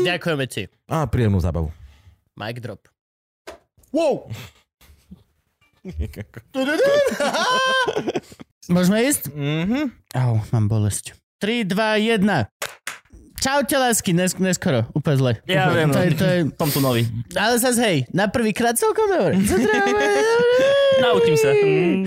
Ďakujeme ti. A príjemnú zábavu. Mic drop. Wow! Môžeme ísť? mm-hmm. Au, mám bolesť. 3, 2, 1. Čaute, lásky, Nes- neskoro, úplne zle. Ja viem, no. To je, to je... Som tu nový. Ale zase hej, na prvýkrát celkom dobre. Co treba povedať? Naučím sa. Mm.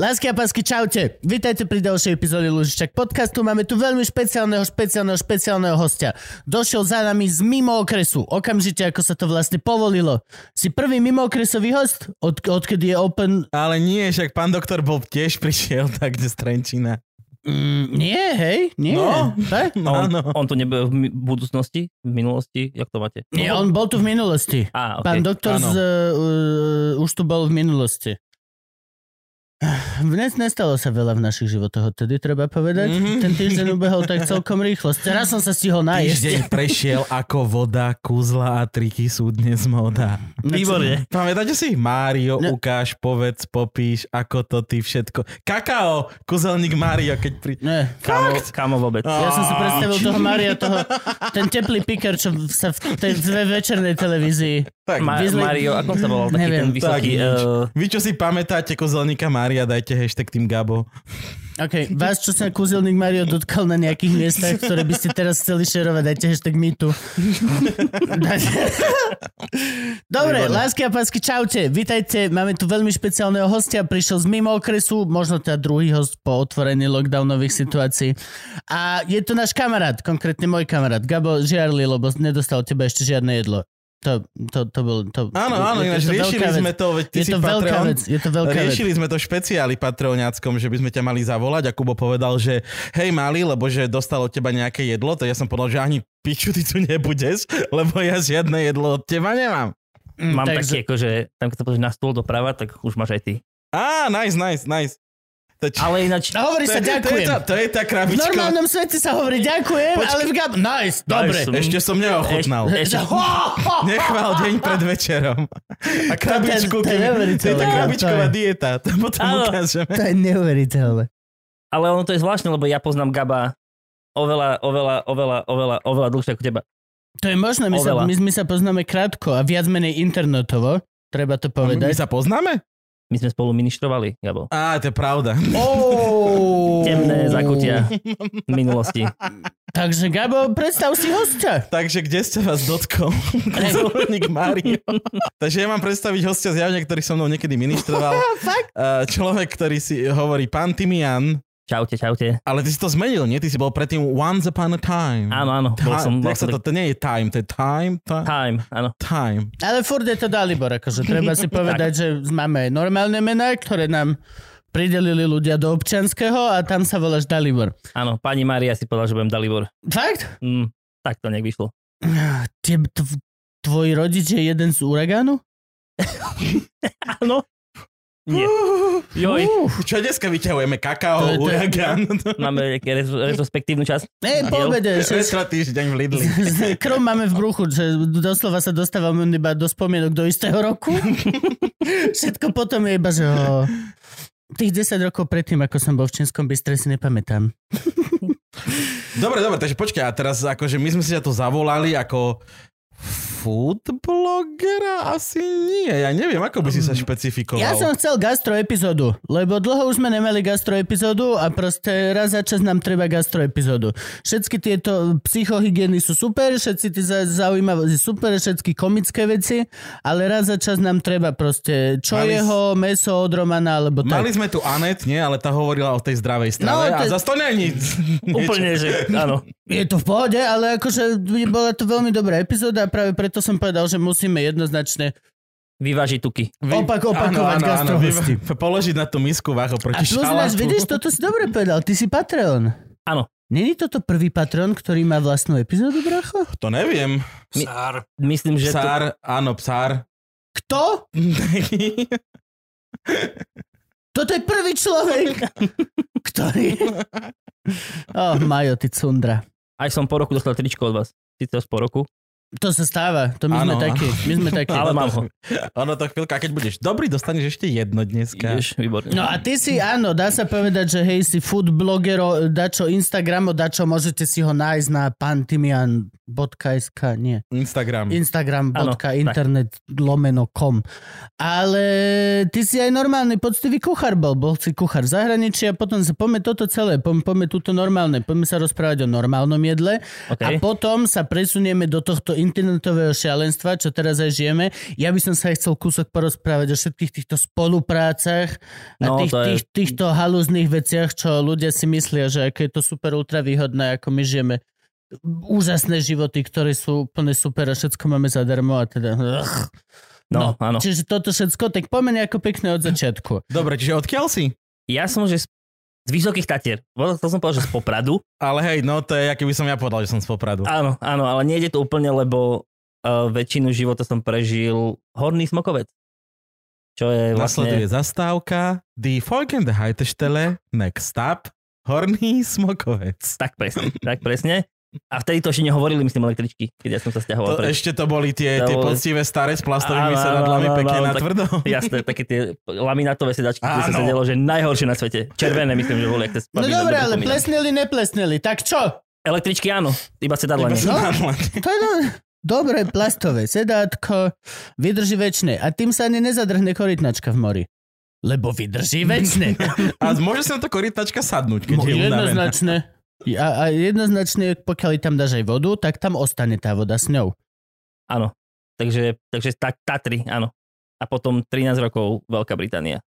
Lásky a pásky, čaute. Vítajte pri ďalšej epizóde Lužičak podcastu. Máme tu veľmi špeciálneho, špeciálneho, špeciálneho hostia. Došiel za nami z mimo okresu. Okamžite, ako sa to vlastne povolilo. Si prvý mimo okresový host, od, odkedy je open... Ale nie, však pán doktor Bob tiež prišiel tak z Trenčína. Mm, nie, hej, nie. No. He? A on, Áno. on tu nebude v mi- budúcnosti, v minulosti, jak to máte? Nie, on bol tu v minulosti. Á, okay. Pán doktor áno. z, uh, už tu bol v minulosti. Dnes nestalo sa veľa v našich životoch odtedy, treba povedať. Mhm. Ten týždeň ubehol tak celkom rýchlo. Teraz som sa stihol nájsť. Týždeň prešiel ako voda, kuzla a triky sú dnes moda. Výborne. Pamätáte si? Mário, No. no. ukáž, povedz, popíš, ako to ty všetko. Kakao, kuzelník Mário, keď pri... Ne, Kamo, kamo vôbec. Á. ja som si Á, predstavil či- toho Maria, toho, ten teplý pikar, čo sa v tej dve večernej televízii... Tak, Ma- vyzle- Mario, ako sa volal? Taký Neviem. ten vysoký... Tak nič. eh, Vy, čo si pamätáte kuzelníka Mária, dajte hashtag tým Gabo. OK, vás, čo sa kúzelník Mario dotkal na nejakých miestach, ktoré by ste teraz chceli šerovať, dajte hashtag mitu. Dobre, Výborné. lásky a pásky, čaute. Vítajte, máme tu veľmi špeciálneho hostia, prišiel z mimo okresu, možno teda druhý host po otvorení lockdownových situácií. A je to náš kamarát, konkrétne môj kamarát, Gabo Žiarli, lebo nedostal od teba ešte žiadne jedlo. To, to, to bol... To, Áno, je- áno, je to ináč veľká riešili vec. sme to, veď ty Je si to veľká Patreon. vec, je to veľká vec. Riešili sme to v špeciáli patroňáckom, že by sme ťa mali zavolať a Kubo povedal, že hej mali, lebo že dostal od teba nejaké jedlo, to ja som povedal, že ani piču ty tu nebudeš, lebo ja žiadne jedlo od teba nemám. Mm, Mám takže- taký, akože tam keď sa pozrieš na stôl doprava, tak už máš aj ty. Á, nice, nice, nice. To či... Ale ináč... A hovorí sa, To je, ďakujem. tá, to je tá V krabička. normálnom svete sa hovorí ďakujem, Počkaj. ale v Gab... Nice, dobre. Nice. Ešte som neochutnal. Ešte- Ho, ho. Nechval deň pred večerom. A To je- to je krabičku, keby- to je neuveriteľné. tá krabičková To je- dieta. To potom Áno. ukážeme. To je neuveriteľné. Ale ono to je zvláštne, lebo ja poznám Gaba oveľa, oveľa, oveľa, oveľa, oveľa dlhšie ako teba. To je možné, my sa, Oveľa. my, my sa poznáme krátko a viac menej internetovo. Treba to My povedať. sa poznáme? My sme spolu ministrovali, Gabo. Á, to je pravda. Oh. Temné zakutia v minulosti. Takže Gabo, predstav si hostia. Takže kde ste vás dotkol? Kuzovník Mario. Takže ja mám predstaviť hostia z javne, ktorý so mnou niekedy ministroval. No, Fakt? Eh, Človek, ktorý si hovorí pán Timian, Čaute, čaute. ale ty si to zmenil, nie? Ty si bol predtým once upon a time. Áno, áno, bol Time, som... bol jak sa som to, tak- to nie je time, to je time, time, Time, áno. time. Ale furt je to Dalibor, akože treba si povedať, že máme aj normálne mená, ktoré nám pridelili ľudia do občianského a tam sa voláš Dalibor. Áno, pani Mária si povedala, že budem Dalibor. Fakt? Mm, tak to nejak vyšlo. Tie, tv, tvoj rodič je jeden z uragánu? Áno. Nie. Joj, Uf. Čo dneska To vyťahujeme? je- Kakao, to je- uragán? máme nejaký re- retrospektívnu časť. Hej, Diel. po obede. že- Retro týždeň v Lidli. Krv máme v bruchu, že doslova sa dostávame iba do spomienok do istého roku. Všetko potom je iba, že o, tých 10 rokov predtým, ako som bol v Čínskom Bystre, si nepamätám. Dobre, dobre, takže počkaj, a teraz akože my sme si ťa to zavolali ako food blogera? Asi nie, ja neviem, ako by si sa špecifikoval. Mm. Ja som chcel gastroepizódu, lebo dlho už sme nemali gastroepizódu a proste raz za čas nám treba gastroepizódu. Všetky tieto psychohygieny sú super, všetci tí za- zaujímavé sú super, všetky komické veci, ale raz za čas nám treba proste čo Mali s- jeho, meso od Romana, alebo tak. Mali sme tu Anet, nie, ale tá hovorila o tej zdravej No, to strave no, to... a je- zase to není niečo. Úplne, že áno. Je to v pohode, ale akože bola to veľmi dobrá epizóda a práve preto som povedal, že musíme jednoznačne Vyváži tuky. opak opakovať áno, áno, gastrohosti. vyva- Položiť na tú misku A váho proti plus nás, šalátu. vidíš, toto si dobre povedal, ty si Patreon. Áno, Není toto prvý patron, ktorý má vlastnú epizódu, bracho? To neviem. My- Sár. Myslím, že to... Psár, áno, psár. Kto? Toto je prvý človek, ktorý... Oh, Majo, ty cundra. Aj som po roku dostal tričko od vás. Síce až po roku. To sa stáva, to my sme Áno. no. takí. My sme takí. Ale mám ho. Ono to chvíľka, keď budeš dobrý, dostaneš ešte jedno dneska. Ideš, výborne. No a ty si, áno, dá sa povedať, že hej, si food blogero, dačo Instagramo, dačo, môžete si ho nájsť na pantimian.sk, nie. Instagram. Instagram, Áno, bodka, internet, lomeno, com. Ale ty si aj normálny, poctivý kuchár bol, bol si kuchár v zahraničí a potom sa poďme toto celé, poďme, poďme túto normálne, poďme sa rozprávať o normálnom jedle a Okay. potom sa presunieme do tohto internetového šialenstva, čo teraz aj žijeme. Ja by som sa aj chcel kúsok porozprávať o všetkých týchto spoluprácach a No, tých, to je- tých, týchto halúznych veciach, čo ľudia si myslia, že aké je to super ultra výhodné, ako my žijeme úžasné životy, ktoré sú úplne super a všetko máme zadarmo a teda... Ugh. No, áno. Čiže toto všetko, tak poďme nejako pekne od začiatku. Dobre, čiže odkiaľ si? Ja som, že z, z Vysokých Tatier. Bo- To som povedal, že z Popradu. Ale hej, no to je, aký by som ja povedal, že som z Popradu. Áno, áno, ale nejde to úplne, lebo uh, väčšinu života som prežil Horný Smokovec. Čo je vlastne... Nasleduje zastávka Die folgende Haltestelle, next stop, Horný Smokovec. Tak presne, tak presne. A vtedy to ešte nehovorili, myslím, električky, keď ja som sa stiahoval. To, preč. ešte to boli tie, To tie boli- poctivé staré s plastovými Áno, áno, sedadlami áno, pekne áno, na tak- tvrdo. Jasné, také tie laminátové sedačky, kde sa Áno. sedelo, že najhoršie na svete. Červené, myslím, že boli, ak sa No spomínam, dobre, dobre ale spomínam. plesnili, neplesnili, tak čo? Električky áno, iba sedadla Iba nie. No. sedadla. To je do... Dobre, plastové sedátko, vydrží väčšine. A tým sa ani nezadrhne korytnačka v mori. Lebo vydrží väčšine. A môže sa na to korytačka sadnúť, keď je unavená. jednoznačne. A, a jednoznačne, pokiaľ jej tam dáš aj vodu, tak tam ostane tá voda s ňou. Áno, takže, takže ta, Tatry, áno. A potom 13 rokov Veľká Británia.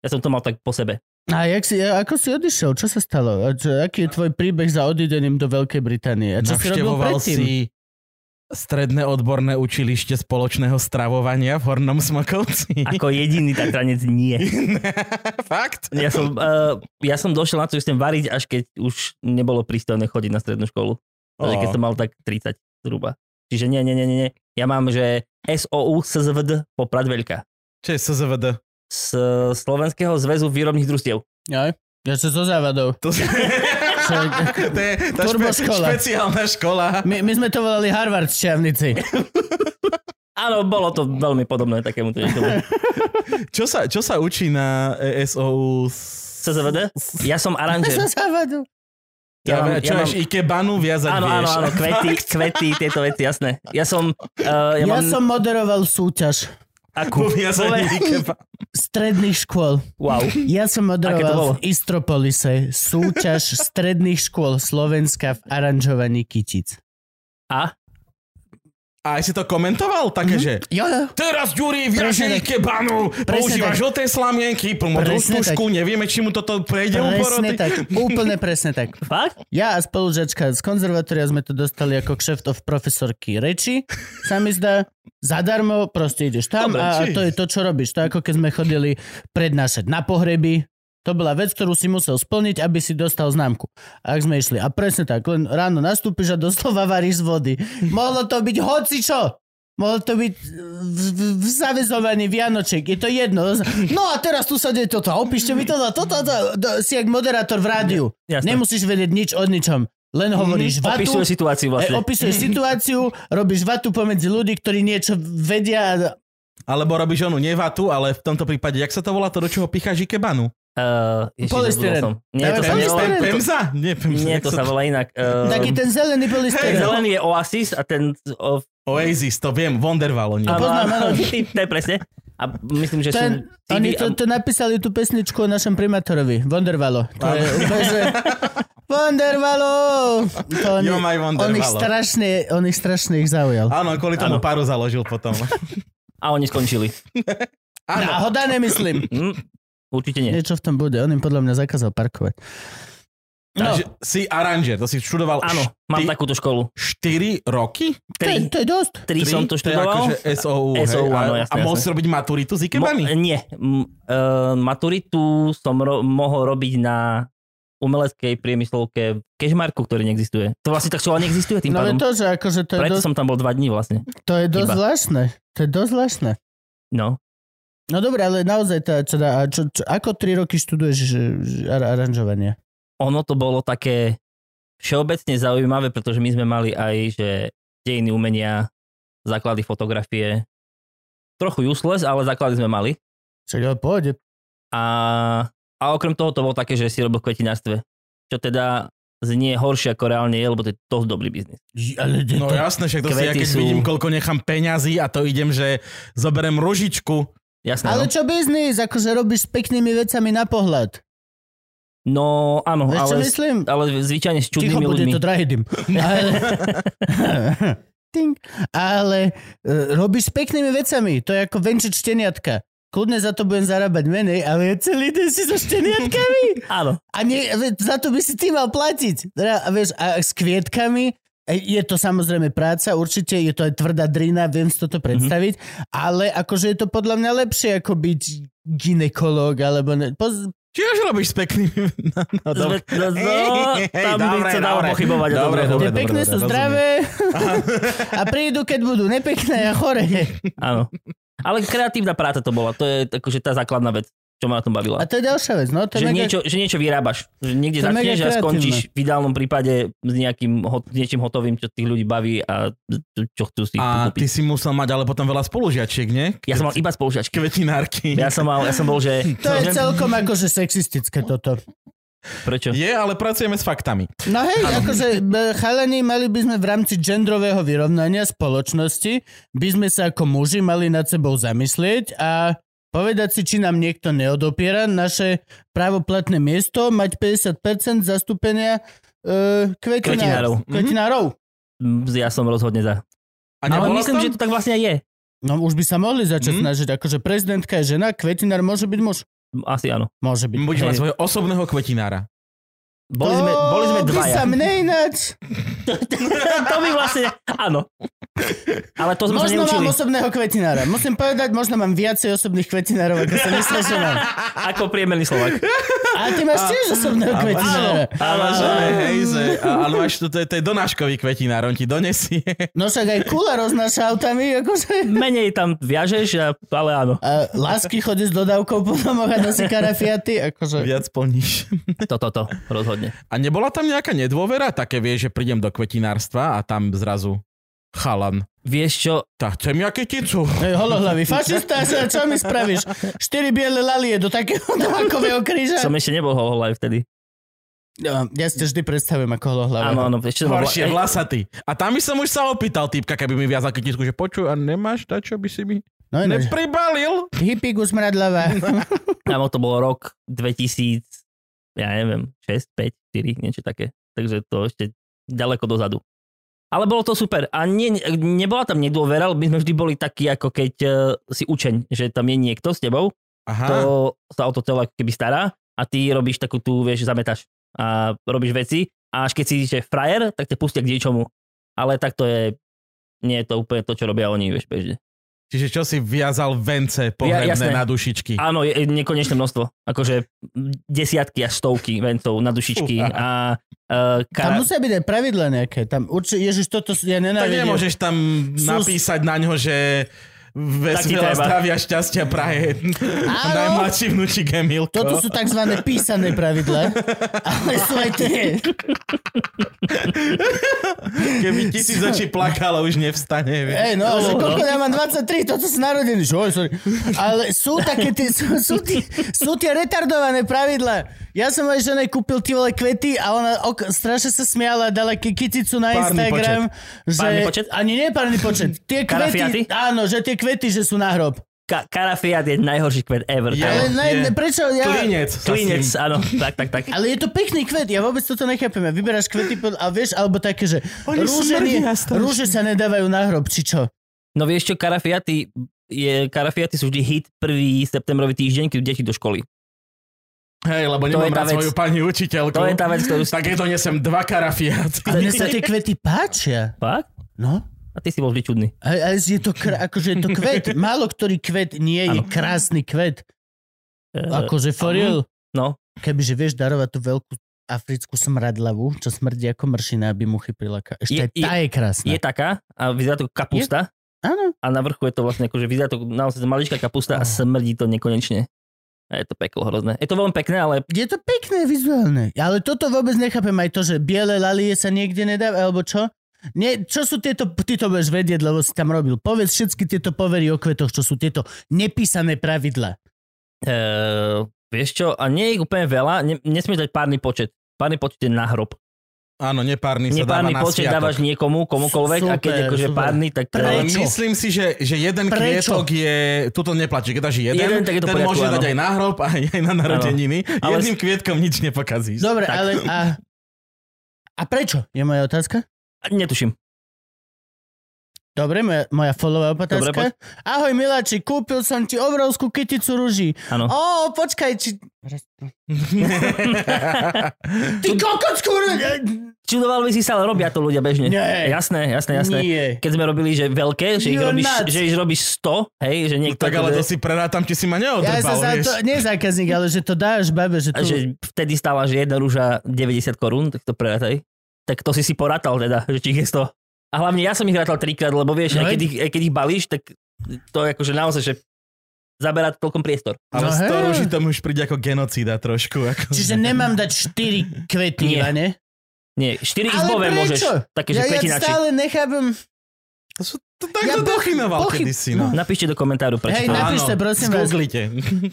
Ja som to mal tak po sebe. A jak si, a ako si odišiel? Čo sa stalo? A čo, aký je tvoj príbeh za odidením do Veľkej Británie? A čo si robil Navštevoval predtým? Si... si stredné odborné učilište spoločného stravovania v Hornom Smokovci. Ako jediný Tatranec nie. Fakt? Ja som, uh, ja som došiel na to, že chcem variť, až keď už nebolo prístavné chodiť na strednú školu. Takže keď Ó. som mal tak 30 zhruba. Čiže nie, nie, nie, nie. nie. Ja mám, že SOU SZVD Poprad Veľká. Čo je SZVD? Z Slovenského zväzu výrobných družstiev. Ja? ja som zo závadov. To, Čo, to je tá špe, Turboškola. špeciálna škola. my, my sme to volali Harvard šťavnici. Áno, bolo to veľmi podobné takému to niečomu. čo sa... Čo sa učí na e, SOU? SZVD? Ja som Zo aranžer. závadov. Ja Ja mám, čo ja mám, máš Ikebanu viazať áno, áno, vieš. áno, kvety, kvety, tieto veci, jasné. Ja som... Uh, ja, Ja, mám, som moderoval súťaž Akú? Po viazaní Vole. Ikebanu. stredných škôl. Wow. Ja som Aké to bolo? moderoval v Istropolise súťaž stredných škôl Slovenska v aranžovaní kytic. A? A aj si to komentoval také, Mhm. že Jo, jo. Teraz, Ďuri, Presne viaže tak. Ikebanu, používa tak. žlté slamienky, plnú Presne tušku, nevieme, či mu toto prejde u Presne poroty. tak, úplne presne tak. Fakt? Ja a spolužačka z konzervatória sme to dostali ako kšeft of profesorky reči, sa mi zdá. Zadarmo proste ideš tam Dobre, a čiže- to je to, čo robíš. To je ako keď sme chodili prednášať na pohreby, to bola vec, ktorú si musel splniť, aby si dostal známku. A ak sme išli. A presne tak, len ráno nastúpiš a doslova varíš z vody. Mohlo to byť hocičo. Mohlo to byť e, v, v, v zavezovaný Vianoček. Je to jedno. No a teraz tu sa deje toto. A Opíšte mi toto. a Toto, a toto, to, si jak moderátor v rádiu. Jasné. Nemusíš vedieť nič o ničom. Len hovoríš vatu, Opisuje situáciu e, vlastne. opisuješ situáciu, robíš vatu pomedzi ľudí, ktorí niečo vedia. a- Alebo robíš onu nevatu, ale v tomto prípade, jak sa to volá, to do čoho picháš Ikebanu? Uh, Polystyren. Nie, to Dávaj sa volá... polystyren. Pemza? Nie, Pemza. Nie, jak to sa volá inak. Uh, Taký ten zelený polystyren. Zelený je Oasis a ten... Oh, Oasis, to viem, Wonderwall, nie. áno, poznám, áno, áno. ty- to je presne. A myslím, že Ten, sú... tí- oni a- to, to napísali tú pesničku o našom primátorovi, Wondervalo. To je úplne, že... Wondervalo! To oni, Jo, maj on, ich Wonderwall. strašne, on ich strašne ich zaujal. Áno, kvôli tomu Áno. páru založil potom. A oni skončili. Áno. Náhoda nemyslím. Hm? Určite nie. Niečo v tom bude. On im podľa mňa zakázal parkovať. No, Takže si aranžer, to si študoval Áno, mám šty- takúto školu. 4 No, roky? to, je, Tri, to je dosť. tri som to To študoval. je akože SOU, hej? SOU, áno, A- jasné, A jasné. mohol si robiť maturitu s Mo- Ikebany? eh, nie. M- e, maturitu som ro- mohol robiť na umeleckej priemyslovke v Kežmarku, ktorý neexistuje. To vlastne tak škola neexistuje tým No ale pádom. to, že akože to je Preto dosť, som tam bol dva dní vlastne. to je dosť iba. zvláštne. To je dosť zvláštne. No. No dobre, ale naozaj tá, teda, a čo, čo, ako tri roky študuješ že, že, ar- aranžovanie? Ono to bolo také všeobecne zaujímavé, pretože my sme mali aj, že dejiny umenia, základy fotografie, trochu useless, ale základy sme mali. Však ale pôjde. A, a okrem toho to bolo také, že si robil v kvetinárstve. Čo teda znie horšie ako reálne je, lebo to je dosť dobrý biznis. J- Ale je No to, jasné, však to si ja e, Kvety keď sú- vidím, koľko nechám peňazí a to idem, že zoberem ružičku. Jasné. ale no. čo biznis, akože robíš s peknými vecami na pohľad. no áno, Vieš čo ale, myslím? ale zvyčajne s Ticho, čudnými bude ľuďmi. to drahý dym. Ale, Ting. ale e, robíš s peknými vecami. To je ako venčiť šteniatka. Kľudne za to budem zarábať menej, ale celý deň si so šteniatkami. Áno. A nie, ve- za to by si ty mal platiť. Teda, a vieš, a s kvietkami e, je to samozrejme práca, určite je to aj tvrdá drina, viem si Mhm. toto predstaviť, ale akože je to podľa mňa lepšie ako byť ginekolog, alebo ne, poz, Čiže robíš s peknými... No, no, No, dobre. no, Hej, hej, tam by dobre, sa dalo dobre. pochybovať. a Dobre, dobre, dobre. Tie pekné sú rozumiem. zdravé a prídu, keď budú nepekné a choré. Áno. Ale kreatívna práca to bola. To je akože tá základná vec, čo ma na tom A bavila. to je ďalšia vec, no. To je Že mega... niečo, že niečo vyrábaš. Že niekde To je začneš mega a kreatívne. skončíš v ideálnom prípade s nejakým hot, niečím hotovým, čo tých ľudí baví a čo chcú si A kúpiť. ty si musel mať ale potom veľa spolužiačiek, nie? Ja som mal iba spolužiačky. Kvetinárky. Ja som, mal, ja som bol, že... To je že celkom akože sexistické toto. prečo? Je, ale pracujeme s faktami. No hej, akože b- chalani, mali by sme v rámci genderového vyrovnania spoločnosti, by sme sa ako muži mali nad sebou zamyslieť a povedať si, či nám niekto neodopiera naše právoplatné miesto, mať 50% zastúpenia e, Kvetinárov. kvetinárov. Kvetinárov. Mm, Ja som rozhodne za. A Ale nebola myslím, tam? že to tak vlastne aj je. No už by sa mohli začať Mhm. snažiť, akože prezidentka je žena, kvetinár môže byť muž. Asi áno. Môže byť. Budeš mať Hej. svojho osobného kvetinára. Boli sme, boli sme by dvaja. sa mne ináč. to by vlastne... Áno. Ale to sme sa Možno neučili. mám osobného kvetinára. Musím povedať, možno mám viacej osobných kvetinárov, ako som myslel, že mám. Ako priemerný Slovak. A ty máš tiež osobného áno. kvetinára. Ale, Áno. že, hej, že, a, ale máš, to, to, je, to je donáškový kvetinár, on ti donesie. No však aj kula roznáša autami, akože... Menej tam viažeš, a- ale áno. A lásky chodí s dodávkou po domoch a nosí karafiaty, akože... Viac plníš. Toto, to, rozhodne. A nebola tam nejaká nedôvera? Také vieš, že prídem do kvetinárstva a tam zrazu chalan. Vieš čo, Tak chcem ja kyticu. Hej, No holohlavý fašista, že čo mi spravíš? Štyri biele lalie do takého dvakového kríža. som ešte nebol hololaj vtedy. No, Ja si ťa vždy predstavujem ako holohlavý. Áno, áno, ešte som bol... Horšie, Ej, vlasatý. A tam by som už sa opýtal týpka, keby mi viazal kyticu, že počuj, a nemáš na čo by si mi No ináč. nepribalil? Hipigu smradlavá. Áno, to bol rok 2000, ja neviem, 6, 5, 4, niečo také. Takže to ešte ďaleko dozadu. Ale bolo to super. A nie, nebola tam nedôvera, lebo my sme vždy boli takí, ako keď eh, si učeň, že tam je niekto s tebou, Aha. to sa o to telo ako keby stará a ty robíš takú tú, vieš, zametáš a robíš veci a až keď si že frajer, tak ťa pustia k niečomu. Ale tak to je, nie je to úplne to, čo robia oni, vieš, bežne. Čiže čo si viazal vence pohrebné jasné. na dušičky? Áno, je je nekonečné množstvo. Akože desiatky až stovky vencov na dušičky Fúha. a uh, Tam kara... musia byť aj pravidla nejaké. Tam určite, ježiš, toto s- ja Tak nenávidím. nemôžeš tam Sú- napísať na ňo, že ves Taký veľa treba. zdravia, šťastia, praje. Najmladší vnúčik Emilko. Toto sú tzv. písané pravidla, ale sú aj tie. Keby tisíc očí plakalo, už nevstane. vieš. Ej, no, že koľko ja mám 23, toto sú narodení. Že, oj, sorry. Ale sú také tie, sú, sú, tie, sú tie retardované pravidla. Ja som aj žene kúpil tie vole kvety a ona ok, strašne sa smiala, dala ki- kyticu na Párny Instagram. Že, Párny počet? Ani nie párny počet. Tie Karafiaty? kvety, áno, že tie kvety, že sú na hrob. Ka- karafiat je najhorší kvet ever. Je. Áno. Ale ne, je. ne, prečo ja... Klinec. sa Klinec, s ním- áno, tak, tak, tak. Ale je to pekný kvet, ja vôbec toto nechápem. Ja Vyberáš kvety pod- a vieš, alebo také, že Oni rúže, nie, smrdia strašne. rúže sa nedávajú na hrob, či čo? No vieš čo, karafiaty, je, karafiaty sú vždy hit prvý septembrový týždeň, keď idú deti do školy. Hej, lebo To nemám je tá rád vec. svoju pani učiteľku. To je tá vec, ktorú si... Tak je to nesem dva karafiat. A mne sa tie kvety páčia. Fakt? No. A ty si bol vždy čudný. A, a je to, kr- akože je to kvet. Málo ktorý kvet nie je Áno. krásny kvet. E, Akože for real. no. Kebyže vieš darovať tú veľkú africkú smradlavu, čo smrdí ako mršina, aby muchy priláka. Ešte Je- je, je- tá je krásna. Je taká a vyzerá to ako kapusta Áno. a na vrchu je to vlastne akože vyzerá to naozaj maličká kapusta Oh. a smrdí to nekonečne. A je to peklo hrozné. Je to veľmi pekné, ale Je to pekné vizuálne. Ale toto vôbec nechápem aj to, že biele lalie sa niekde nedá, alebo čo? Nie, čo sú tieto, ty to budeš vedieť, lebo si tam robil. Povedz všetky tieto povery o kvetoch, čo sú tieto nepísané pravidla. Uh, vieš čo, a nie je ich úplne veľa, ne, nesmieš dať párny počet. Párny počet je na hrob. Áno, nepárny sa dáva Nepárny na počet sviatok. dávaš niekomu, komukoľvek a keď Super, akože super. párny, tak to Ale Prečo? myslím si, že, že jeden Prečo? kvietok je... Tuto neplatí, keď dáš jeden, Jeden, tak je to ten v poriadku, môže áno. dať aj na hrob, aj, aj na narodeniny. Ale- Jedným kvietkom nič nepokazíš. Dobre, Tak. ale a, a prečo? Je moja otázka? netuším. Dobre, moja, moja follow-up Dobre, otázka. Ahoj miláči, kúpil som ti obrovskú kyticu ruží. Áno. Ó, počkaj, či... Ty kokot, kurva! Čudoval by si sa, ale robia to ľudia bežne. Nie. Jasné, jasné, jasné. Nie. Keď sme robili, že veľké, že ich, You're robíš, nuts. že ich robíš 100, hej, že niekto... No tak ale to akože- si prerátam, či si ma neodrbal, Ja sa za vieš. to, nie zákazník, ale že to dáš babe, že a to... že vtedy stála, že jedna rúža 90 korún, tak to prerátaj. Tak to si si porátal teda, že či ich je 100. A hlavne ja som ich rátal trikrát, lebo vieš, No aj veď. keď, ich, aj keď ich balíš, tak to je akože naozaj, že zaberá to toľkom priestor. No Ale hej. z toho už to už príde ako genocída trošku. Ako... Čiže nemám dať 4 kvety, Nie. iba, ne? Nie, 4 Ale izbové prečo? môžeš. Také, že Ja, ja kvetinači. stále nechápem... To, sú, to tak Ja ja to pochyb- dochinoval pochyb- kedysi, no. Napíšte do komentáru, prečo Hej, no. to napíš- je. Napíšte, Áno, prosím vás. zgooglite.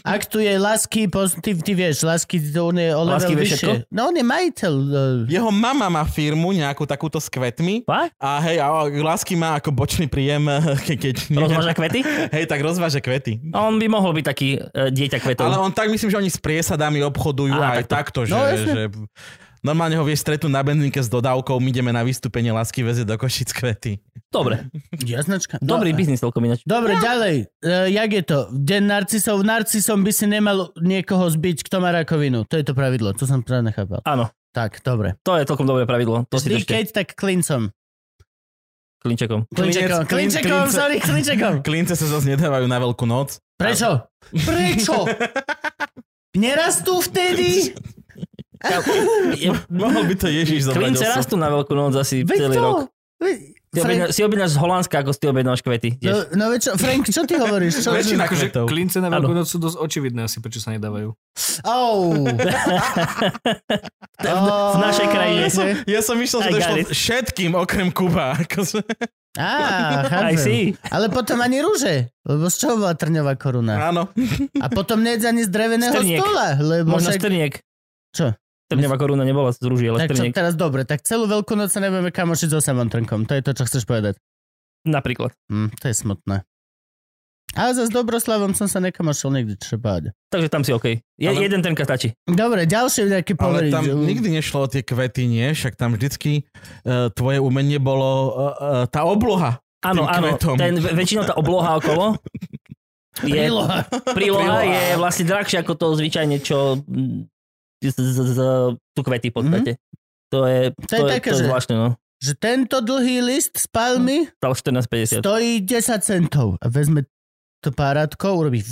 Ak tu je lásky, poz- ty, ty vieš, lásky to on je o Lásky level vie všetko? vyššie. No on je majiteľ. e, Jeho mama má firmu nejakú takúto s kvetmi Fakt? a hej, a lásky má ako bočný príjem, ke, keď... Rozmaža kvety? Hej, tak rozváža kvety. A on by mohol byť taký e, dieťa kvetov. Ale on tak myslím, že oni s priesadami obchodujú aj Á, takto, že, No, jasne. že... Normálne ho vieš stretnúť na benzínke s dodávkou, my ideme na vystúpenie lásky väze do Košic kvety. Dobre, Jaznačka. No, dobrý e, biznis celkom ináč. Dobre, ďalej. Uh, jak je to? Deň narcisov. Narcisom by si nemal niekoho zbiť, kto má rakovinu. To je to pravidlo. To som práve nechápal. Áno, Tak, dobre. to je celkom dobré pravidlo. To Vždy, si držte keď, tak klincom. klinčekom. Klinčekom, Klinec- klin- klinčekom, klince- sorry, klinčekom. Klince sa zase nedávajú na veľkú noc. Prečo? Prečo? Nerastú vtedy? Je, Mohol by to Ježiš zobrať. klince osobne. rastú na veľkú noc asi Veď celý to. rok. Veď- Ty Frank, objednáš, si objednáš z Holandska, ako si ty objednáš kvety. no, tiež. no veď čo, Frank, čo ty hovoríš? Čo, Väčšina Akože kvetov. klince na Áno. veľkú noc sú dosť očividné asi, prečo sa nedávajú. Oh. v našej krajine. Ja som myslel, že I to got išlo it. všetkým okrem Kuba. Akože. Á, Aj chápem. si. Ale potom ani rúže, lebo z čoho bola trňová koruna? Áno. A potom nejedz ani z dreveného Strniek. stola, lebo Možno však... strniek. Čo? Trňová koruna nebola z rúží, ale Tak čo strniek. teraz dobre, tak celú veľkú noc sa nebudeme kamošiť so samom trnkom. To je to, čo chceš povedať. Napríklad. Hm, to je smutné. Ale zase s Dobroslavom som sa nekamošil nikdy, čo povedať. Takže tam si OK. Je, Ale- Jeden tenka stačí. Dobre, ďalšie nejaké Ale poveriť. tam nikdy nešlo o tie kvety, nie? Však tam vždycky uh, tvoje umenie bolo uh, uh, tá obloha. Áno, Tým áno. kvetom. Ten, vä- väčšinou tá obloha okolo je, Príloha. príloha Príloha. je vlastne drahšia ako to zvyčajne, čo mm, z, z, z, tu kvety v podstate. To je, Mhm. To je také, to že- je zvláštne, no. Že tento dlhý list z palmy Stal 14,50. stojí 10 centov. A vezme to párátko, urobí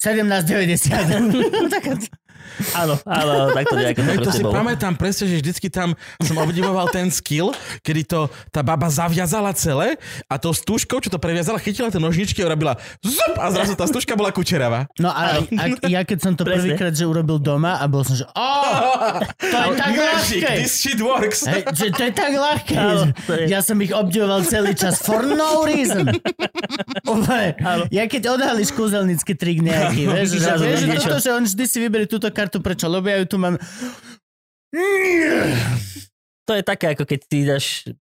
17,90. Áno, áno, tak to nejako to Hej, to proste si bolo. pamätám presne, že vždycky tam som obdivoval ten skill, kedy to tá baba zaviazala celé a to stúžkou, čo to previazala, chytila tie nožničky a robila zup a zrazu tá stúžka bola kučeravá. No a, a ja keď som to Presne. prvýkrát, že urobil doma a bol som, že o, to je tak Magic, ľahké. this shit works. Hej, že to je tak ľahké. Áno, to je- Ja som ich obdivoval celý čas for no reason. Úplne. Ja keď odhalíš kúzelnícky trik nejaký, vieš, že, Zrazu vieš, že, niečo. toto, že on vždy si vyberie túto kartu, prečo? Lebo ja ju tu mám... To je také, ako keď si dáš,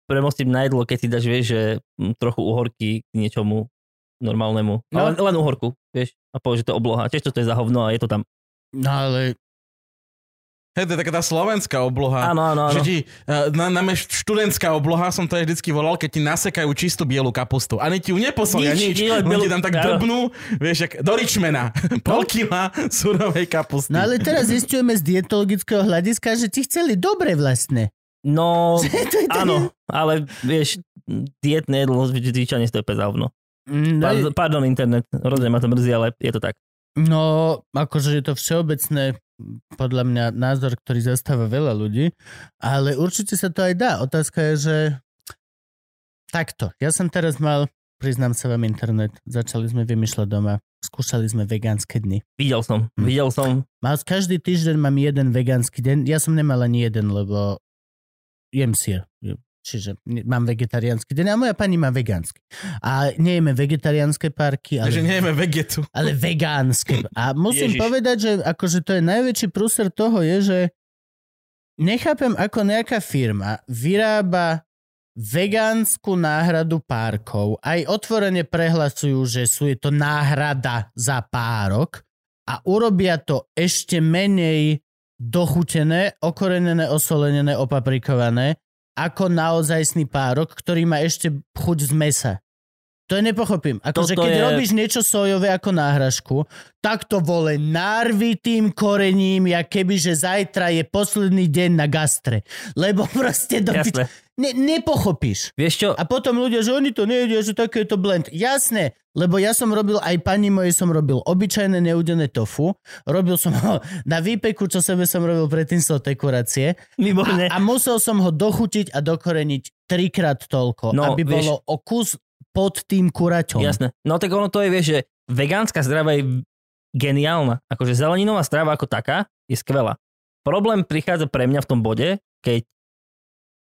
premostím na jedlo, keď si dáš, vieš, že mm, trochu uhorky k niečomu normálnemu. No. No. Len, len uhorku, vieš, a povieš, že to je obloha. Tiež toto je za hovno a je to tam. No ale... Hej, to je taká tá slovenská obloha. Áno, áno, áno. Že ti, eh, na, na študentská obloha som to aj vždycky volal, keď ti nasekajú čistú bielu kapustu. A ti ju neposolia nič, Nič, nič nie, len len bielu- ti tam tak áno. No. drbnú, vieš, jak do ričmena. Pol kila surovej kapusty. No ale teraz zistujeme z dietologického hľadiska, že ti chceli dobre vlastne. No, Že to je ten- áno, ale vieš, dietné jedlo zvy- zvyčajne stojí pes za hovno. No, Pardon, pardon internet, rozumiem, ma to mrzí, ale je to tak. no, akože je to všeobecné. podľa mňa názor, ktorý zastáva veľa ľudí, ale určite sa to aj dá. Otázka je, že takto. Ja som teraz mal, priznám sa vám, internet. Začali sme vymýšľať doma. Skúšali sme vegánske dni. Videl som, Hm. videl som. Mal, každý týždeň mám jeden vegánsky deň. Ja som nemal ani jeden, lebo jem sier. Čiže ne- mám vegetariánsky deň a moja pani má vegánsky. A nejeme vegetariánske parky, ale... Takže nejeme vegetu. Ale vegánske. A musím Ježiš. povedať, že akože to je najväčší prúser toho je, že nechápem, ako nejaká firma vyrába vegánsku náhradu párkov. Aj otvorene prehlasujú, že sú je to náhrada za párok a urobia to ešte menej dochutené, okorenené, osolenené, opaprikované, ako naozajstný párok, ktorý má ešte chuť z mesa. To je nepochopím. Akože Toto keď je- robíš niečo sojové ako náhražku, tak to vole narvi tým korením, ja keby, že zajtra je posledný deň na gastre. Lebo proste do pič... Jasné. ne, nepochopíš. Vieš čo? No, A potom ľudia, že oni to nejedia, že také je to blend. Jasné, lebo ja som robil, aj pani mojej som robil obyčajné neudené tofu, robil som ho na výpeku, čo sebe som robil predtým z tej kurácie Výborne. a, a musel som ho dochutiť a dokoreniť trikrát toľko, No, aby vieš- bolo o kus pod tým kuraťom. Jasné. No tak ono to je, vieš, že vegánska strava je geniálna. Akože zeleninová strava ako taká je skvelá. Problém prichádza pre mňa v tom bode, keď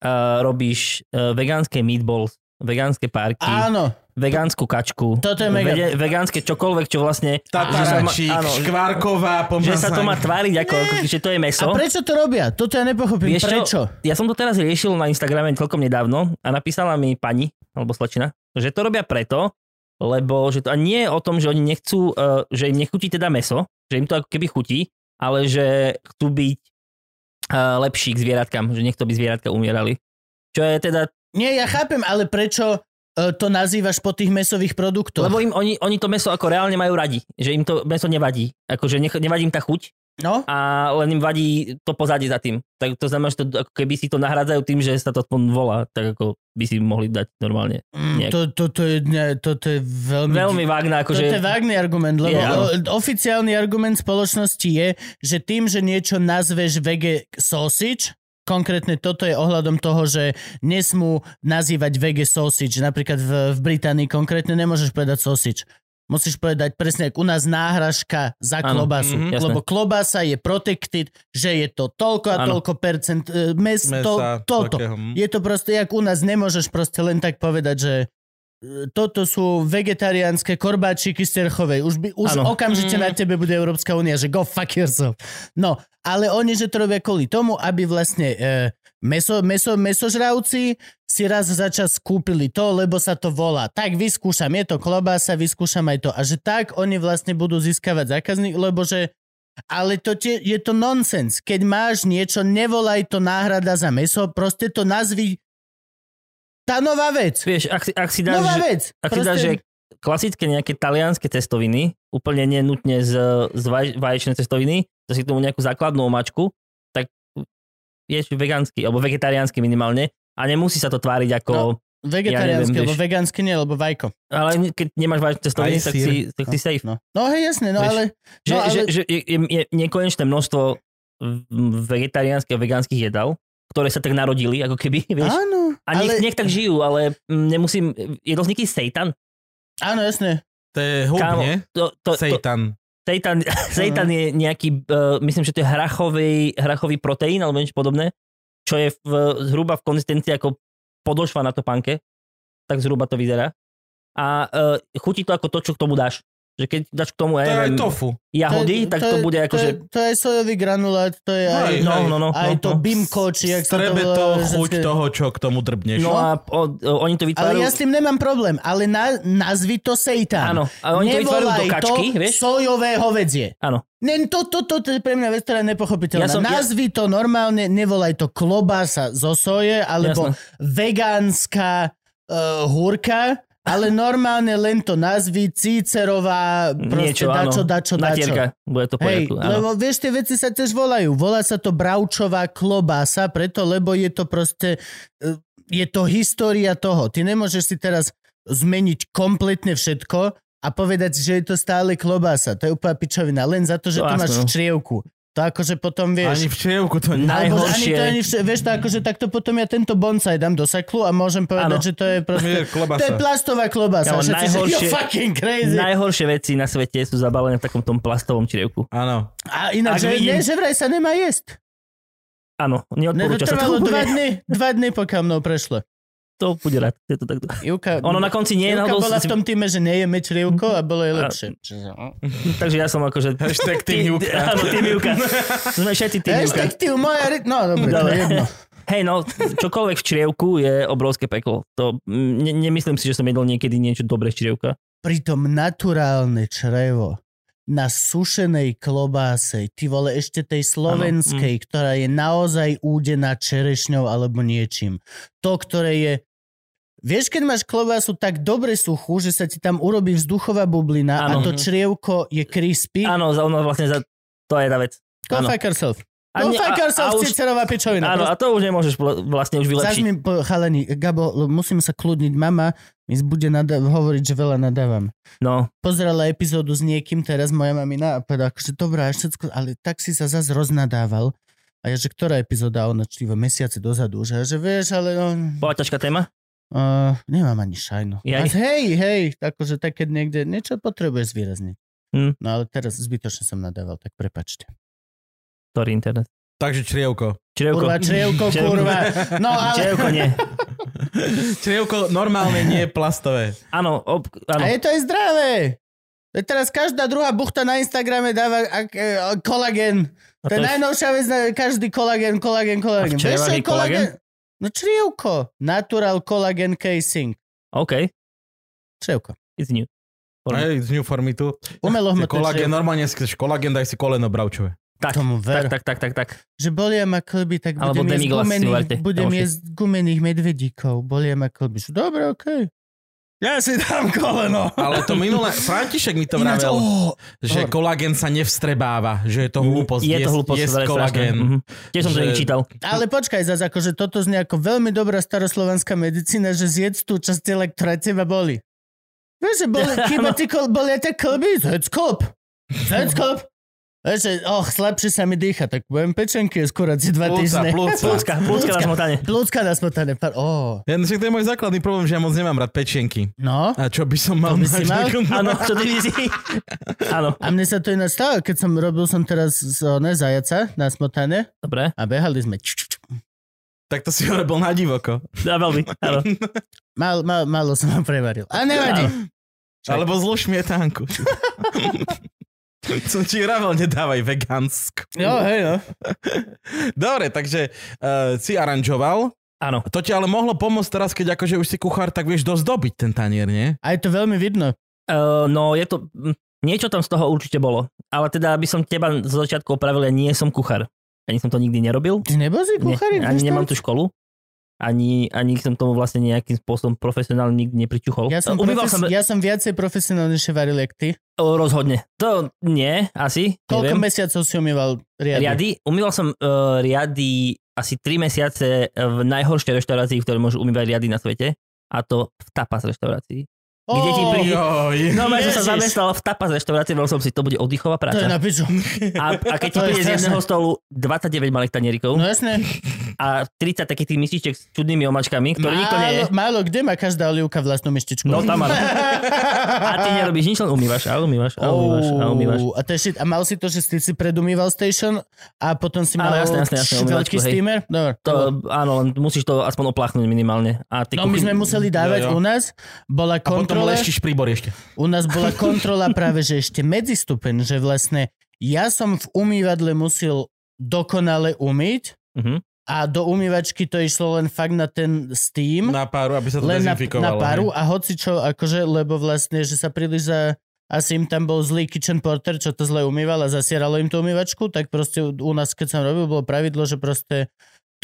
uh, robíš uh, vegánske meatballs, vegánske párky, Áno, vegánsku kačku, Toto je mega. vege- vegánske čokoľvek, čo vlastne... že Tataračík, sa má- áno, že- škvárková, že pomazánka. sa to má tváriť ako, ako že to je meso. A prečo to robia? Toto ja nepochopím. Vieš čo? prečo? Ja som to teraz riešil na Instagrame celkom nedávno a napísala mi pani, alebo slečna, že to robia preto, lebo že to a nie je o tom, že oni nechcú, eh, že im nechutí teda meso, že im to ako keby chutí, ale že chcú byť eh, lepší k zvieratkám, že nechto by zvieratka umierali. Čo je teda, Nie, ja chápem, ale prečo e, to nazývaš po tých mesových produktoch? lebo im oni, oni to meso ako reálne majú radi, že im to meso nevadí, akože nech, nevadí im tá chuť, No, a len im vadí to pozadie za tým. Tak to znamená, že to, ako keby si to nahradzajú tým, že sa to aspoň volá, tak ako by si mohli dať normálne. mm, nejak- to, to, to, je, ne, to, to je veľmi... Veľmi vágna, Akože... akože... To je vágný argument, lebo Je, áno. o, oficiálny argument spoločnosti je, že tým, že niečo nazveš vege sausage, konkrétne toto je ohľadom toho, že nesmú nazývať vege sausage. Napríklad v, v Británii konkrétne nemôžeš povedať sausage. Musíš povedať presne, ak u nás náhražka za Áno, klobasu. mhm, Mm-hmm, jasné. lebo klobasa je protected, že je to toľko a Áno. toľko percent e, mes, Mesa, to, toto. takého, hm. Je to proste, jak u nás nemôžeš proste len tak povedať, že e, toto sú vegetariánske korbáčiky z Terchovej. Už, by, už Áno. okamžite Mm. na tebe bude Európska únia, že go fuck yourself. No, ale oni, že to robia kvôli tomu, aby vlastne e, meso, meso, mesožravci si raz za čas kúpili to, lebo sa to volá. Tak vyskúšam, je to klobása, vyskúšam aj to. A že tak oni vlastne budú získavať zákazník, lebo že ale to tie, je to nonsens. Keď máš niečo, nevolaj to náhrada za meso, proste to nazvi tá nová vec. Vieš, ak si, ak si dáš, Nová že, vec. ak si dáš že klasické nejaké talianské cestoviny, úplne nenutne z, z vaj, vaječnej cestoviny, to si k tomu nejakú základnú omáčku, tak ješ vegánsky, alebo vegetariánsky minimálne, a nemusí sa to tváriť ako... No, ja Vegetariánsky, neviem, alebo vieš. vegánsky nie, alebo vajko. Ale keď nemáš vaječné cestoviny, Aj tak sír. si, tak si safe. No, no hej, jasne, no Vieš, ale... Že, No, no, ale- ale... že, že je, je- je nekonečné množstvo v- vegetariánskych a vegánskych jedál, ktoré sa tak narodili, ako keby, vieš. Áno, A nech, ale... nech tak žijú, ale mm, nemusím... Jedol z nejaký seitan? Áno, jasne. To je hub, Kámo, nie? To, to, to, Seitan. seitan, seitan je nejaký, uh, myslím, že to je hrachový, hrachový proteín alebo niečo podobné, čo je v, zhruba v konzistencii ako podošva na topánke. Tak zhruba to vyzerá. A uh, chutí to ako to, čo k tomu dáš. Že keď dáš k tomu, To ja je aj neviem, tofu. jahody, je- tak to, je- bude ako, to že... je, to je sojový granulát, to je aj... Hej, No, hej. no, no. aj no, to no. bimko, či jak sa to Strebe to volá, chuť že- toho, čo k tomu drbneš. No a o, o, oni to Ale vytvárajú... ja s tým nemám problém, ale na, nazvi to seitan. Áno, a oni to vytvárajú do Nevolaj kačky, to vieš? sojové hovedzie. Áno. Ne, to, to, to, to je pre mňa vec, ktorá je nepochopiteľná. Ja Ja som- ja- Nazvi to normálne, nevolaj to klobása zo soje, alebo Jasné. vegánska uh, húrka, ale normálne len to nazvi Cicerová, proste Niečo, áno. dačo, dačo, dačo. Natierka, bude to v Hej, poriadku, áno. lebo vieš, tie veci sa tiež volajú. Volá sa to bravčová klobása, preto, lebo je to proste, e, je to história toho. Ty nemôžeš si teraz zmeniť kompletne všetko a povedať, že je to stále klobása. To je úplná pičovina, len za to, že to, To máš jasno. v črievku. To akože potom vieš... Ani v čievku to nie. Na- Alebo že ani Najhoršie. to, ani vš- vieš to, akože takto potom ja tento bonsai dám do saklu a môžem povedať, Áno. že to je proste... Je klobasa. To je plastová klobasa. Kámo, Všetci, najhoršie... najhoršie- You're fucking crazy. Najhoršie veci na svete sú zabalené v takom tom plastovom črievku. Áno. A ináč, Ak že, nie, vidím- že vraj sa nemá jesť. Áno, Ne, to neodporúča sa trvalo to dva úplne. dny, dva dny, pokiaľ mnou prešlo. To bude rád. Je to takto. Juka, Ono na konci nie je, Juka náhodou bola si- v tom týme, že nejeme črievko a bolo jej A- lepšie. Takže ja som akože... Hashtag Team Juka. Áno, Team Juka. Sme všetci Team Vieš, Juka. tak ty moja... ri- No, dobre, to Dobre. je jedno. Hej, no, čokoľvek v črievku je obrovské peklo. To, mm, ne, nemyslím si, že som jedol niekedy niečo dobré z črievka. Pritom naturálne črevo na sušenej klobáse, ty vole ešte tej slovenskej, mm. ano. ktorá je naozaj údená čerešňou alebo niečím. To, ktoré je... Vieš, keď máš klobásu tak dobre suchú, že sa ti tam urobí vzduchová bublina ano. a Áno. Mhm. to črievko je crispy. Ano. Áno, za ono vlastne za... To je tá vec. Go áno. fuck yourself. A Go ne- fuck a- yourself, a už- Cicerová pičovina. Áno, a to už nemôžeš vl- vlastne už vylepšiť. Zazmi, po, chalani, Gabo, l- musím sa kľudniť. Mama mi bude nada- hovoriť, že veľa nadávam. No, Pozerala epizódu s niekým teraz moja mamina a povedala, že dobrá, všetko, ale tak si sa zase roznadával. A ja, že ktorá epizóda, A ona čtíva mesiace dozadu, že, ja, že vieš, ale no, bola ťažká téma. uh, nemám ani šajnu. Ja... Ja- Hej, hej, akože tak, keď niekde niečo potrebuješ zvýrazniť. Hm. No ale teraz zbytočne som nadával, tak prepačte. Sorry, internet. Takže črievko. Črievko. Kurva, črievko, Črievko. kurva. No ale... Črievko nie. Črievko normálne nie je plastové. Áno, ob... áno. A je to aj zdravé. Veď Teraz každá druhá buchta na Instagrame dáva ak, e, kolagén. A To je to je- najnovšia vec, na- každý kolagén, kolagén, kolagén. A v čele Vieš, čo je je kolagén? No črievko. Natural collagen casing. OK, Črievko. it's new. Form- Aj z ňu formitu. Umelohmotné Kolagén, črievko. normálne si chceš kolagén, daj si koleno bravčové. Tak, Tomu ver. tak, tak, tak, tak, tak. Že bolia ma klby, tak Alebo budem jesť demiglas si gumených, varte. budem Kamoši. jesť gumených medvedíkov. Bolia ma klby. Že Dobre, okej. Ja si dám koleno. Ale to minulé, František mi to Ináč, vravel, oh, Mhm. že hovor. kolagén sa nevstrebáva, že je to hlúposť. Je to jesť- hlúposť, jesť ale strašné. kolagén. Mhm. Tiež som to Že- niekde čítal. Ale počkaj zase, akože toto znie ako veľmi dobrá staroslovanská medicína, že zjedz tú časť tela, ktorá teba boli. Vieš, že boli, chyba ti kol, bolia tie klby, zjedz klb. Zjedz klb. Vieš, že, och, slabšie sa mi dýcha, tak budem pečenky skôr si dva Plúca, týždne. plúca. Plúcka, plúcka na smotanie. Plúcka na smotane, par... Oh. Ja, no však to je môj základný problém, že ja moc nemám rád pečienky. No. A čo by som mal? To by si mať mal? ako- Áno, čo ty si... Áno, A mne sa to ináč stalo, keď som robil som teraz z, ne, zajaca na smotane dobre. a behali sme. Tak to si ho robil na divoko. A veľmi, áno. Mal, mal, malo som ho prevaril. A nevadí. Alebo zlož mietánku. Som ti vravel, nedávaj vegánsku. Jo, hej, jo. Dobre, takže uh, si aranžoval. Áno. To ti ale mohlo pomôcť teraz, keď akože už si kuchár, tak vieš dozdobiť ten tanier, nie? A je to veľmi vidno. Uh, no je to... mm, Niečo tam z toho určite bolo. Ale teda, aby som teba z začiatku opravil, ja nie som kuchár. Ani som to nikdy nerobil. Ty nebol si Ne, kuchári? ani nemám tú školu. Ani, ani som tomu vlastne nejakým spôsobom profesionálne nikdy nepričuchol. Ja som, Umýval profes... som... ja som viacej profesionálnejšie varil, jak ty. O, rozhodne. To nie, asi. Koľko neviem. mesiacov si umýval riady? Riady? Umýval som uh, riady asi 3 mesiace v najhoršej reštaurácii, ktoré môžu umývať riady na svete. A to v tapas reštaurácii. Kde ti príde- Joj. No, ja som Ježiš. sa zamestnal v tapas reštaurácii, bol som si, to bude oddychová To je práca. na piču. A, a keď ti To je príde z strašné. jedného stolu 29 malých tanierikov No jasné. a 30 takých tých mističiek s čudnými omačkami, ktoré nikto nie je. Málo, málo kde má každá olivka vlastnú myštičku. No tam áno. A ty nerobíš nič, len umývaš a umývaš a umývaš a umývaš. Ou, a, to je shit. a mal si to, že ty si predumýval station a potom si mal Áno, jasné, jasné, jasné, umývačku, veľký hej. steamer? Dobre, To, áno, len musíš to aspoň opláchnuť minimálne. A ty No my sme museli dávať Jo, u jo. nás, bola A potom kontrola, leštíš príbor ešte. u nás bola kontrola práve, že ešte medzistupeň, že vlastne ja som v umývadle musel dokonale umyť, Uh-huh. a do umývačky to išlo len fakt na ten steam, na, Na páru, aby sa to len na, na dezinfikovalo. paru hej. a hoci čo, akože, lebo vlastne, že sa príliš za... Asi im tam bol zlý kitchen porter, čo to zle umýval a zasieralo im tú umývačku, tak proste u u nás, keď som robil, bolo pravidlo, že proste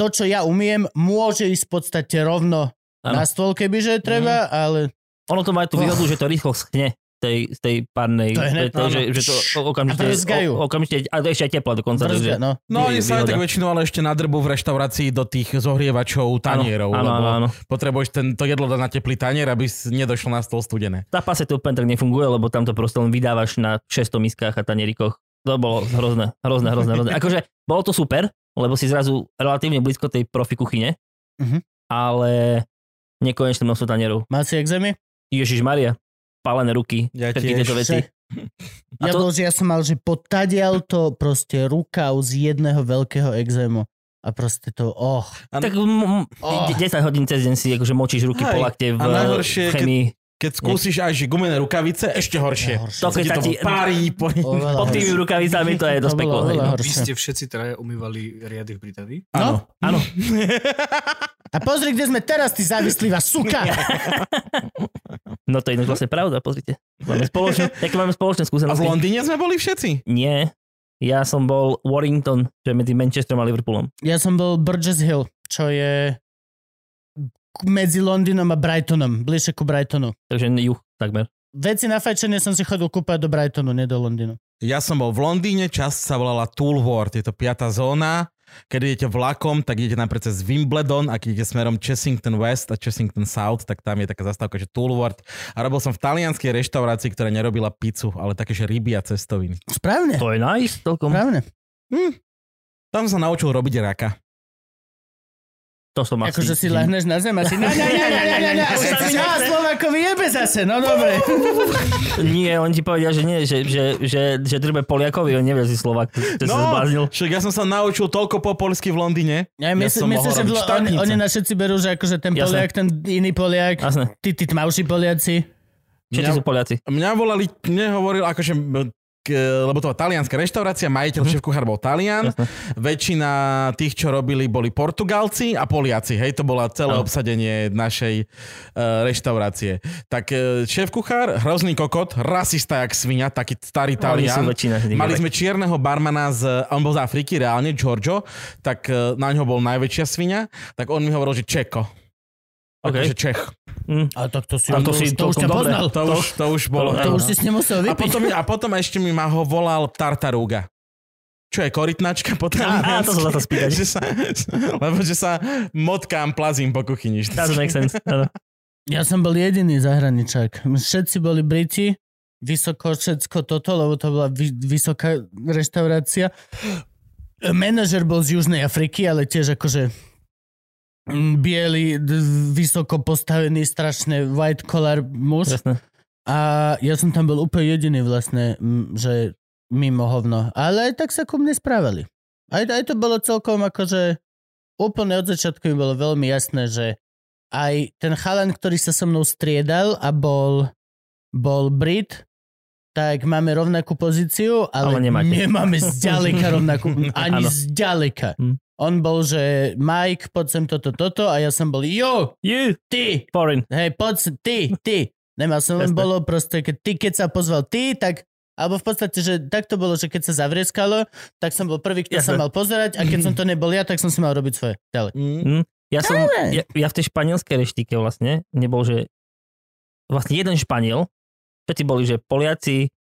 to, čo ja umiem, môže ísť v podstate rovno ano. Áno. Mhm. na stôl, kebyže je treba, ale Ono to má aj tú Oh. výhodu, že to rýchlo schne z tej, z tej párnej. To je hneď, to, áno. že, že to okamžite, A brzgajú. o, okamžite, a to ešte aj tepla dokonca. brzda, takže- no. No oni Vy- sa aj tak výhoda. väčšinou ale ešte nadrbu v reštaurácii do tých zohrievačov tanierov, áno, lebo áno, áno. potrebuješ ten, to jedlo dať na teplý tanier, aby s- nedošlo na stôl studené. Tá pase to úplne tak nefunguje, lebo tam to proste len vydávaš na 600 miskách a tanierikoch To bolo hrozné, hrozné, hrozné, hrozné. Akože bolo to super, lebo si zrazu relatívne blízko tej profi kuchyne, Mhm. ale nekonečné množstvo tanierov. Mal si exémy? Ježiš Maria, palené ruky, Ja všetky tiež. tieto veci. A Ja, to- to... bol, že ja som mal, že potadial to proste rukav z jedného veľkého exému. A proste to, oh. A- Tak m- m- Oh. de- 10 hodín cez deň si akože močíš ruky Hej. po lakte v, A najhoršie je, v chemii. Keď skúsiš aj že gumené rukavice, ešte horšie. Horšie. To Ti keď sa to ti... párí po No. Oveľa Pod tými horšie. rukavicami to je dosť To bolo peklo. hej, oveľa no. Vy horšie. ste všetci traja umývali riady v Británii? Áno. Áno. A pozri, kde sme teraz, ty závislivá suka! no to je inak vlastne pravda, pozrite. Máme spoločné, aké máme spoločné A v skúsenosti? Londýne sme boli všetci. Nie. Ja som bol Warrington, čo je medzi Manchesterom a Liverpoolom. Ja som bol Burgess Hill, čo je medzi Londýnom a Brightonom, bližšie ku Brightonu. Takže juh takmer. Veci na fajčenie som si chodil kúpať do Brightonu, nie do Londýnu. Ja som bol v Londýne, časť sa volala Toolworth, je to piata zóna. Keď idete vlakom, tak idete napríklad cez Wimbledon a keď idete smerom Chessington West a Chessington South, tak tam je taká zastávka, že Toolworth. A robil som v talianskej reštaurácii, ktorá nerobila pizzu, ale také, že ryby a cestoviny. Správne, To je nice, celkom. správne. Tam som sa naučil robiť raka. To som asi. Akože si lahneš na zem a si... Na, na, na, na, na, na, na, a Už sa mi všetci, no, nechce. Slovákovi jebe zase, no dobre. Nie, on ti povedia, že nie, že, že, že, že drbe Poliakovi, on nevie si Slovak. To no. sa zbláznil. však ja som sa naučil toľko po polsky v Londýne. Ja, Ja myslím, som myslím, mohol že robiť vlo- oni, štátnice. oni na všetci berú, že akože ten Jasné. Poliak, ten iný Poliak, Jasné. ty, ty tmavší Poliaci. Všetci Mňa- sú Poliaci. Mňa volali, mne hovoril akože m, k, lebo to bola talianská reštaurácia, majiteľ šéf kuchár bol Talian, Jasné. väčšina tých, čo robili, boli Portugálci a Poliaci, hej, to bola celé Áno. obsadenie našej e, reštaurácie. Tak e, šéf kuchár, hrozný kokot, rasista jak svinia, taký starý Oni Talian. sú väčšina. Mali sme čierneho barmana z, on bol z Afriky, reálne, Giorgio, tak e, na ňo bol najväčšia svinia, tak on mi hovoril, že Čeko. OK. Okay. Akože Čech. Mhm. A tak to si, A to to, si- to, už to- ťa dobre. poznal. To, už, to už bolo. To už si s ním musel A vypiť. potom, a potom ešte mi ma ho volal Tartaruga. Čo je korytnačka po Á, á, to som sa chcel spýtať. že sa, lebo že sa motkám, plazím po kuchyni. vždy. Doesn't make sense. Áno. Ja som bol jediný zahraničák. Všetci boli Briti, vysoko všetko toto, lebo to bola vy, vysoká reštaurácia. Manažer bol z Južnej Afriky, ale tiež akože mm, biely, d- vysoko postavený, strašne white collar muž. Jasné. A ja som tam bol úplne jediný vlastne, m, že mimo hovno. Ale aj tak sa ku mne správali. Aj, aj to bolo celkom akože úplne od začiatku mi bolo veľmi jasné, že aj ten chalan, ktorý sa so mnou striedal a bol, bol Brit, tak máme rovnakú pozíciu, ale, Ale nemáte. nemáme zďaleka rovnakú, ani Áno. zďaleka. Hm. On bol, že Mike, poď sem toto, toto a ja som bol, jo, You, ty, foreign. Hej, poď, si- ty, ty. Nemal som, len Jasné. bolo proste, keď, ty, keď sa pozval ty, tak alebo v podstate, že tak to bolo, že keď sa zavrieskalo, tak som bol prvý, kto sa Jasné. mal pozerať a keď som to nebol ja, tak som si mal robiť svoje. Ďalej. Mm. Ja som, Dobre. ja, ja v tej španielskej reštike vlastne nebol, že vlastne jeden španiel, všetci boli, že Poliaci,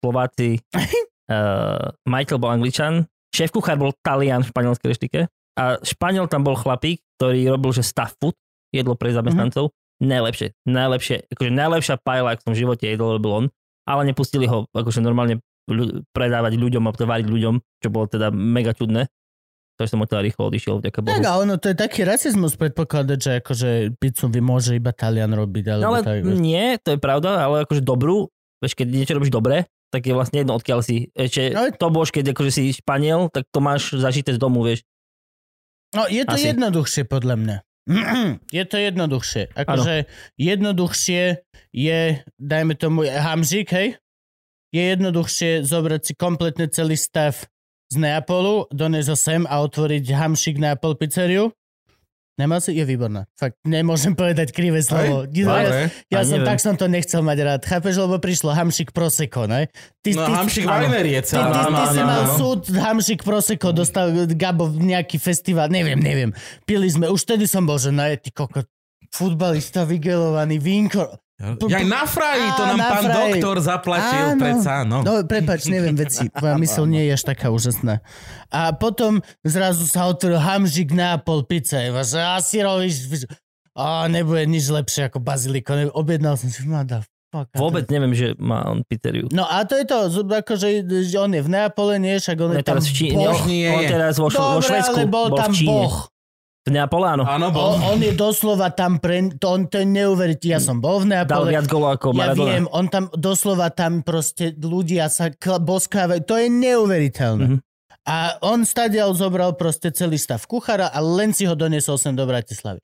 Slováci, uh, Michael bol angličan, šéf kuchár bol Talian v španielskej reštike a Španiel tam bol chlapík, ktorý robil, že staff food, jedlo pre zamestnancov, najlepšie, najlepšie, akože najlepšia pajla, ak som v živote jedol, robil on, ale nepustili ho akože normálne ľu- predávať ľuďom a tovariť ľuďom, čo bolo teda mega čudné. To som od teda rýchlo odišiel, vďaka Bohu. Tak a ono, to je taký rasizmus predpokladať, že akože pizzu vy môže iba Talian robiť, alebo No ale tak. nie, to je pravda, ale akože dobrú, vieš, keď niečo robíš dobre, tak je vlastne jedno, odkiaľ si. Ešte No, ale- to bož, keď akože si Španiel, tak to máš zažité z domu, vieš. No, je to Asi. jednoduchšie podľa mňa. Je to jednoduchšie. Akože jednoduchšie je, dajme tomu, hamžik, hej? Je jednoduchšie zobrať si kompletne celý stav z Neapolu, doniesť ho sem a otvoriť hamšik Neapol pizzeriu. Nemal si? Je výborná. Fakt, nemôžem povedať krivé slovo. Ja, Dobre. ja A som, neviem. tak som to nechcel mať rád. Chápeš, lebo prišlo hamšik proseko, ne? Ty, No Hamšik áno. Weinerie Ty, ty, celá. Áno, ty áno, si mal áno. súd, Hamšik Proseko, dostal Gabo v nejaký festival, neviem, neviem. Pili sme, už vtedy som bol, že na ty kokot, futbalista vygelovaný, vínko. Ja aj na fraji, to Á, nám na pán fraji. doktor zaplatil, Áno. predsa, no. No, prepač, neviem veci, tvoja mysl nie je až taká úžasná. A potom zrazu sa otvoril Hamšik Neapol pizza, je vás, a si robíš, a nebude nič lepšie ako baziliko. Ne- Objednal som si, mada, Fuck, a to- Vôbec neviem, že má on pizzeriu. No a to je to, z- akože že on je v Neapole, nie? Však on On je je tam No, teraz v Číne. boh. Boh nie on je. teraz vo, vo Dobre, Švedsku. ale bol, tam v Číne. boh. V Neapole, áno. On, Áno, bol. on je doslova tam pre... To, on, to je neuveriteľné. Ja som bol v Dal Neapole. viac golov ja ako Maradona. viem, on tam doslova tam proste ľudia sa kl- boskávajú. To je neuveriteľné. Mhm. A on stadiaľ zobral proste celý stav kuchára a len si ho doniesol sem do Bratislavy.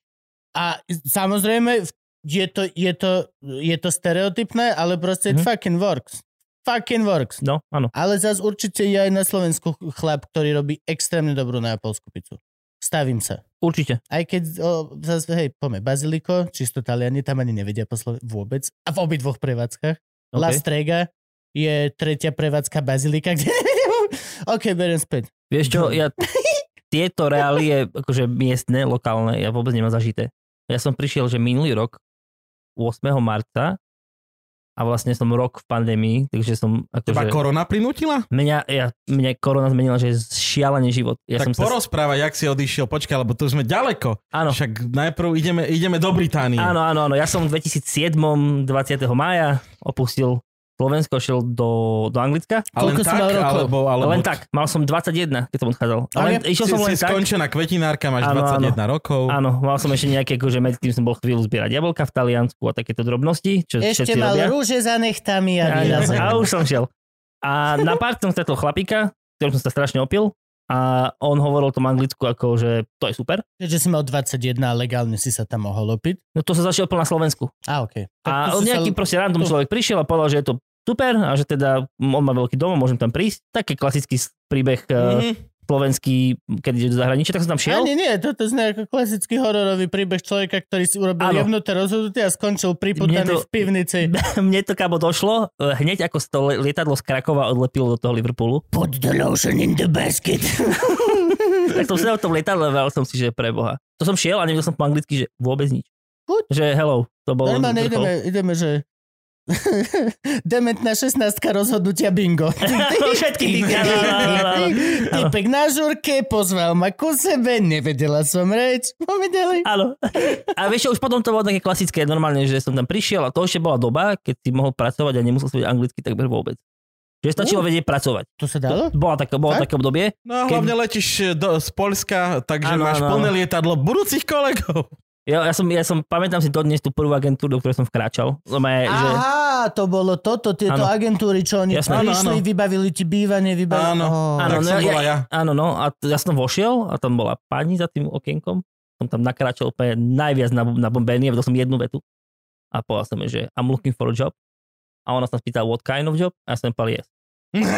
A samozrejme, v- je to, je to, je to stereotypné, ale proste it Mhm. fucking works. Fucking works. No, áno. Ale zas určite je aj na Slovensku chlap, ktorý robí extrémne dobrú neapolskú pizzu. Stavím sa. Určite. Aj keď, o, zas, hej, pome, Baziliko, čisto Taliani, tam ani nevedia po Sloven- vôbec. A v obidvoch prevádzkach. Okay. La Okay. Strega je tretia prevádzka Bazilika, kde OK, beriem späť. Vieš čo, ja tieto reálie, akože miestne, lokálne, ja vôbec nemám zažité. Ja som prišiel, že minulý rok, 8. marca, a vlastne som rok v pandémii, takže som Teba akože... korona prinútila? Mňa, ja, mňa korona zmenila, že šialený život. Ja som tak sa... porozprávaj, jak si odišiel. Počkaj, lebo tu sme ďaleko. No. Áno, Však najprv ideme, ideme do Británie. áno, áno, áno. Ja som v 2007. 20. mája opustil Slovensko, šiel do, do Anglicka. A len Koľko si tak, mal rokov? alebo, alebo... len tak, mal som 21, keď som odchádzal. A Ale len, ja- išiel si, som len si tak. skončená kvetinárka, máš Áno, áno. 21 rokov. Áno, mal som ešte nejaké, akože medzi tým som bol chvíľu zbierať jablka v Taliansku a takéto drobnosti, čo Ešte všetci mal robia. rúže za nechtami a a, vyrazil. a už som šiel. A na pár som stretol chlapíka, ktorým som sa strašne opil a on hovoril tom anglicku ako, že to je super. Keďže si mal 21 a legálne si sa tam mohol opiť. No to sa začal opil na Slovensku. A OK. Tak A tu on si sa- nejaký proste random tu- človek prišiel a povedal, že je to super a že teda on má veľký dom a môžem tam prísť. Taký klasický s- príbeh mm-hmm. Mhm. slovenský, keď ide do zahraničia, tak som tam šiel. Ani nie, toto znie ako klasický hororový príbeh človeka, ktorý si urobil Áno. jemnuté rozhodnutie a skončil priputaný Mne to- v pivnici. Mne to kamo došlo, eh, hneď ako to le- lietadlo z Krakova odlepilo do toho Liverpoolu, Put the lotion in the basket. tak som sedel v tom lietadle a som si, že preboha. To som šiel a nevedel som po anglicky, že vôbec nič. Good. Že hello, to bolo... Normálne vrchol. ideme, ideme, že... Dementná 16 rozhodnutia bingo. To všetkých. Áno, áno, áno, áno. Typek na žurke, pozval ma ku sebe, nevedela som reč. Poďme ďalej. Áno. A vieš, čo, už potom to bolo také klasické, normálne, že som tam prišiel a to ešte bola doba, keď si mohol pracovať a nemusel si vedieť anglicky takmer vôbec. Že stačilo Uh. vedieť pracovať. To sa dalo? Bola také, bola Fakt? také obdobie. No a hlavne letíš do, z Polska, takže Áno, máš áno. plné lietadlo budúcich kolegov. Ja, ja, som, ja som, pamätám si dodnes tú prvú agentúru, do ktorej som vkráčal. Znamená, e, že Aha, to bolo toto, tieto Áno. agentúry, čo oni Jasné. prišli, Áno, áno. vybavili ti bývanie, vybavili... Áno. Oh. Áno, tak no som ja- bola ja. Áno, no, a t- ja som vošiel a tam bola pani za tým okienkom. Som tam nakráčal úplne najviac na, na bombený, vedel som jednu vetu. A povedal som jej, že I'm looking for a job. A ona sa spýtala, what kind of job? A ja som povedal, yes.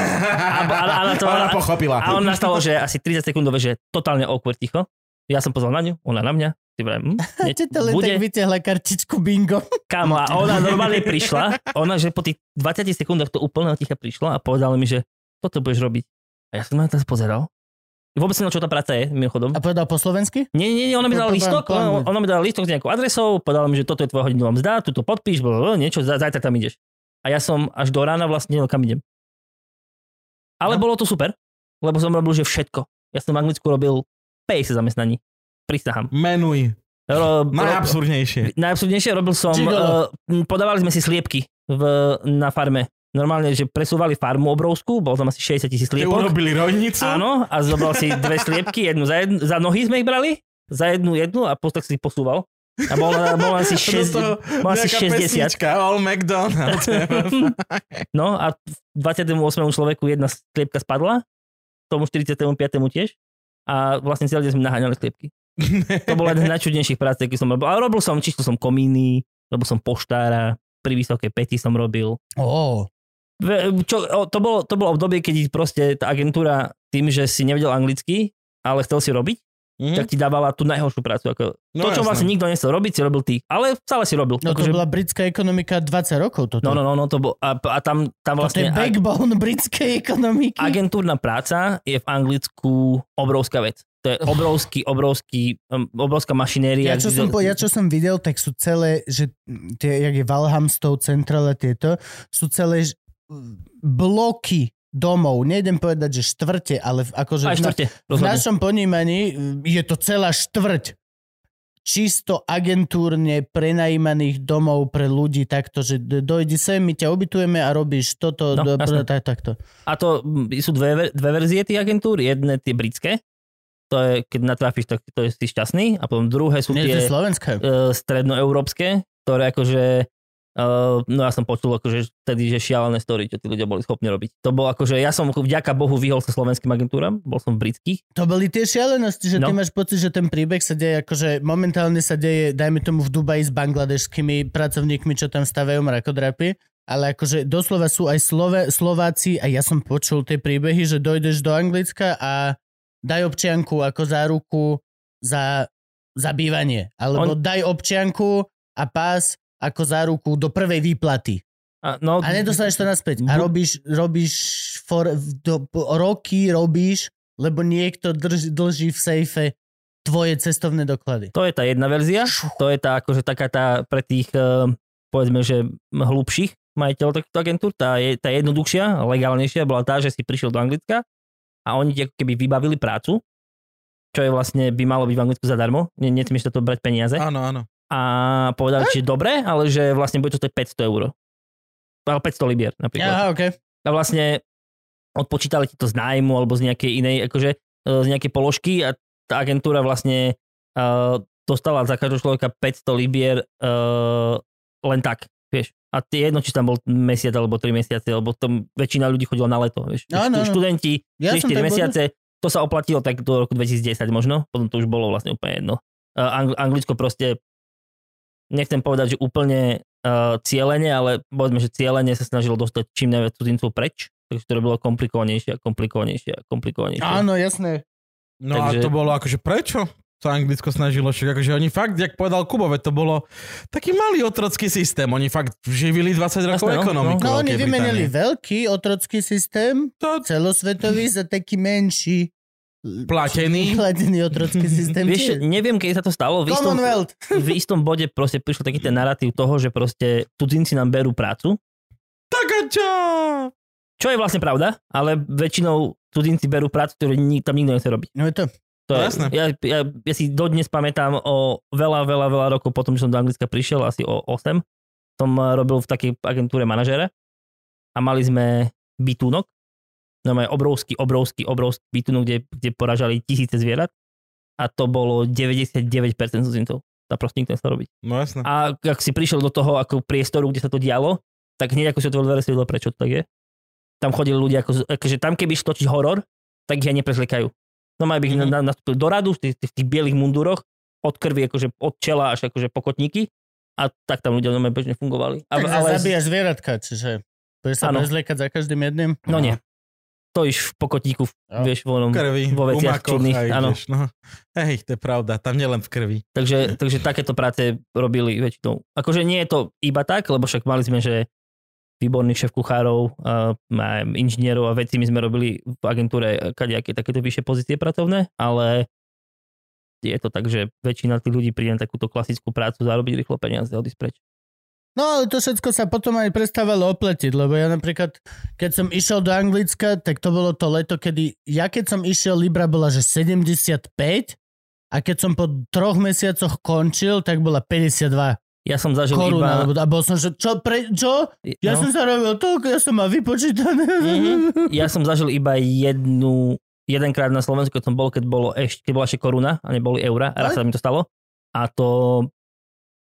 bo- ale- ale to- Ona pochopila. A on nastalo, že asi 30 sekundové, že totálne awkward ticho. Ja som pozval na ňu, ona na mňa. Ty vraj, hm, ne, Ti to len bude, tak vytiahla kartičku bingo. Kámo, a ona normálne prišla, ona, že po tých 20 sekundách to úplného ticha prišla a povedala mi, že toto budeš robiť. A ja som na to pozeral. Vôbec som nevedel, čo tá práca je, mimochodom. A povedal po slovensky? Nie, nie, nie, ona mi Po- dala po- listok, po- ona, ona mi dala listok s nejakou adresou, povedala mi, že toto je tvoja hodinová mzda, tu to podpíš, blablabla, niečo, za- zajtra tam ideš. A ja som až do rána vlastne nevedel, kam idem. Ale bolo to super, lebo som robil, že všetko. Ja som v Anglicku robil 50 zamestnaní. Prisahám. Menuj. Ro, ro, Najabsurdnejšie. najabsurdnejšie robil som, uh, Gigolo. podávali sme si sliepky v, na farme. Normálne, že presúvali farmu obrovskú, bolo tam asi 60 tisíc Ty sliepok. urobili rojnicu? Áno, a zobral si dve sliepky, jednu za, jednu, za nohy sme ich brali, za jednu jednu a potom si ich posúval. A bol, bol asi A do toho 6, mal asi nejaká 60. pesnička, All McDonald's. No a 28. človeku jedna sliepka spadla, tomu 45. tiež. A vlastne celý deň sme naháňali sliepky. To bola jedna z najčudnejších prác, aký som robil. Ale robil som, čisto som komíny, robil som poštára, pri vysokej peti som robil. Oh. Ve- Čo, o, to, bolo, to bolo obdobie, keď proste tá agentúra tým, že si nevedel anglicky, ale chcel si robiť, Mhm. tak ti dávala tú najhoršiu prácu. Ako No to, čo jasné. vlastne nikto nechcel robiť, si robil ty. Ale stále si robil. No to Akože- bola britská ekonomika 20 rokov toto. no, no, no, no, to bol, a, a tam, tam Vlastne, to je vlastne ag- backbone britskej ekonomiky. agentúrna práca je v Anglicku obrovská vec. To je obrovský, obrovský, um, obrovská mašinéria. Ja čo, kde- som, po- ja čo som videl, tak sú celé, že mm, tie, jak je Valhamstov centrál a tieto, sú celé ž- bloky domov. Nejdem povedať, že štvrte, ale v- akože v, na, Aj štvrte, v rozhodne. našom ponímaní mm, je to celá štvrť. čisto agentúrne prenajímaných domov pre ľudí takto, že d- dojdi sem, my ťa ubytujeme a robíš toto, No, no, do, jasné. tak, takto. A to mm, sú dve, ver- dve verzie tých agentúr. Jedné tie britské, to je, keď natrafíš, tak to je si šťastný. A potom druhé sú Nie, to je tie Slovenska. uh, strednoeurópske, ktoré akože Uh, no ja som počul akože vtedy, že šialené story, čo tí ľudia boli schopní robiť. To bol akože, ja som vďaka Bohu vyhol sa slovenským agentúram, bol som v britských. To boli tie šialenosti, že no. ty No. máš pocit, že ten príbeh sa deje, akože momentálne sa deje, dajme tomu v Dubaji s bangladešskými pracovníkmi, čo tam stavajú mrakodrapy, ale akože doslova sú aj Slove, Slováci a ja som počul tie príbehy, že dojdeš do Anglicka a daj občianku ako záruku za zabývanie, alebo On... daj občianku a pás ako záruku do prvej výplaty. A, no, A nedostaneš to naspäť. A Bu- robíš, robíš for, do, roky robíš, lebo niekto drž, drží v sejfe tvoje cestovné doklady. To je tá jedna verzia, to je tá akože taká tá pre tých, eh, povedzme, že hlubších majiteľov takýchto agentúr, tá, je, tá jednoduchšia, legálnejšia bola tá, že si prišiel do Anglicka a oni ti ako keby vybavili prácu, čo je vlastne, by malo byť v Anglicku zadarmo, ne, nesmieš za to brať peniaze Áno, áno. a povedali, že dobre, ale že vlastne bude to 500 eur. Ale 500 libier napríklad Aha, okay. a vlastne odpočítali ti to z nájmu alebo z nejakej inej, akože e, z nejakej položky a tá agentúra vlastne uh, dostala za každého človeka 500 libier uh, len tak, vieš. A tie jedno, či tam bol mesiac alebo 3 mesiace, lebo tam väčšina ľudí chodila na leto, vieš. No, no, no. Študenti, Ja som 3-4 tak mesiace, to sa oplatilo tak do roku 2010 možno, potom to už bolo vlastne úplne jedno. Uh, Ang- Anglicko proste, nechcem povedať, že úplne uh, cieľene, ale povedzme, že cieľene sa snažilo dostať čím najviac cudzincov preč, takže to bolo komplikovanejšie a komplikovanejšie a komplikovanejšie. Áno, jasné. No Takže- a to bolo akože prečo? sa Anglicko snažilo, však akože oni fakt, jak povedal Kubove, to bolo taký malý otrocký systém. Oni fakt živili 20 rokov Jasné, no, ekonomiku. No oni Veľkej vymenili Británie. veľký otrocký systém, To- celosvetový za taký menší Platený. chladený otrocký systém. Vieš, Čiže- neviem, keď sa to stalo. V istom, Commonwealth. v istom bode proste prišiel taký ten narratív toho, že proste cudzinci nám berú prácu, Tak a čo? čo je vlastne pravda, ale väčšinou cudzinci berú prácu, ktorú ni- tam nikto nechce robiť. No je to. To No je, jasné. Ja, ja, ja si dodnes pamätám o veľa, veľa, veľa rokov potom, že som do Anglicka prišiel, asi o 8, som eh, robil v takej agentúre manažera a mali sme bytúnok, no je obrovský, obrovský, obrovský bytúnok, kde, kde poražali tisíce zvierat a to bolo 99% cudzincov. Tam proste nikto nechcel robiť. No jasné. A ak si prišiel do toho ako priestoru, kde sa to dialo, tak hneď ako si otvoril dvere, si vedel, prečo to tak je. Tam chodili ľudia, ako, akože tam keby išli točiť horor, tak ich aj neprezlikajú. No maj by ich Mhm. mm-hmm. nastúpil do radu v tých, tých, tých bielých munduroch, od krvi, akože od čela až akože pokotníky a tak tam ľudia normálne bežne fungovali. A, Tak ale... zabíjaš zvieratka, čiže budeš sa Áno. prezliekať za každým jedným. no nie. To iš v pokotníku, v- Jo. vieš, v onom. krvi, vo veciach gumákoch čudných, aj, áno. vieš, no. Hej, to je pravda, tam nielen v krvi. Mhm. Takže, takže takéto práce robili väčšinou. Akože nie je to iba tak, lebo však mali sme, že výborných šéf kuchárov, a a inžinierov a vecí my sme robili v agentúre e, kadejaké takéto vyššie pozície pracovné, ale je to tak, že väčšina tých ľudí príde na takúto klasickú prácu, zarobiť rýchlo peniaze, odísť preč. No ale to všetko sa potom aj prestávalo opletiť, lebo ja napríklad, keď som išiel do Anglicka, tak to bolo to leto, kedy ja keď som išiel, Libra bola že 75 a keď som po troch mesiacoch končil, tak bola 52 Ja som zažil korún. iba... Alebo, no. a bol som, že čo, pre, čo? Ja som sa robil toľko, ja som mal vypočítané. Mhm. ja som zažil iba jednu, jedenkrát na Slovensku, keď som bol, keď, bolo ešte, keď bola ešte koruna a neboli eura, a raz sa mi to stalo. A to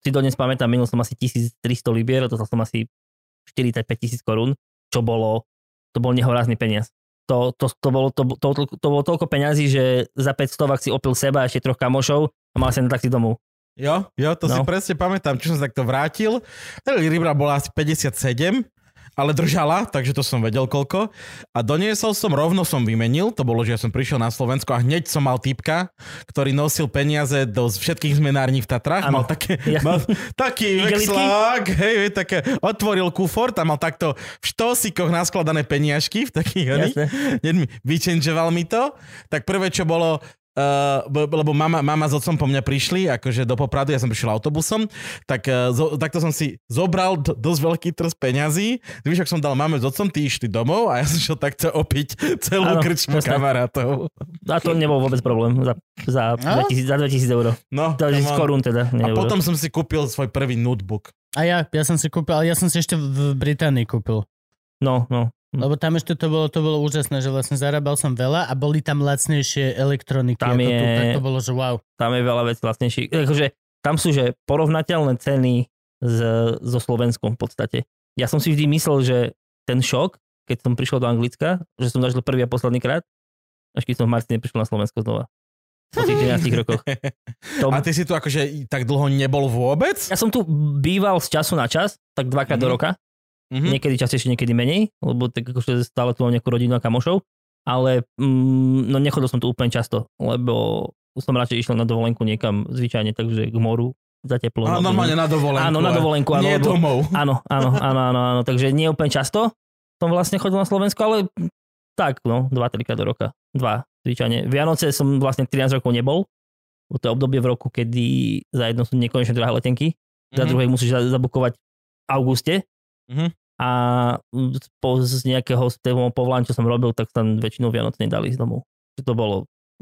si dodnes pamätám, minul som asi 1300 libier, dostal som asi 45 tisíc korún, čo bolo, to bol nehorázny peniaz. To, to, to, bolo, to, to, to bolo toľko peňazí, že za 500 si opil seba a ešte troch kamošov a mal si na taxi domov. Jo, jo, to no. si No. presne pamätám, čo som sa takto vrátil. Libra bola asi 57, ale držala, takže to som vedel koľko. A doniesol som, rovno som vymenil, to bolo, že ja som prišiel na Slovensko a hneď som mal typka, ktorý nosil peniaze do všetkých zmenární v Tatrách. Áno. Mal také, Ja- mal taký Igelitky? vexlák, hej, hej, také, otvoril kufor, tam mal takto v štosíkoch naskladané peniažky v takých, oných. Jasné. Hneď mi vyčenžoval mi to, tak prvé, čo bolo, Uh, lebo mama, mama s otcom po mňa prišli, akože do Popradu, ja som prišiel autobusom, tak, uh, zo, takto som si zobral d- dosť veľký trs peňazí, zvyšok som dal mame s otcom, tí išli domov a ja som šiel takto opiť celú Áno, krčmu presne. kamarátov. A to nebol vôbec problém za, za, No? 2000, za 2000 eur. No, To je come on. korún teda, a nie eur. potom som si kúpil svoj prvý notebook. A ja, ja som si kúpil, ale ja som si ešte v Británii kúpil. No, no. Lebo tam ešte to bolo, to bolo úžasné, že vlastne zarábal som veľa a boli tam lacnejšie elektroniky. Tam ako tu, je- tak to bolo, že wow. Tam je veľa vecí vlastnejších. Takže tam sú, že porovnateľné ceny z, so Slovenskom v podstate. Ja som si vždy myslel, že ten šok, keď som prišiel do Anglicka, že som zažil prvý a posledný krát, až keď som v marci neprišiel na Slovensko znova. Po tých 13 rokoch. To, A ty si tu akože tak dlho nebol vôbec? Ja som tu býval z času na čas, tak dvakrát Mhm. do roka. Mhm. Niekedy častejšie, niekedy menej, lebo tak akože stále tu mám nejakú rodinu a kamošov, ale mm, no nechodil som tu úplne často, lebo som radšej išiel na dovolenku niekam zvyčajne, takže k moru, za teplo. Áno, na- normálne na dovolenku. Áno, na ale dovolenku, áno. Nie lebo- domov. Áno, áno, áno, áno, áno, takže nie úplne často som vlastne chodil na Slovensko, ale tak, no, 2-3 krát do roka. Dva, zvyčajne. Vianoce som vlastne 13 rokov nebol, bo to je obdobie v roku, kedy za jedno sú nekonečne drahé letenky, Mhm. za druhé musíš za- zabukovať v auguste, Mhm. a z- po, z nejakého z toho povolania, čo som robil, tak tam väčšinou Vianoc nedali z domov. Že To bolo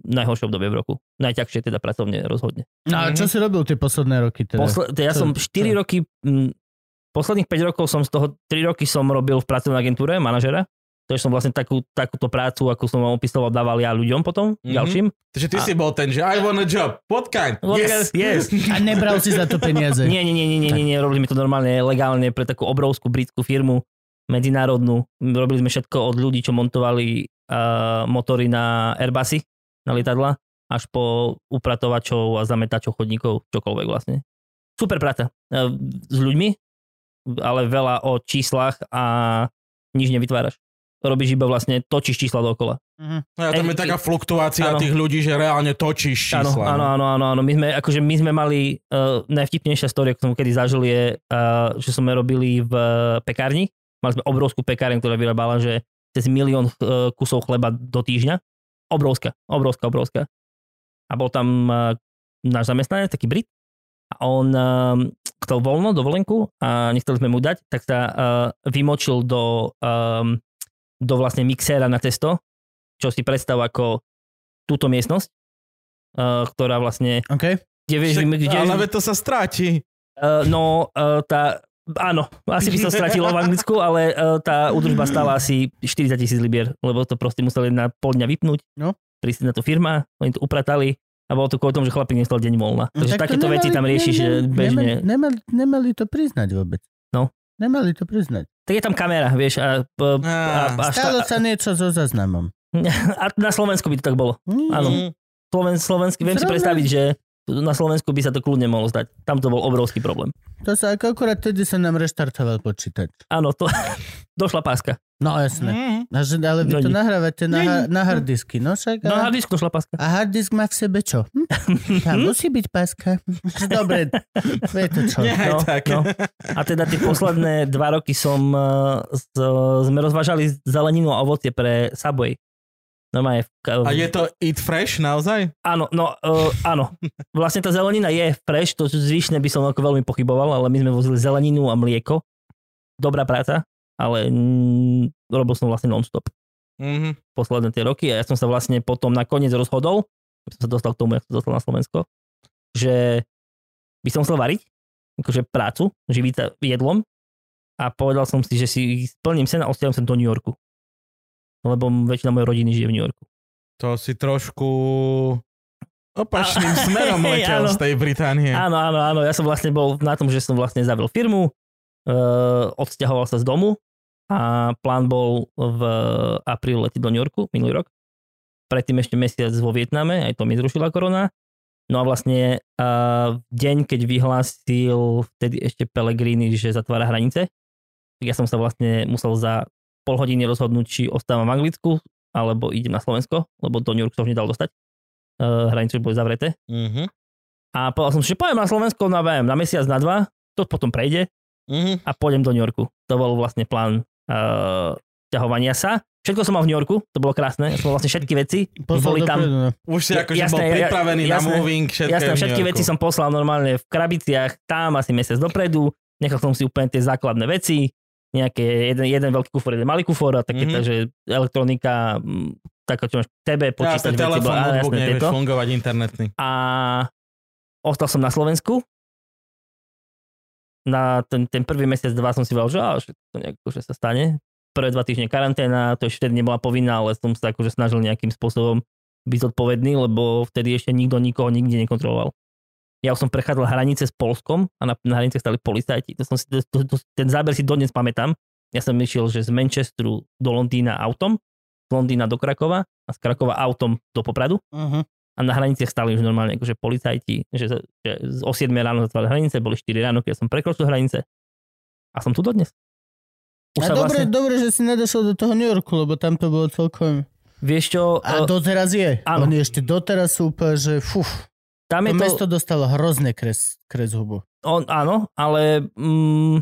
najhoršie obdobie v roku. Najťažšie teda pracovne rozhodne. No a čo si robil tie posledné roky teda? Posle, teda ja to- som 4 roky, m, posledných 5 rokov som z toho 3 roky som robil v pracovnej agentúre manažera. Takže som vlastne takú, takúto prácu, ako som vám opisoval, dával ja ľuďom potom, Mhm. ďalším. Takže ty A- si bol ten, že I want a job. What kind? What yes. kind? Yes. A nebral si za to peniaze. Nie, nie, nie, nie, nie, nie, nie, robili sme to normálne, legálne pre takú obrovskú britskú firmu, medzinárodnú. Robili sme všetko od ľudí, čo montovali uh, motory na Airbusy, na lietadla, až po upratovačov a zametačov chodníkov, čokoľvek vlastne. Super práca uh, s ľuďmi, ale veľa o číslach a nič nevytváraš. Robíš iba vlastne, točíš čísla dookola. Mhm. No a tam je Ej, taká fluktuácia áno. tých ľudí, že reálne točíš Áno, čísla. áno, no. áno, áno, áno. My sme, akože my sme mali uh, najvtipnejšia story, ktorú som kedy zažil, je, uh, že sme robili v e, pekárni. Mali sme obrovskú pekáreň, ktorá vyrábala, že cez milión uh, kusov chleba do týždňa. Obrovská, obrovská, obrovská. A bol tam uh, náš zamestnanec, taký Brit. A on uh, chcel voľno, dovolenku a nechceli sme mu dať, tak sa uh, vymočil do, um, do vlastne mixéra na testo, čo si predstav ako túto miestnosť, uh, ktorá vlastne, OK. kde vieš, Však, kde, ale veď to sa stráti. uh, no uh, tá, áno, asi by sa stratilo v Anglicku, ale uh, tá údržba stála asi 40 tisíc libier, lebo to proste museli na pol dňa vypnúť, No. prísť na to firma, oni to upratali a bolo to kvôli tomu, že chlapík nestal deň voľna. No Takže tak to takéto nemali- veci tam riešiš nemali- nemali, bežne. Nemali, nemali, nemali to priznať vôbec. No. Nemali to priznať. Tak je tam kamera, vieš, a, a, a, Á, a, Stalo sa niečo so záznamom. a na Slovensku by to tak bolo. Mm. áno. mm. Sloven, slovensky, viem si Zrovna. predstaviť, že na Slovensku by sa to kľudne mohlo zdať. Tam to bol obrovský problém. To sa ako akurát tedy sa nám reštartoval počítač. Áno, to došla páska. No jasné. Mm. A že, ale vy Mhm. No to nič. nahrávate na, Nie, ha- na harddisky, no však. No a- na hardisku došla páska. A hard disk má v sebe čo? Hm? Tam musí byť páska. Dobre, je to čo. Nie, aj No, tak. no. A teda tie posledné dva roky som, eh, s, sme rozvážali zeleninu a ovocie pre Subway. Normálne. v ka- A je to eat fresh naozaj? Áno, no, uh, áno. Vlastne tá zelenina je fresh, to zvyšne by som ako veľmi pochyboval, ale my sme vozili zeleninu a mlieko. Dobrá práca, ale mm, robil som vlastne non-stop Mhm. posledné tie roky a ja som sa vlastne potom nakoniec rozhodol, aby som sa dostal k tomu, jak som dostal na Slovensko, že by som chcel variť, akože prácu, živiť sa jedlom a povedal som si, že si splním sen a osťahujem sa do New Yorku. Lebo väčšina mojej rodiny žije v New Yorku. To si trošku opačným A- smerom Hej, letel áno. z tej Británie. Áno, áno, áno, ja som vlastne bol na tom, že som vlastne zavrel firmu, uh, odsťahoval sa z domu a plán bol v apríli letiť do New Yorku minulý rok. Predtým ešte mesiac vo Vietname, aj to mi zrušila korona. No a vlastne uh, v deň, keď vyhlásil vtedy ešte Pellegrini, že zatvára hranice, tak ja som sa vlastne musel za pol hodiny rozhodnúť, či ostávam v Anglicku, alebo idem na Slovensko, lebo do New Yorku sa už nedal dostať. Uh, hranice už boli zavreté. Mhm. A povedal som si, že pojem na Slovensko na, viem, na mesiac, na dva, to potom prejde Mhm. a pôjdem do New Yorku. To bol vlastne plán uh, eh, ťahovania sa. Všetko som mal v New Yorku, to bolo krásne. Ja som mal vlastne všetky veci. Poslal Boli tam dopredu, no. Už si Ja- akože jasné, bol ja- pripravený na jasné, moving, všetko je Jasné, v všetky New veci Yorku. som poslal normálne v krabiciach, tam asi mesiac dopredu, nechal som si úplne tie základné veci, nejaké jeden, jeden veľký kufor, jeden malý kufor a Mhm. také, mm-hmm. takže elektronika, m, taká, čo máš k tebe, počítač, Jasné, veci, telefón, bla- á, notebook, nevieš tieto. fungovať internetný. A ostal som na Slovensku. Na ten, ten prvý mesiac, dva som si povedal, že á, že to nejak akože sa stane. Prvé dva týždne karanténa, to ešte vtedy nebola povinná, ale som sa akože snažil nejakým spôsobom byť zodpovedný, lebo vtedy ešte nikto nikoho nikde nekontroloval. Ja už som prechádzal hranice s Polskom a na, na hranice stali policajti. To som si, to, to, to, ten záber si dodnes pamätám. Ja som išiel, že z Manchesteru do Londýna autom, z Londýna do Krakova a z Krakova autom do Popradu Mhm. a na hraniciach stáli už normálne akože policajti, že, za- že o 7 ráno zatvárali hranice, boli 4 ráno, keď som prekročil hranice. A som tu dodnes. Už A sa dobre, vlastne, dobre, že si nedošiel do toho New Yorku, lebo tam to bolo celkom... vieš čo, eh, A a do, doteraz je. áno. Oni ešte doteraz sú úplne, že fuf. tam To je to, mesto dostalo hrozne kres, kres hubu. on, áno, ale mm,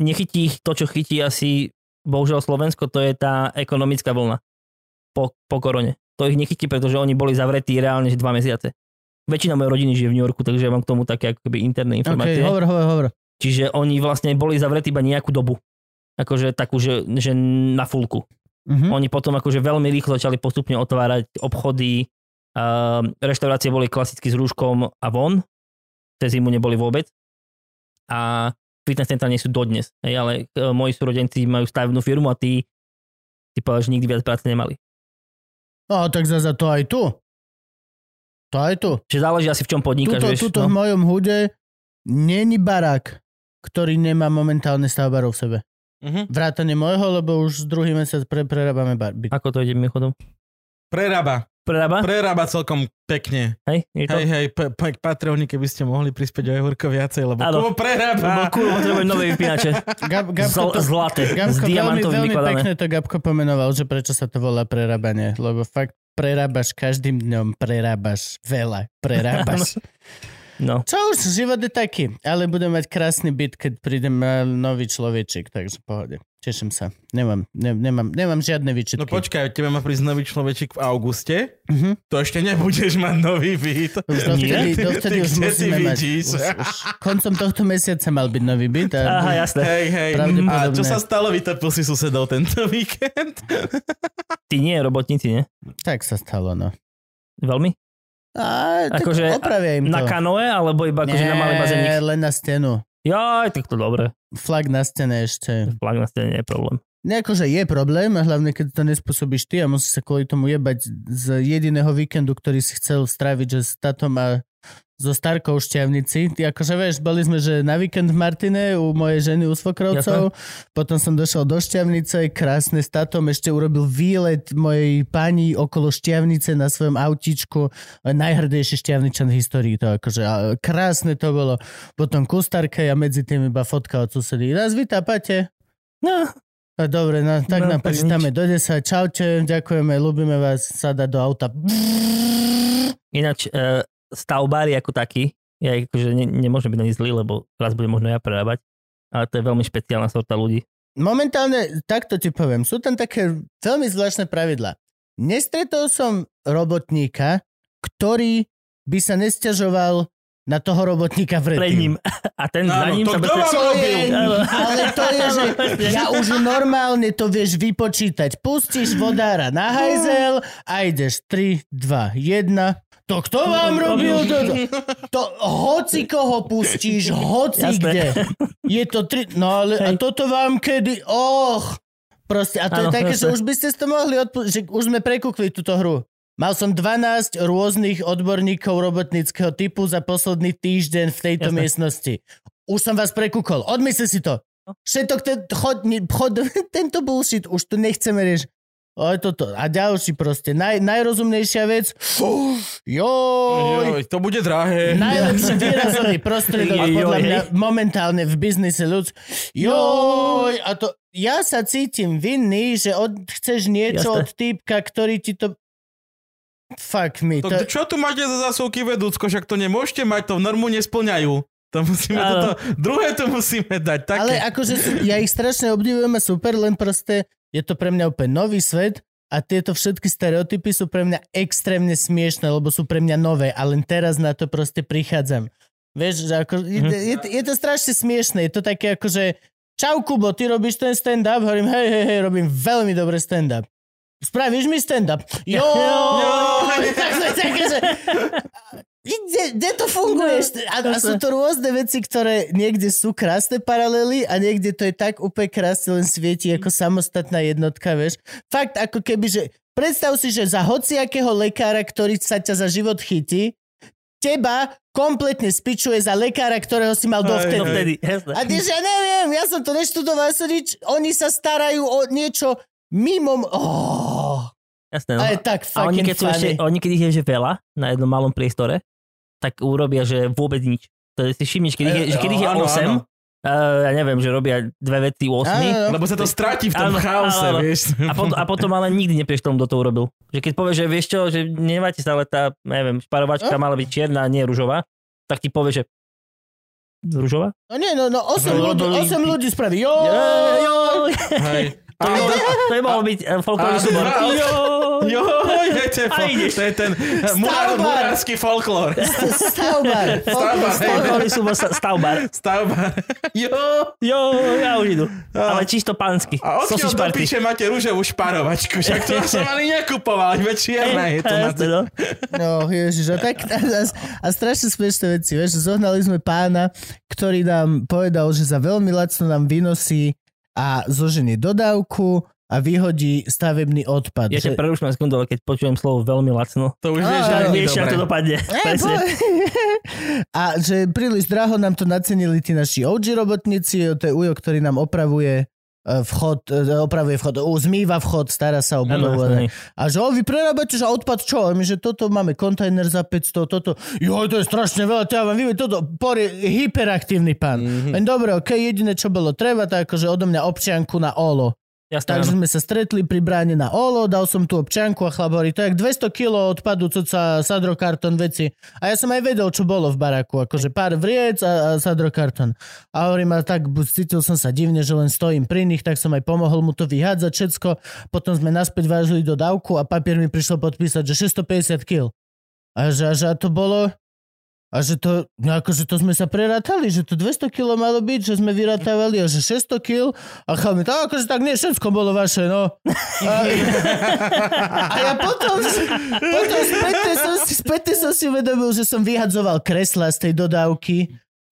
nechytí ich to, čo chytí asi, bohužiaľ Slovensko, to je tá ekonomická vlna po, po korone. To ich nechytí, pretože oni boli zavretí reálne že 2 mesiace. Väčšina mojej rodiny žije v New Yorku, takže ja mám k tomu také ako keby interné OK, informácie. hovor, hovor, hovor. Čiže oni vlastne boli zavretí iba nejakú dobu. Akože takú, že, že na fulku. Mhm. Oni potom akože veľmi rýchlo začali postupne otvárať obchody, a reštaurácie boli klasicky s rúškom a von, cez zimu neboli vôbec. A fitness centra nie sú dodnes, hej, ale e, moji súrodenci majú stavebnú firmu a tí si povedal, že nikdy viac práce nemali. No, tak za, za to aj tu. To aj tu. Čiže záleží asi v čom podnikáš. Tuto, vieš, no? tuto v mojom hude není barák, ktorý nemá momentálne stavbarov v sebe. Mhm. Vrátane môjho, lebo už druhý mesiac pre, prerábame bar. byt. Ako to ide mimochodom? Prerába. Prerába? Prerába celkom pekne. Hej, je to? Hej, hej, pe- pe- Patreoni, keby ste mohli prispieť o Jehurko viacej, lebo Áno. Kubo prerába. Lebo kurva, potrebujem nové vypínače. Gab, Zl- Gabko, to, zlaté, s Gabko veľmi, diamantovým veľmi vykladané. pekne to Gabko pomenoval, že prečo sa to volá prerábanie. Lebo fakt prerábaš každým dňom, prerábaš veľa, prerábaš. No. Čo už, život je taký. Ale budem mať krásny byt, keď príde ma- nový človečik, takže pohode. Teším sa. Nemám, ne, nemám, nemám žiadne výčitky. No počkaj, tebe má prísť nový človečik v auguste. Mhm. To ešte nebudeš mať nový byt. Už dovtedy, Ty- dovtedy ty už kde ty musíme mať. vidíš? Už, už, koncom tohto mesiaca mal byť nový byt. A Aha, jasné. Hej, hej. A Pravdepodobne. čo sa stalo? Vytopil si susedov tento víkend? Ty nie, robotníci nie. Tak sa stalo, no. Veľmi? A, tak Akože opravia im to. Na kanoe, alebo iba akože na malý bazénik? Nie, len na stenu. Jaj, tak to dobre. Flag na stene ešte. Plak na stene nie je problém. Nejako, že je problém, a hlavne keď to nespôsobíš ty a musíš sa kvôli tomu jebať z jediného víkendu, ktorý si chcel stráviť, že s tatom a so Starkou v Šťavnici. Ty akože vieš, boli sme, že na víkend v Martine u mojej ženy, u svokrovcov, potom som došiel do Šťavnice, krásne s tatom, ešte urobil výlet mojej pani okolo Šťavnice na svojom autíčku, najhrdejší Šťavničan v histórii, to akože a, krásne to bolo. Potom ku Starke a medzi tým iba fotka od susedí. Nás vytápate, No, a dobre, no, tak No, nám tak počítame do 10. Čaute, ďakujeme, ľúbime vás, sada do auta. ináč e, stavbári ako taký, ja ich akože ne, nemôžem byť na nich zlý, lebo raz budem možno ja prerábať, ale to je veľmi špeciálna sorta ľudí. Momentálne, takto ti poviem, sú tam také veľmi zvláštne pravidlá. Nestretol som robotníka, ktorý by sa nesťažoval na toho robotníka v Pred ním. A ten za Áno, ním to sa kto vám bezpečne... robil? Áno. Ale to je, že Presne. ja už normálne to vieš vypočítať. Pustíš vodára na hajzel a ideš 3, 2, 1. To kto vám robil toto? To hoci koho pustíš, hoci Jasné. kde. Je to tri... No ale a Hej. toto vám kedy... Och! Proste, a to je Áno, také, že jasné. už by ste si to mohli odpo- že už sme prekúkli túto hru. Mal som 12 rôznych odborníkov robotníckého typu za posledný týždeň v tejto Jasné. miestnosti. Už som vás prekúkol. Odmysli si to. No. Všetok ten, chod, ni- chod, tento bullshit, už tu nechceme riešiť. O, toto. A ďalší proste. Naj, najrozumnejšia vec. Joj, Joj, to bude drahé. Najlepší výrazový prostriedok Joj, podľa hej. mňa momentálne v biznise ľud. Joj, a to ja sa cítim vinný, že od, chceš niečo Jasné. od týpka, ktorý ti to... Fuck me. To, To, čo tu máte za zasúky vedúcko? Však to nemôžete mať, to normu nesplňajú. To musíme Áno. toto, druhé to musíme dať. Také. ale akože sú- ja ich strašne obdivujem a super, len proste Je to pre mňa úplne nový svet a tieto všetky stereotypy sú pre mňa extrémne smiešne, lebo sú pre mňa nové a len teraz na to proste prichádzam. Vieš, že ako, je, Mhm. je, je to strašne smiešne, je to také ako, že čau Kubo, ty robíš ten stand-up? Hovorím, hej, hej, hej, robím veľmi dobre stand-up. Spravíš mi stand-up? Jo! Tak sme také, že... Kde, kde to funguje? A, a sú to rôzne veci, ktoré niekde sú krásne paralely a niekde to je tak úplne krásne, len svieti ako samostatná jednotka, vieš. Fakt, ako keby, že predstav si, že za hociakého lekára, ktorý sa ťa za život chytí, teba kompletne spičuje za lekára, ktorého si mal dovtedy. No vtedy, jasné. A tiež ja neviem, ja som to neštudoval, ja som nič, oni sa starajú o niečo mimo... m- Oh, jasné no. ale tak A oni fucking keď, sú ešte, funny. oni keď ich je že veľa na jednom malom priestore, tak urobia, že vôbec nič. To je si všimneš, keď ich je, E, že keď ich je áno, 8, uh, ja neviem, že robia dve veci u 8, Áno, Lebo sa to stráti v tom Áno, chaose, áno, áno. vieš. A, pot- a potom ale nikdy neprieš tomu, kto to urobil. Že keď povieš, že vieš čo, že nemáte sa, ale tá, neviem, šparovačka No. mala byť čierna, a nie ružová, tak ti povie, že ružová? No nie, no, no 8 No, ľudí, boli- 8 ľudí spraví. Jo! Joj, Hej. To by bolo- to by mohol byť eh, folklórny a- súbor. a- Joj. Jo, viete, A ideš. to je ten Stavbar. murár, murársky folklór. Stavbar. Stavbar, hej. Folklórny súbor sa- stavbar. Stavba. Jo. Jo, ja už idú. A- Ale čisto pánsky. A odkiaľ Sausage do party. piče máte rúžovú šparovačku? Však to som ani nekupoval, iba čierna je to. Na... Jasné, no. No, ježiš, a, tak, a, a, a strašne smiešné veci, vieš, zohnali sme pána, ktorý nám povedal, že za veľmi lacno nám vynosí a zoženie dodávku a vyhodí stavebný odpad. Ja ťa Že- preruším na sekundu, ale keď počujem slovo veľmi lacno, To už Á, vieš, že áno, ani vieš, ako to dobre. dopadne. Eh, Presne. bo- A že príliš draho nám to nacenili tí naši OG robotníci, to je Ujo, ktorý nám opravuje e, vchod, e, opravuje vchod, e, zmýva vchod, stará sa o Áno, budovu. jasné. A že o, vy prerábate, že odpad čo? A my, že toto máme kontajner za 500, toto. Joj, to je strašne veľa, to ja vám vyviem, toto. Porie, hyperaktívny pán. Mhm. Len dobre, ok, jediné, čo bolo treba, to je akože odo mňa občianku na olo. Jasné, Takže áno. sme sa stretli pri bráne na olo, dal som tu občianku a chlap hovorí, to je jak 200 kg odpadu, co sa sadrokarton veci. A ja som aj vedel, čo bolo v baraku, akože pár vriec a, a sadrokarton. A hovorím, a tak bu- cítil som sa divne, že len stojím pri nich, tak som aj pomohol mu to vyhádzať všetko. Potom sme naspäť vážili do dávku a papier mi prišlo podpísať, že 650 kg. A že, a že a to bolo... A že to, no akože to sme sa prerátali, že to 200 kg malo byť, že sme vyrátavali a že 600 kg a chalmi, to akože tak nie, všetko bolo vaše, no. A, a ja potom, potom spätne, som si, spätne som si uvedomil, že som vyhadzoval kresla z tej dodávky,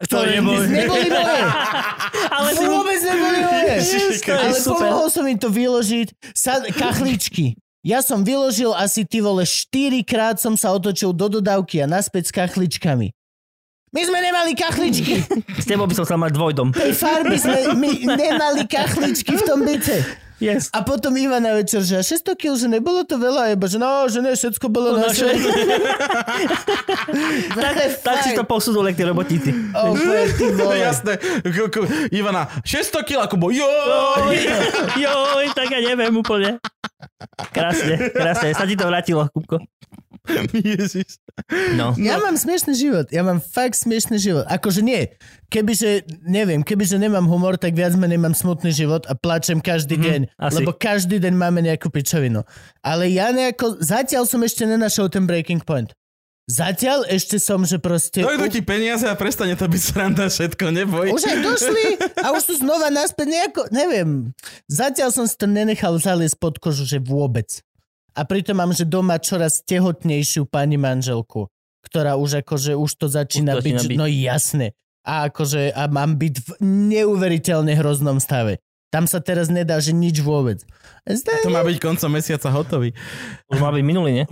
ktoré neboli. neboli moje. Ale si mu Vôbec neboli moje. Ježiš, to je Ale super. pomohol som im to vyložiť. Sa, kachličky. Ja som vyložil asi ty vole 4 krát som sa otočil do dodávky a naspäť s kachličkami. My sme nemali kachličky. S tebou by som chcel mať dvojdom. Tej farby sme my nemali kachličky v tom byte. Yes. A potom Iva na večer, že a 600 kg, že nebolo to veľa, iba že no, že ne, všetko bolo Bolo naše. tak, Tak si to posudol, jak tí robotníci. Oh, bože, ty No vole. jasné. Ku- ku- Ivana, 600 kg, Kubo. Jo. Joj, tak ja neviem úplne. Krásne, krásne. Sa ti to vrátilo, Kupko. Ježiš. No. Ja mám smiešný život, ja mám fakt smiešný život. Akože nie, kebyže, neviem, kebyže nemám humor, tak viac menej mám smutný život a plačem každý deň, Mhm, asi. lebo každý deň máme nejakú pičovinu. Ale ja nejako, zatiaľ som ešte nenašiel ten breaking point. Zatiaľ ešte som, že proste... No, Dojdú ti peniaze a prestane to byť sranda všetko, neboj. Už aj došli a už sú znova naspäť nejako, neviem. Zatiaľ som si to nenechal zaliesť pod kožu, že vôbec. A pritom mám, že doma čoraz tehotnejšiu pani manželku, ktorá už akože už to začína, Už to byť, začína byť. no jasne. A akože a mám byť v neuveriteľne hroznom stave. Tam sa teraz nedá, že nič vôbec. Zda, To má byť koncom mesiaca hotový. Už má byť minulý, nie?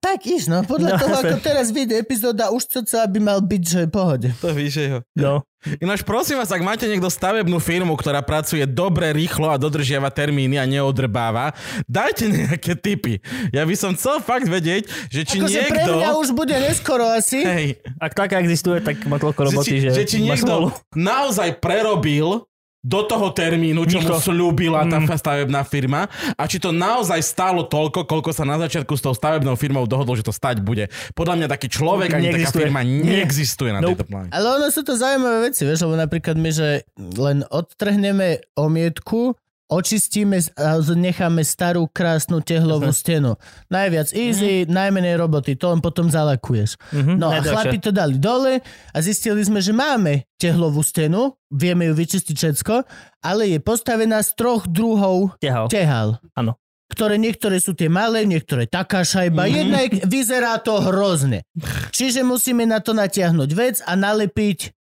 tak iš, no podľa No, toho, jasne. ako teraz vyjde epizóda, už to celá by mal byť, že pohode. To víš, že jo. No. Ináč prosím vás, ak máte niekto stavebnú firmu, ktorá pracuje dobre, rýchlo a dodržiava termíny a neodrbáva, dajte nejaké tipy. Ja by som chcel fakt vedieť, že či Akože pre niekto... mňa už bude neskoro asi. Hej, Ak taká existuje, tak má toľko že, roboty, či, že či má smolu. niekto naozaj prerobil do toho termínu, čo mu Nikto. slúbila Mm. tá stavebná firma a či to naozaj stálo toľko, koľko sa na začiatku s tou stavebnou firmou dohodlo, že to stať bude. Podľa mňa taký človek ani taká Neexistuje. firma Nie. neexistuje na Nope. tejto planete. Ale ono sú to zaujímavé veci, vieš, lebo napríklad my, že len odtrhneme omietku, očistíme s- a z- necháme starú krásnu tehlovú stenu. Najviac easy, najmenej roboty, to len potom zalakuješ. Mhm, No a chlapi najdrahšie. to dali dole a zistili sme, že máme tehlovú stenu, vieme ju vyčistiť všetko, ale je postavená z troch druhov Ťahal. tehal. Áno. Ktoré niektoré sú tie malé, niektoré taká šajba. Mhm. Mm-hmm. Jednak vyzerá to hrozne. Čiže musíme na to natiahnuť vec a nalepiť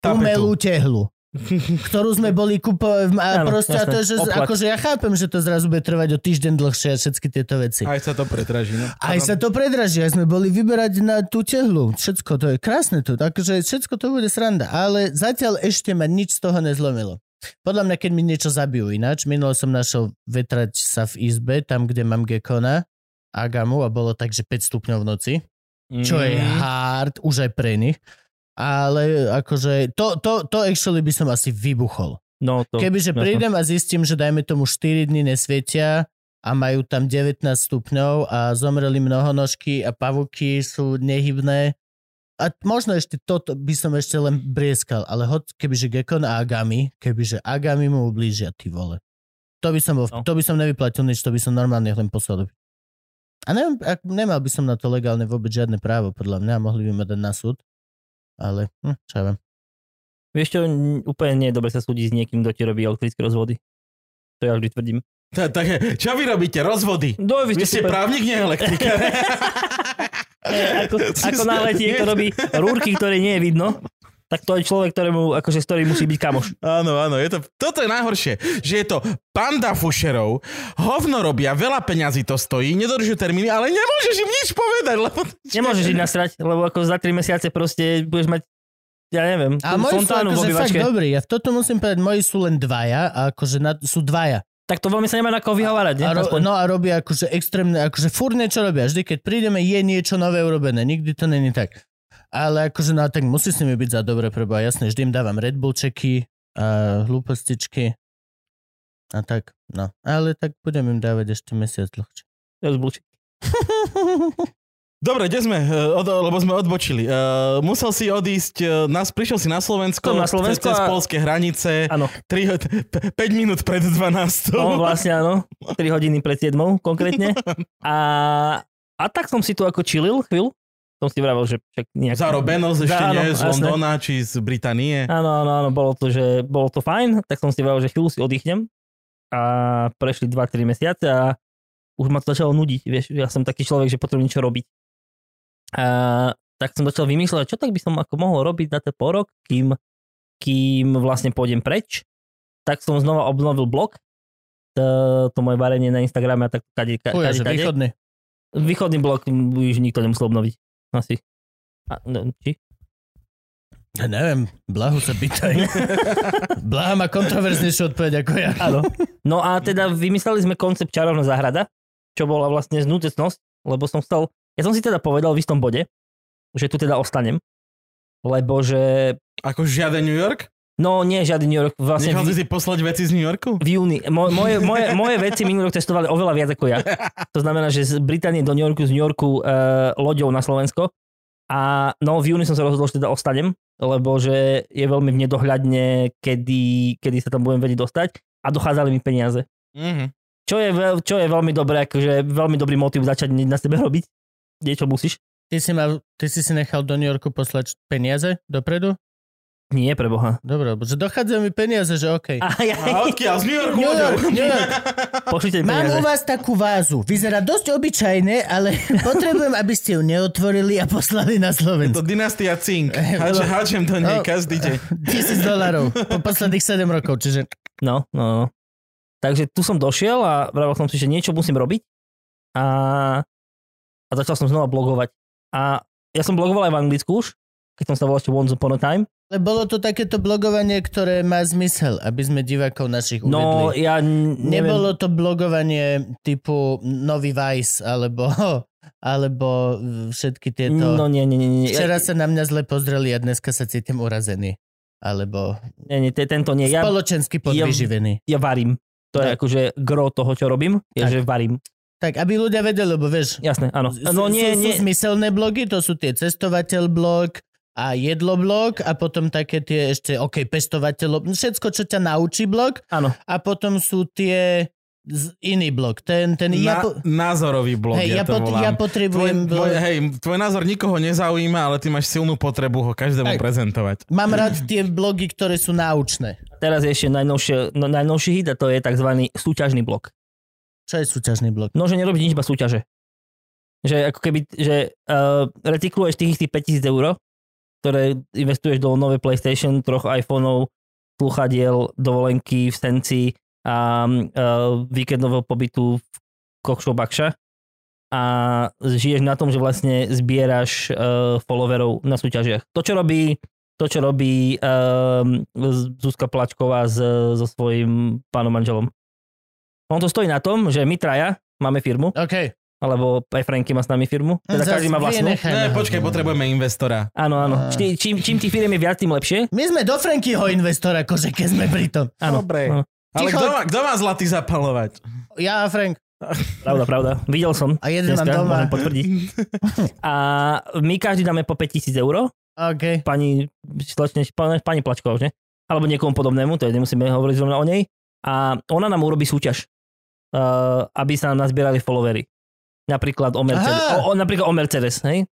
Tapetu. umelú tehlu. Ktorú sme boli kupovať. A Áno, proste a to, je, jasné. že Oplak. akože ja chápem, že to zrazu bude trvať o týždeň dlhšie a všetky tieto veci. Aj sa to pretraží, no. Aj sa to predraží, aj sme boli vyberať na tú tehlu. Všetko to je krásne tu, takže všetko to bude sranda, ale zatiaľ ešte ma nič z toho nezlomilo. Podľa mňa, keď mi niečo zabijú ináč, minulo som našiel vetrať sa v izbe, tam, kde mám gekona, agamu a bolo tak, že 5 stupňov v noci, čo je Mhm. Mm. hard, už aj pre nich. Ale akože, to, to, to actually by som asi vybuchol. No to... Kebyže jasné. prídem a zistím, že dajme tomu 4 dní nesvietia a majú tam 19 stupňov a zomreli mnohonožky a pavuky sú nehybné. A možno ešte toto by som ešte len brieskal, ale hod, kebyže Gekon a Agami, kebyže Agami mu ublížia, ty vole. To by som, bol, No. to by som nevyplatil nič, to by som normálne len poslal. do- A neviem, ak, nemal by som na to legálne vôbec žiadne právo, podľa mňa, mohli by ma dať na súd. Ale, hm, čo ja viem. Vieš čo, n- úplne nie je dobre sa súdiť s niekým, kto ti robí elektrické rozvody. To ja vždy tvrdím. Ta- Takže, čo vy robíte? Rozvody. No, Vy ste právnik, nie elektrikár. E, ako, ako náhle ti niekto robí rúrky, ktoré nie je vidno, tak to je človek, ktorému, akože, s ktorým musí byť kamoš. Áno, áno, je to, toto je najhoršie, že je to panda fušerov, hovno robia, veľa peňazí to stojí, nedodržujú termíny, ale nemôžeš im nič povedať, lebo... Nemôžeš ich nasrať, lebo ako za 3 mesiace proste budeš mať, ja neviem, A tú moji sú fontánu v akože fakt obývačke. dobrí. Ja v toto musím povedať, moji sú len dvaja, a akože na, sú dvaja. Tak to veľmi sa nemá na koho vyhovárať, ne? A ro, Aspoň. no a robia akože extrémne, akože furt niečo robia. Vždy, keď prídeme, je niečo nové urobené. Nikdy to není tak. Ale akože, no tak musí s nimi byť za dobre, preboha. Jasne, vždy im dávam Red Bullčeky a hlúpostičky. A tak, no. Ale tak budem im dávať ešte mesiac dlhšie. Rozblúči. Dobre, kde sme? E, Od, lebo sme odbočili. E, musel si odísť, e, nás, prišiel si na Slovensko, Som na Slovensko cez, cez a- polské hranice, Áno, 3, 5 minút pred 12. no vlastne áno, 3 hodiny pred 7 konkrétne. A, a tak som si tu ako chillil chvíľu. Som si vravel, že však nejak... Zarobenosť ešte Áno, nie z jasné. Londýna či z Británie. Áno, áno, áno, bolo to, že bolo to fajn, tak som si vravel, že chvíľu si oddychnem a prešli 2-3 mesiace a už ma to začalo nudiť, vieš, ja som taký človek, že potrebujem niečo robiť. A tak som začal vymýšľať, čo tak by som ako mohol robiť na ten porok, kým, kým vlastne pôjdem preč. Tak som znova obnovil blog, to, to moje varenie na Instagrame a tak kade, kade, Chuja, kade, že kade. východný. Východný blog už nikto nemusel obnoviť. Asi. A, no, či? Ja neviem, blahu sa pýtaj. Blaha má kontroverznejšiu odpoveď ako ja. Áno. No a teda vymysleli sme koncept čarovná záhrada, čo bola vlastne znútecnosť, lebo som chcel, ja som si teda povedal v istom bode, že tu teda ostanem, lebo že, Ako žiaden New York? no nie žiadny New York, vlastne Nechal si v, si poslať veci z New Yorku? v júni, Mo, moje, moje, moje veci minulý rok testovali oveľa viac ako ja. To znamená, že z Británie do New Yorku, z New Yorku uh, loďou na Slovensko a no v júni som sa rozhodol, že teda ostanem, lebo že je veľmi v nedohľadne, kedy, kedy sa tam budem vedieť dostať a dochádzali mi peniaze. Mhm. čo je, veľ, čo je veľmi dobré, akože veľmi dobrý motiv začať nie- na sebe robiť. Niečo musíš? Ty si, mal, ty si si nechal do New Yorku poslať peniaze dopredu? Nie, pre Boha. Dobre, lebo že dochádzajú mi peniaze, že OK. A ja, A odkiaľ? Z New Yorku? New York, New York. pošlite mi No. Mám u peniaze. vás takú vázu. Vyzerá dosť obyčajné, ale potrebujem, aby ste ju neotvorili a poslali na Je to Slovensko. dynastia Cink. Háčem, háčem do nej každý deň. Tisíc dolarov po posledných 7 rokov, čiže No, no, no. Takže tu som došiel a vravel som si, že niečo musím robiť. A, a začal som znova blogovať. A ja som blogoval aj v Anglicku už, keď som sa volal ešte Once Upon a Time. ale bolo to takéto blogovanie, ktoré má zmysel, aby sme divákov našich No, uvedli. ja n- neviem. Nebolo to blogovanie typu nový Vice, alebo, alebo všetky tieto... No, nie, nie, nie. nie. Včera sa na mňa zle pozreli a dneska sa cítim urazený. Alebo Ja, nie, nie, te- tento nie. Ja, spoločensky podvyživený. ja varím. To je Tak. akože gro toho, čo robím, je, Tak. že varím. Tak, aby ľudia vedeli, lebo vieš, Jasné, áno. sú, No sú, nie, nie, sú zmyselné blogy, to sú tie cestovateľ blog, a jedloblok a potom také tie ešte, OK, pestovateľo, všetko, čo ťa naučí blok Áno. a potom sú tie z- iný blok, ten, ten Na, Japo- názorový blog, Eh, Hej, ja, ja, to pot- volám. ja potrebujem... tvoj, tvoj, blok. hej, tvoj názor nikoho nezaujíma, ale ty máš silnú potrebu ho Hej. každému prezentovať. Mám rád tie blogy, ktoré sú náučné. Teraz je ešte najnovšie, no, najnovší hit a to je tzv. súťažný blok. Čo je súťažný blok? No, že nerobíš nič, iba súťaže. Že ako keby, že uh, retikluješ tých tých 5000 eur, ktoré investuješ do nové PlayStation, troch iPhoneov, sluchadiel, dovolenky v Senci a uh, víkendového pobytu v Kokšo Bakša a žiješ na tom, že vlastne zbieraš uh, followerov na súťažiach. To, čo robí to, čo robí um, Zuzka Plačková s, so svojím pánom manželom. On to stojí na tom, že my traja máme firmu, OK. hm, alebo aj Franky má s nami firmu, teda Zas každý má vlastnú. vynechajme ho. Ne, počkaj, potrebujeme investora. Áno, Á. áno. Čím, čím, čím tých firiem je viac, tým lepšie. My sme do Frankyho investora, akože keď sme pri tom. Áno. Dobre. Áno. Ale Ticho. kto má, kto má zlatý zapalovať? Ja a Frank. Pravda, pravda. Videl som. A jeden mám doma. môžem potvrdiť. A my každý dáme po 5000 eur. OK. Pani, slečne, pani, pani Plačková už, ne? Alebo niekomu podobnému, to je, nemusíme hovoriť zrovna o nej. A ona nám urobí súťaž, uh, aby sa nám nazbierali followery. Napríklad o Mercedes. Aha. O, o, napríklad o Mercedes, hej?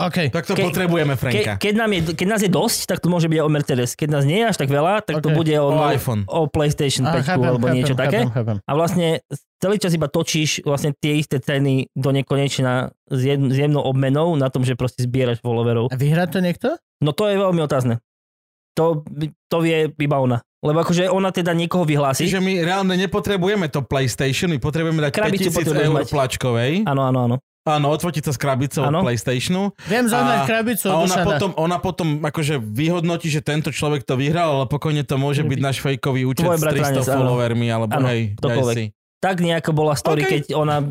OK. Tak to Ke- potrebujeme, Ke, Franka. keď, nám je, keď nás je dosť, tak to môže byť aj o Mercedes. Keď nás nie je až tak veľa, tak to Ok. bude O o, no- iPhone. o PlayStation 5 alebo niečo chápem, také. Chápem, A vlastne celý čas iba točíš vlastne tie isté ceny do nekonečna s, jedn, s jemnou obmenou na tom, že proste zbieraš followerov. A vyhrá to niekto? No to je veľmi otázne. To, to vie iba ona. Lebo akože ona teda niekoho vyhlási. Čiže my reálne nepotrebujeme to PlayStation, my potrebujeme dať Krabicu 5000 potrebuješ eur mať. plačkovej. Áno, áno, áno. Áno, odfotiť sa s krabicou od Áno. PlayStationu. Viem zohnať A- krabicu A od ona Dušana. potom, ona potom akože vyhodnotí, že tento človek to vyhral, ale pokojne to môže byť náš fejkový účet Tvoj s bratranec, 300 áno. followermi, alebo Áno, hej, daj ktokoľvek. si. Tak nejako bola story, Ok. keď ona uh,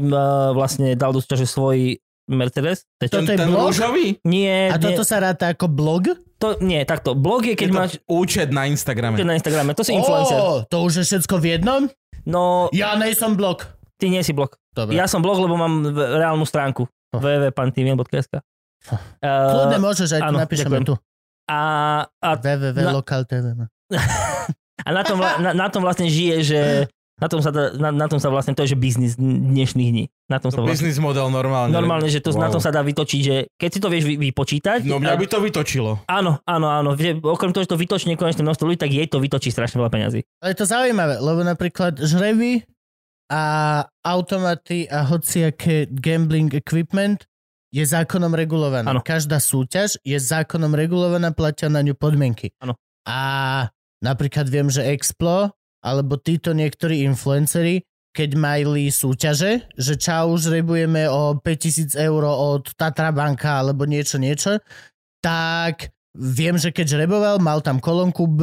vlastne dal do súťaže svoj Mercedes. To- Ten, Toto je ten blog? rúžový? nie, A toto nie, sa ráta ako blog? to, nie, takto. Blog je, keď je to máš účet na Instagrame. Čo na Instagrame, to si influencer. Ó, to už je všetko v jednom? No, Ja nejsom blog. ty nie si blog. Dobre. Ja som blog, lebo mám v- reálnu stránku. Oh. www.pantimien.sk Kľudne uh, môžeš, aj tu áno, napíšeme ďakujem. tu. a, a, na- www.local.tv a na, tom, vla- na, na tom vlastne žije, že na tom, sa, dá- na, na tom sa vlastne, to je že biznis dnešných dní. Na tom To sa vlastne, business model normálne. normálne, že to, na Wow. tom sa dá vytočiť, že keď si to vieš vy, vypočítať, No mňa a- by to vytočilo. áno, áno, áno, že okrem toho, že to vytočí nekonečné množstvo ľudí, tak jej to vytočí strašne veľa peňazí. Ale je to zaujímavé, lebo napríklad žrevy a automaty a hociaké gambling equipment je zákonom regulovaná. Áno. Každá súťaž je zákonom regulovaná, platia na ňu podmienky. Áno. A napríklad viem, že Explo alebo títo niektorí influenceri, keď mali súťaže, že čau, žrebujeme o 5000 eur od Tatra banka alebo niečo, niečo, tak viem, že keď žreboval, mal tam kolónku, b,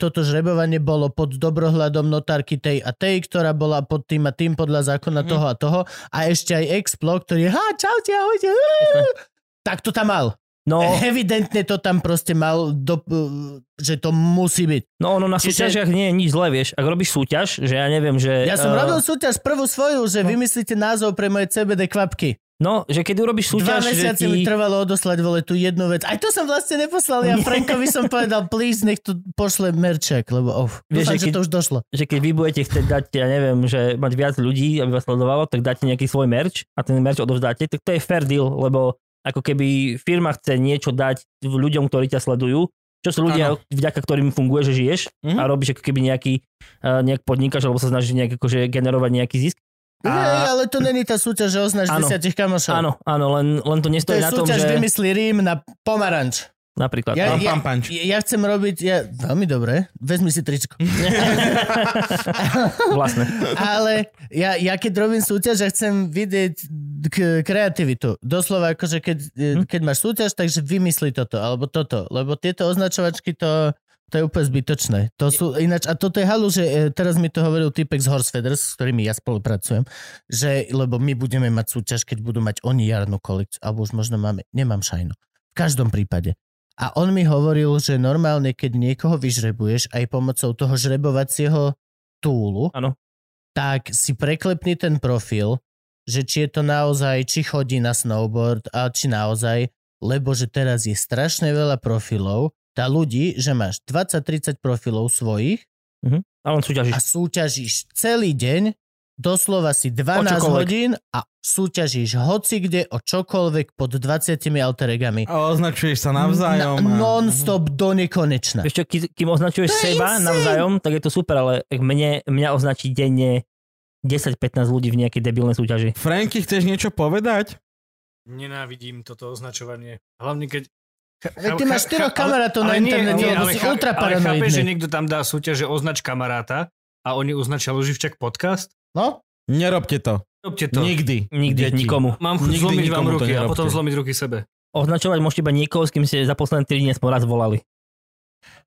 toto žrebovanie bolo pod dobrohľadom notárky tej a tej, ktorá bola pod tým a tým podľa zákona Mhm. toho a toho a ešte aj Explo, ktorý je, ha, čaute, ahojte, uh, tak to tam mal. No, Evidentne to tam proste mal, do, že to musí byť. no ono na Čiže- súťažiach nie je nič zlé, vieš. Ak robíš súťaž, že ja neviem, že... Ja som eh, robil súťaž prvú svoju, že no. vymyslíte názov pre moje CBD kvapky. No, že keď urobíš Dva súťaž, že mesiace ti... mi trvalo odoslať vole tú jednu vec. Aj to som vlastne neposlal. Ja Nie. Frankovi som povedal, please, nech tu pošle merček, lebo off. Vieš, Dúfam, že že keď- to už došlo. že keď vy budete chcieť dať, ja neviem, že mať viac ľudí, aby vás sledovalo, tak dáte nejaký svoj merch a ten merch odovzdáte, tak to je fair deal, lebo ako keby firma chce niečo dať v- ľuďom, ktorí ťa sledujú, čo sú ľudia, vďaka ktorým funguje, že žiješ Mhm. a robíš ako keby nejaký, eh, nejak podnikáš, alebo sa snažíš nejak akože generovať nejaký zisk. A... Hej, ale to není tá súťaž, že oznáš Áno. desiatich kamošov. Áno, áno, len, len to To nestojí je na tom, súťaž, že... vymyslí Rím na pomaranč. Napríklad. no, Ja- Pam, áno. ja- pam, panč. Ja ja chcem robiť, ja, veľmi dobre, vezmi si tričko. Vlastne. Ale ja, ja keď robím súťaž, ja chcem vidieť k- kreativitu. Doslova akože keď, e, keď máš súťaž, takže vymysli toto, alebo toto. Lebo tieto označovačky to, to je úplne zbytočné. To sú ináč, a toto je halu, že e, teraz mi to hovoril typek z Horse Feathers, s ktorými ja spolupracujem, že lebo my budeme mať súťaž, keď budú mať oni jarnú kolekciu, alebo už možno máme, nemám šajnu. V každom prípade. A on mi hovoril, že normálne, keď niekoho vyžrebuješ aj pomocou toho žrebovacieho túlu, Áno. tak si preklepni ten profil, že či je to naozaj, či chodí na snowboard a či naozaj. lebo že teraz je strašne veľa profilov, tá ľudí, že máš 20-30 profilov svojich A a on súťažíš. súťažíš celý deň, doslova si 12 čokoľvek. hodín a súťažíš hoci kde o čokoľvek pod 20 alteregami. A označuješ sa Na, navzájom. a- non-stop do nekonečna. Vieš čo, ki- kým To označuješ je insane. seba navzájom, tak je to super, ale ak mne, mňa označí denne 10-15 ľudí v nejakej debilnej súťaži. Franky, chceš niečo povedať? Nenávidím toto označovanie. Hlavne keď... Veď ty máš štyroch kamarátov na ale nie, internete, ale- lebo ale si chá- ultra Ale chápeš, že paranoidný. niekto tam dá súťaž, že označ kamaráta a oni označia Loživčak podcast? No? Nerobte to. Robte to. to. Nikdy. Nikdy, Deti. nikomu. Mám chuť Nikdy zlomiť vám nikomu to ruky a nerobte. potom zlomiť ruky sebe. Označovať môžete iba niekoho, s kým ste za posledné 3 dní aspoň raz volali.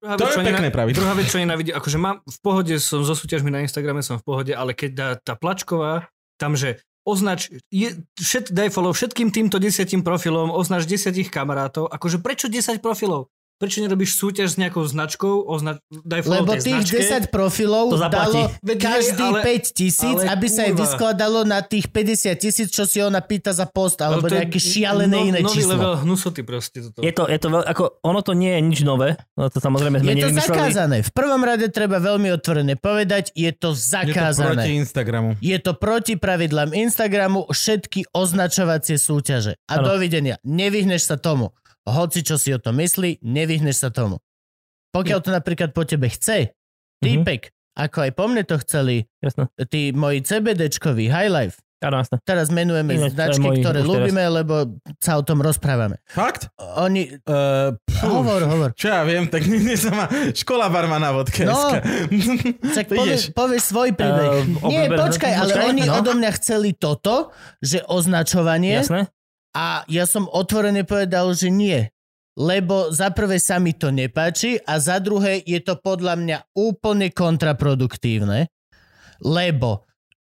Druhá To je vec, čo pekné nená- pravidlo. Druhá vec, čo nenávidím, akože mám, v pohode som so súťažmi na Instagrame, som v pohode, ale keď dá tá plačková, tam, že označ, je, všet, daj follow všetkým týmto desiatim profilom, označ desiatich kamarátov, akože prečo 10 profilov? Prečo nerobíš súťaž s nejakou značkou, označ, daj follow Lebo tej tých 10 značke? profilov To zaplatí. dalo Veď hej, každý ale- 5 tisíc, ale aby sa jej kurva. vyskladalo na tých 50 tisíc, čo si ona pýta za post, alebo to je nejaké šialené no- iné nový číslo. level hnusoty proste toto. Je to, je to veľ, ako, ono to nie je nič nové, no to samozrejme sme Je to nevymysleli. zakázané. V prvom rade treba veľmi otvorene povedať, je to Je to proti zakázané. Instagramu. Je to proti pravidlám Instagramu všetky označovacie súťaže. A Áno. dovidenia. Nevyhneš sa tomu. Hoci čo si o to myslí, nevyhneš sa tomu. Pokiaľ to napríklad po tebe Mhm. chce, týpek, ako aj po mne to chceli, Jasné, tí moji CBDčkoví High Life, áno, jasné. teraz menujeme Ináč, to je značky, moji ktoré už teraz. ľúbime, lebo sa o tom rozprávame. Fakt? Oni... Uh, Hovor, hovor. Čo ja viem, tak nie sa má škola barmana vodka. No. Tak To povie, ideš. povieš svoj príbeh. Eh, Nie, obľúbené- počkaj, ale počkaj, oni no. odo mňa chceli toto, že označovanie Jasné? a ja som otvorene povedal, že nie. Lebo za prvé sa mi to nepáči a za druhé je to podľa mňa úplne kontraproduktívne. Lebo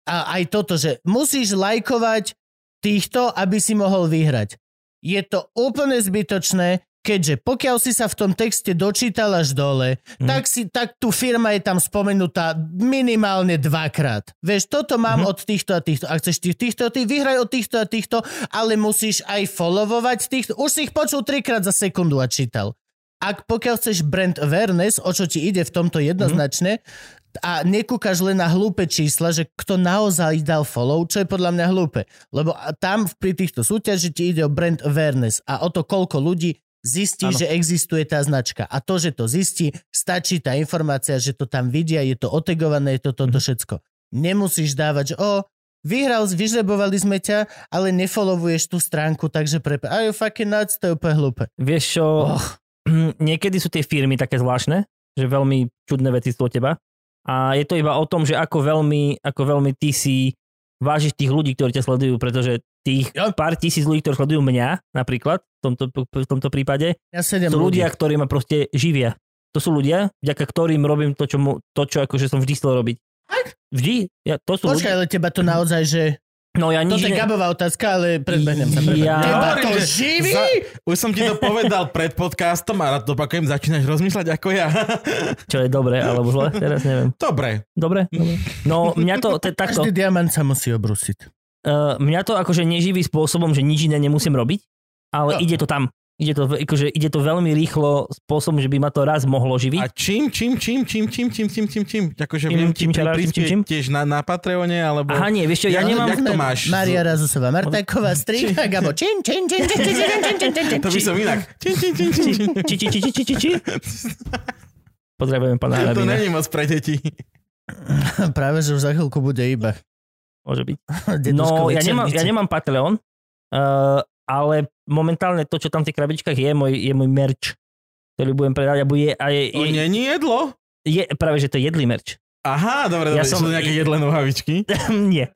a aj toto, že musíš lajkovať týchto, aby si mohol vyhrať. Je to úplne zbytočné, keďže pokiaľ si sa v tom texte dočítal až dole, Mhm. mm. tak, si, tak tu firma je tam spomenutá minimálne dvakrát. Vieš, toto mám Mhm. od týchto a týchto. Ak chceš tých, týchto, ty vyhraj od týchto a týchto, ale musíš aj followovať týchto. Už si ich počul trikrát za sekundu a čítal. Ak pokiaľ chceš brand awareness, o čo ti ide v tomto jednoznačne, a nekúkaš len na hlúpe čísla, že kto naozaj dal follow, čo je podľa mňa hlúpe. Lebo a tam v- pri týchto súťaži ti ide o brand awareness a o to, koľko ľudí zistí, Áno. ano. že existuje tá značka. A to, že to zistí, stačí tá informácia, že to tam vidia, je to otegované, je to toto všetko. Nemusíš dávať, že o, vyhral, vyžrebovali sme ťa, ale nefollowuješ tú stránku, takže prepa... Are you fucking nuts? To je úplne hlúpe. Vieš čo, Oh. niekedy sú tie firmy také zvláštne, že veľmi čudné veci sú od teba. A je to iba o tom, že ako veľmi, ako veľmi ty si vážiš tých ľudí, ktorí ťa sledujú, pretože tých Jo. pár tisíc ľudí, ktorí sledujú mňa napríklad v tomto, v tomto prípade, Ja sedem sú ľudí. ľudia, ktorí ma proste živia. To sú ľudia, vďaka ktorým robím to, čo, mu, to, čo akože som vždy chcel robiť. Vždy? Ja, to sú Počkaj, ľudia. ale teba to naozaj, že... No ja To nič je ne... Gabová otázka, ale predbehnem sa. Predbehnem. Ja- Teba Hovorím, to že živí? Za, už som ti to povedal pred podcastom a rád to opakujem, začínaš rozmýšľať ako ja. Čo je dobre alebo zle, teraz neviem. Dobre, Dobre? dobre. No mňa to, t- takto, Každý diamant sa musí obrusiť. uh, mňa to akože neživí spôsobom, že nič iné nemusím robiť, No. ale ide to tam. Ide to, v- akože, ide to veľmi rýchlo spôsobom, že by ma to raz a mohlo živiť. čím, čím, čím, čím, čím, čím, čím, čím, čím, akože Čím, viem ti čím, čím, čím, prispieť čím? tiež na, na Patreone, alebo... Aha, nie, vieš čo, ja Ja- nemám... jak to máš? Maria Razusová, Martáková, Striha, Gabo. Čin, čin, čin, čin, čin, čin, čin, čin, čin, čin, čin. to by som inak. Čím, čím, čím, čím, čím. Či, či, či, či, či, či, či? Pozdravujeme pána To Harabina. není moc pre deti. Práve, že už za chvíľku bude iba. Môže byť. Deduško No, ja nemám, ja večernice. nemám Patreon, uh, ale momentálne to, čo tam v tých krabičkách je, môj, je môj merch, ktorý budem predávať. A, bude, a je, To je, je, není jedlo? je, práve, že to je jedlý merch. Aha, dobre, Ja dobre, som- sú to nejaké jedlé nohavičky. Nie.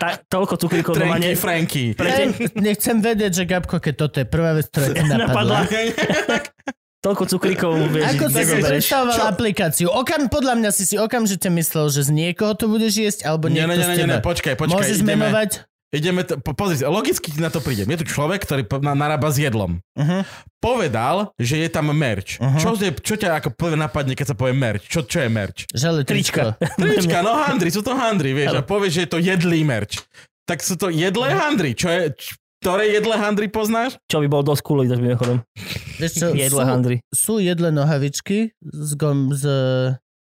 Ta, toľko cukríkov doma Trenky, ne... Franky. Len Nechcem vedieť, že Gabko, keď toto je prvá vec, ktorá ti Napadla. napadla. Toľko cukríkov, vieš, Ako si že si nezobereš. predstavoval Čo? aplikáciu? Okam, podľa mňa si si okamžite myslel, že z niekoho to budeš jesť, alebo Nie, niekto nie, z nie, nie, teba. nie, počkaj, počkaj. Môžeš ideme- menovať? Ideme, t- po, pozri, sa, logicky ti na to prídem. Je tu človek, ktorý po- na, narába s jedlom. Mhm. Povedal, že je tam merch. Mhm. Čo, je, čo ťa ako prvé napadne, keď sa povie merch? Čo, čo je merch? Žele Trička. tričko. Trička, no handry, sú to handry, vieš, a Áno. Mhm. povieš, že je to jedlý merch. Tak sú to jedlé handry, čo je... Č- Ktoré jedle handry poznáš? Čo by bol dosť cool, ináč mimochodom. Vieš čo, sú, Jedla handry. sú jedle nohavičky z, gom, z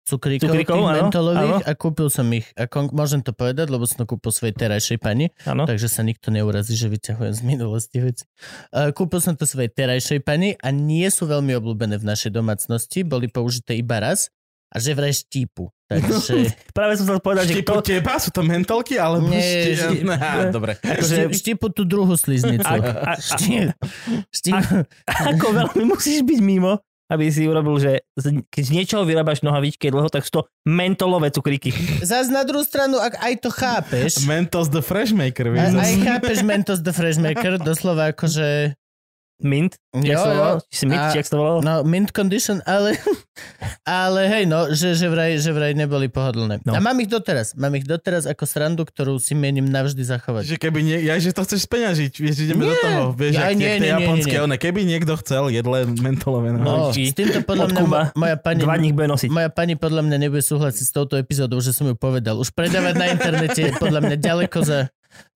cukríkov, Cukríkov, tých áno, mentolových a kúpil som ich. A kon- môžem to povedať, lebo som to kúpil svojej terajšej pani, Áno. takže sa nikto neurazí, že vyťahujem z minulosti veci. E, Kúpil som to svojej terajšej pani a nie sú veľmi obľúbené v našej domácnosti, boli použité iba raz a že vraj štípu. Takže Práve som sa povedal, že Štipu kto... teba? Sú to mentolky? Alebo Nie, Akože šti- šti- Á, Dobre. že... štípu tú druhú sliznicu. Ak, a, a, Ští- ští- ako veľmi musíš byť mimo, aby si urobil, že z- keď z niečoho vyrábaš nohavičky dlho, tak sú to mentolové cukríky. Zas na druhú stranu, ak aj to chápeš, Mentos the Freshmaker, A, vieš. aj chápeš Mentos the Freshmaker, doslova akože... Mint? Jo, jak sa jo, volalo? Či si mint, A- či jak sa to volalo? no mint condition, ale... Ale hej, no, že, že, vraj, že vraj neboli pohodlné. No. No. A mám ich doteraz. Mám ich doteraz ako srandu, ktorú si mienim navždy zachovať. Že keby nie, ja, že to chceš speňažiť, vieš, ideme do Nie. toho, vieš, Ja- ak nie, tie, tie nie, nie, japonské, nie. one, keby niekto chcel jedle mentolové no. No, s Či- týmto podľa od mňa Kuba. mo- moja pani... Dva dní ich bude nosiť. Moja pani podľa mňa nebude súhlasiť s touto epizódou, že som ju povedal. Už predávať na internete je podľa mňa ďaleko za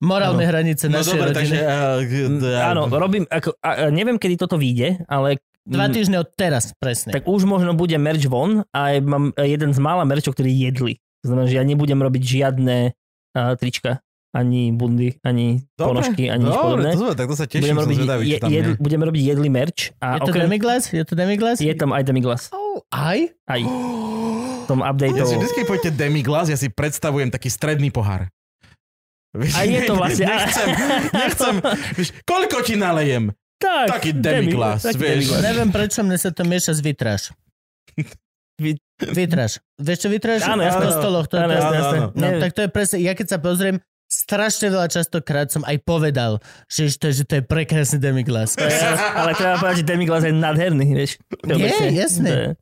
morálne hranice No našej dobre, takže... rodiny. á, k- d- á, Mm, Áno, robím, ako, a, a neviem, kedy toto vyjde, ale Dva mm, týždne od teraz, presne. tak už možno bude merch von a ja mám jeden z mála merčov, ktorý jedli. To znamená, že ja nebudem robiť žiadne uh, trička, ani bundy, ani Dobre, ponožky, ani nič Dobre, podobné. to, sme- tak to sa teším, budem som robiť, zvedavý, čo tam je. jedl, budeme robiť jedli merch a je to okrem, demiglas? Je to demiglas? je tam aj demiglas. Oh, aj? Aj v tom update. Ja si vždy poďte demiglas, ja si predstavujem taký stredný pohár. Vieš, A je to vlastne- Nechcem, nechcem, vieš, koľko ti nalejem? tak, Taký demiglas, taký vieš. demiglas. Neviem, prečo mne sa to mieša s vitráž. Vy- Vitráž. Vieš čo vitráž? Áno, V jasné. kostoloch. To, Áno, to, jasné, áno, jasné. áno. no, Neviem. tak to je presne, ja keď sa pozriem, strašne veľa častokrát som aj povedal, že to, že to je prekrásny demiglas. To je- ale treba povedať, že demiglas je nádherný, vieš. Všeobecne. jasné. To je-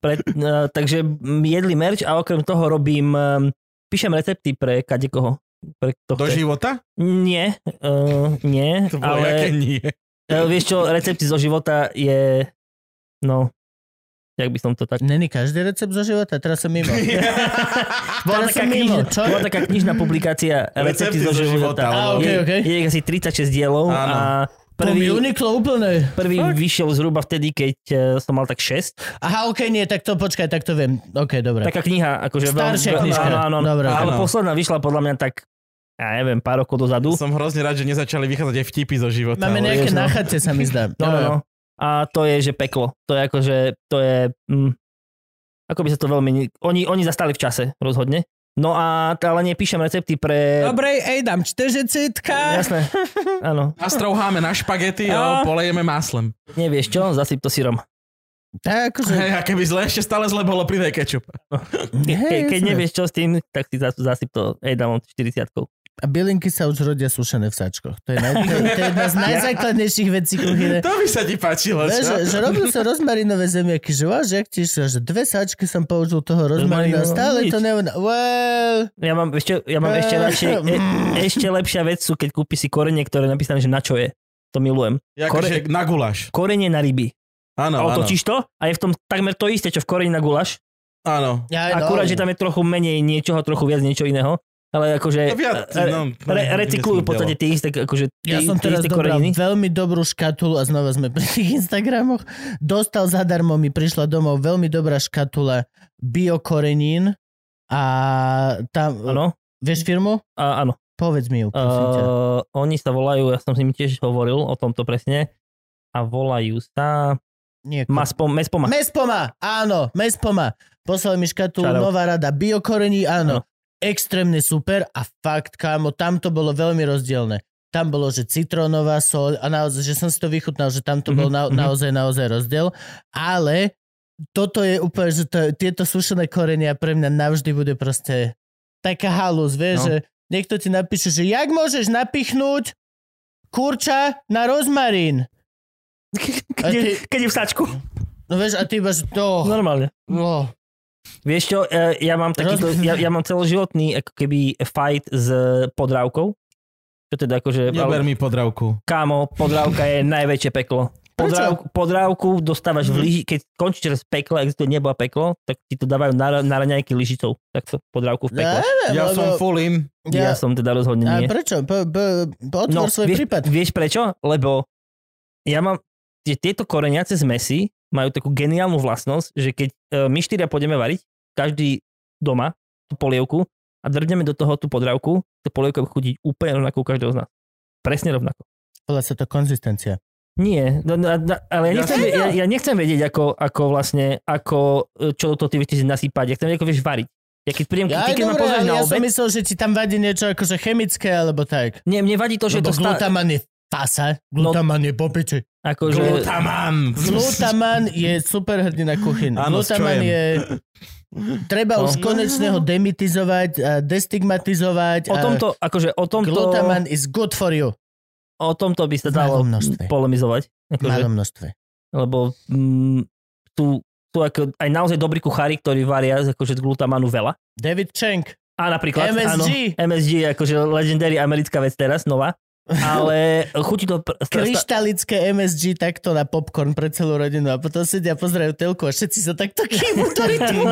Pre, uh, takže m, jedli merch a okrem toho robím, um, píšem recepty pre kadekoho. Pre kto Do chce. života? Nie, uh, nie, To bolo jaké ale nie. uh, vieš čo, recepty zo života je, no, jak by som to tak... Není každý recept zo života, teraz som mimo. Bola Teraz taká, som mimo, knižná, čo? bola taká knižná publikácia No, Recepty recepty zo zo života, života. alebo- Je- okej, okej. Je ich asi 36 dielov Áno. a Prvý... prvý, Uniklo úplne. prvý Fakt? vyšiel zhruba vtedy, keď e, som mal tak 6. Aha, okej, nie, tak to počkaj, tak to viem. OK, dobre. Taká kniha, akože veľmi- Staršia veľmi- knižka. Áno, áno, Dobre. ale Áno. posledná vyšla podľa mňa tak, ja neviem, pár rokov dozadu. Som hrozne rád, že nezačali vychádzať aj vtipy zo života. Máme ale- nejaké vieš, no. na chate, sa mi zdá. No, no, no. A to je, že peklo. To je akože, to je, mm, ako by sa to veľmi, oni, oni zastali v čase, rozhodne. No a, ale nepíšem recepty pre... Dobre, ej, dám 40. Jasné, áno. Nastrouháme na špagety a No. A- polejeme máslem. Nevieš čo, zasyp to sírom. Tak, akože... Hej, a keby zle, ešte stále zle bolo, pridaj kečup. Ke, keď jasné. nevieš čo s tým, tak si zas- zasyp to Edavom 40 A bylinky sa už rodia sušené v sačkoch. To je, naj, to, je- to je jedna z najzákladnejších vecí kuchyne. To by sa ti páčilo, Vieš, Hm. že, čo? že robil som rozmarinové zemiaky, že váš, jak ti išlo, že dve sačky som použil toho rozmarina, Rozmarino, stále to nič. nevedal. Well, Ja mám ešte, ja mám ešte Eh, radšej, e, ešte lepšia vec sú, keď kúpiš si korenie, ktoré je napísané, že na čo je. To milujem. Jakože na guláš. Korenie na ryby. Áno, A áno. otočíš to a je v tom takmer to isté, čo v korení na gulaš. Áno. ja, Akurát, že tam no. je trochu menej niečoho, trochu viac niečo iného. Ale akože To viac, e, no, no, re, recyklujú jasné v podstate tie isté, akože tie, ja som tie teraz isté dobral koreniny. veľmi dobrú škatulu a znova sme pri tých Instagramoch. Dostal zadarmo, mi prišla domov veľmi dobrá škatula biokorenín a tam, Áno, vieš firmu? a, áno. Povedz mi ju, prosím ťa. Uh, oni sa volajú, ja som s nimi tiež hovoril o tomto presne, a volajú sa Nie, Maspom, Mespoma. Mespoma, áno, Mespoma. Poslal mi škatu Čarov. nová rada, biokorení, áno. Áno. Extrémne super a fakt, kámo, tam to bolo veľmi rozdielne. Tam bolo, že citrónová sol a naozaj, že som si to vychutnal, že tam to bol na, Mhm, mhm. naozaj, naozaj rozdiel. Ale toto je úplne, že to, tieto sušené korenia pre mňa navždy bude proste taká halus, vieš, no. No. že niekto ti napíše, že jak môžeš napichnúť kurča na rozmarín. Keď, je- keď je v sačku. No vieš, a ty iba, že to... Normálne. Oh. Vieš čo, e, ja mám takýto, Roz- ja, ja mám celoživotný ako keby fight s podrávkou. Čo teda akože, Neber mi podravku. kámo, podrávka je najväčšie peklo. Prečo? Mhm. podrávku, podrávku dostávaš v lyži, keď končíš raz peklo, existuje nebo a peklo, tak ti to dávajú na, ra- na raňajky lyžicou, takto podrávku v pekle. neviem, Ja lebo- som full in. Ja, ja ja- No, som teda rozhodne A nie. No, prečo? Po, po, po, otvor svoj vieš, prípad. Vieš prečo? Lebo ja mám, že tieto koreniace zmesi majú takú geniálnu vlastnosť, že keď e, my štyria pôjdeme variť, každý doma tú polievku a drgneme do toho tú podravku, tá polievka bude chutiť úplne rovnako u každého z nás. Presne rovnako. Volá sa to konzistencia. Nie, no, no, no, ale ja nechcem, ve- ja, ja nechcem vedieť, ako, ako vlastne, ako, e, čo do toho ty vieš ty nasypať. Ja chcem vedieť, ako vieš variť. Ja keď prídem, Ja, ty, aj keď ma dobre, pozrieš ale na ja som obed, myslel, že ti tam vadí niečo akože chemické, alebo tak. nie, mne vadí to, že je Lebo to stále... No- glutaman je fasa, glutaman je popiči. Ako, že... Glutaman. Glutaman je superhrdina kuchyn. Áno, s Glutaman čojem? je... Treba No. už konečne ho demitizovať a destigmatizovať. O a tomto, akože o tomto... Glutaman is good for you. o tomto by sa V dalo malom množstve. polemizovať. V Akože, malom množstve. lebo mm, tu, tu ako, aj naozaj dobrí kuchári, ktorí varia z- akože z glutamanu veľa. David Chang. A napríklad, áno, MSG. MSG je akože legendary americká vec teraz, nová. Ale chutí to... Pr- sta- sta- Kryštalické MSG takto na popcorn pre celú rodinu a potom sedia a pozerajú telku a všetci sa takto kývú do rytmu.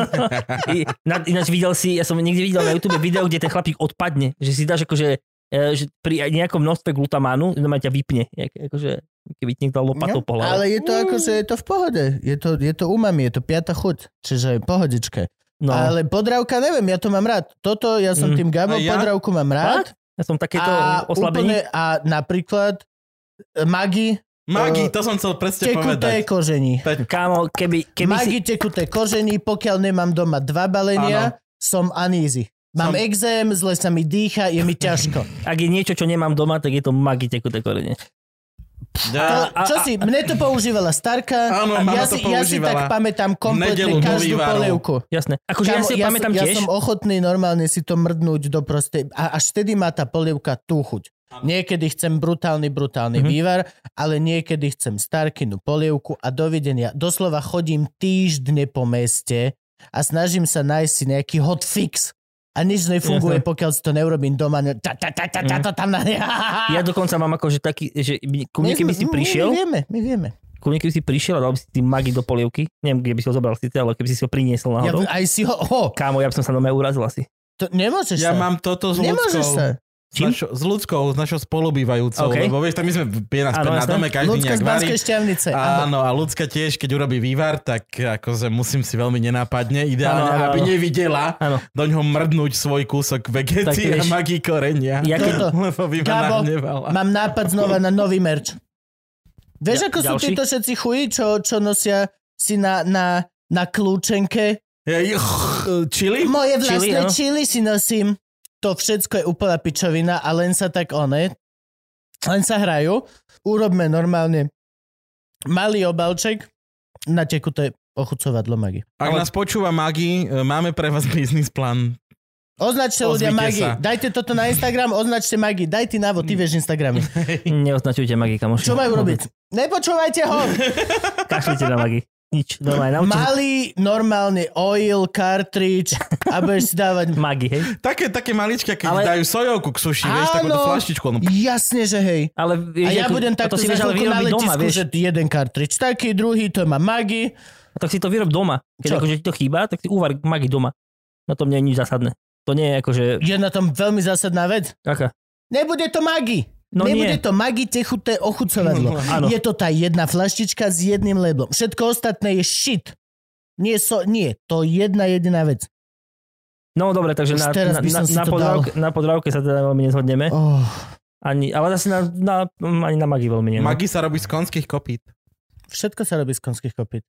I- na- Ináč videl si, ja som niekde videl na YouTube video, kde ten chlapík odpadne, že si dáš akože e, že pri aj nejakom množstve glutamánu, no ťa vypne, jak, akože keby ti niekto lopatou po hlave. No, Ale je to akože, je to v pohode. Je to, je to umami, je to piata chuť. Čiže pohodičke. no, Ale podravka, neviem, ja to mám rád. Toto, ja som Mm. tým Gabo, A ja? podravku mám rád. ja som takéto a oslabenie. úplne- a napríklad e, magi, Magi, to som chcel presne tekuté povedať. kožení. Kámo, keby, keby si... Magi, tekuté kožení, pokiaľ nemám doma dva balenia, som uneasy. Mám Som- exém, zle sa mi dýcha, je mi ťažko. Ak je niečo, čo nemám doma, tak je to magi tekuté korene. To, Ja, čo si, mne to používala Starka, Áno, mama ja, si, to ja si používala. tak pamätám Nedelu kompletne do každú vývaru. polievku. Jasné. Akože ja Kamo, si ja pamätám som, tiež. Ja som ochotný normálne si to mrdnúť do proste... A až vtedy má tá polievka tú chuť. Niekedy chcem brutálny, brutálny Mhm. mm-hmm. vývar, ale niekedy chcem starkinu polievku a dovidenia. Doslova chodím týždne po meste a snažím sa nájsť si nejaký hotfix. A nič nefunguje, Jasné. pokiaľ si to neurobím doma. Ne- Ta, ta, ta, ta, ta, Mhm. to tam na... Ja dokonca mám akože taký, že by- ku mne keby si No, My prišiel, vieme, my vieme. ku mne keby si prišiel a dal by si ty magi do polievky, neviem, kde by si ho zobral síce, ale keby si si ho priniesol Ja, náhodou, aj si ho... Ho, kámo, ja by som sa na mňa urazil asi. to nemôžeš ja sa. mám toto s nemôžeš ľudskou. sa. S, našo, s ľudskou, s našou spolubývajúcou, OK. lebo vieš, tak my sme piena Áno, späť na jasné. dome, každý Ľudská nejak z varí. Banskej šťavnice. áno. Áno, a ľudská tiež, keď urobí vývar, tak akože musím si veľmi nenápadne, ideálne, Áno, áno, aby áno. nevidela Áno. do ňoho mrdnúť svoj kúsok vegety a Tak vieš. magii korenia. Ja keď, Toto. Lebo by ma Gabo, nahnevala. Mám nápad znova na nový merch. Vieš, Ja- ako sú ďalší? títo všetci chuji, čo, čo nosia si na, na, na kľúčenke? Ja- ich- Čili? Moje vlastné áno. čili si nosím. To všetko je úplná pičovina a len sa tak one, len sa hrajú. Urobme normálne malý obalček na tekuté ochucovadlo magi. Ak Ale- nás počúva Magi, e, máme pre vás biznis plán. Označte ľudia Ozvite magi. sa. Dajte toto na Instagram, označte magi. Daj ty návod, ty vieš Instagramy. neoznačujte magi, kamoši. Čo majú robiť? Nepočúvajte ho! Kašlite na magi. Nič, normálne, naučte Malý normálne oil, cartridge a budeš si dávať... magi, hej. Také, také maličké, keď Ale- dajú sojovku k suši, vieš, takú tú Áno. flaštičku. No, Jasne, že hej. Ale A vieš, ja ako- budem a to takto si vieš, za ale chvíľku na vyrobiť doma, letisku, vieš. že jeden cartridge taký, druhý, to má magi. A tak si to vyrob doma. Keď Čo? akože ti to chýba, tak si uvar magi doma. Na tom nie je nič zásadné. To nie je akože... Je na tom veľmi zásadná vec. Aká? Nebude to magi. No Nebude nie. to No, magi techuté ochucovadlo. Áno. Je to tá jedna flaštička s jedným labelom. Všetko ostatné je shit. Nie, so, nie, to jedna jediná vec. No dobre, takže Už na, teraz na, by som na, si na, to podrávke, na podrávke sa teda veľmi nezhodneme. Oh. Ani, ale zase na, na, mm, ani na magii veľmi nie. Magi sa robí z konských kopít. Všetko sa robí z konských kopít.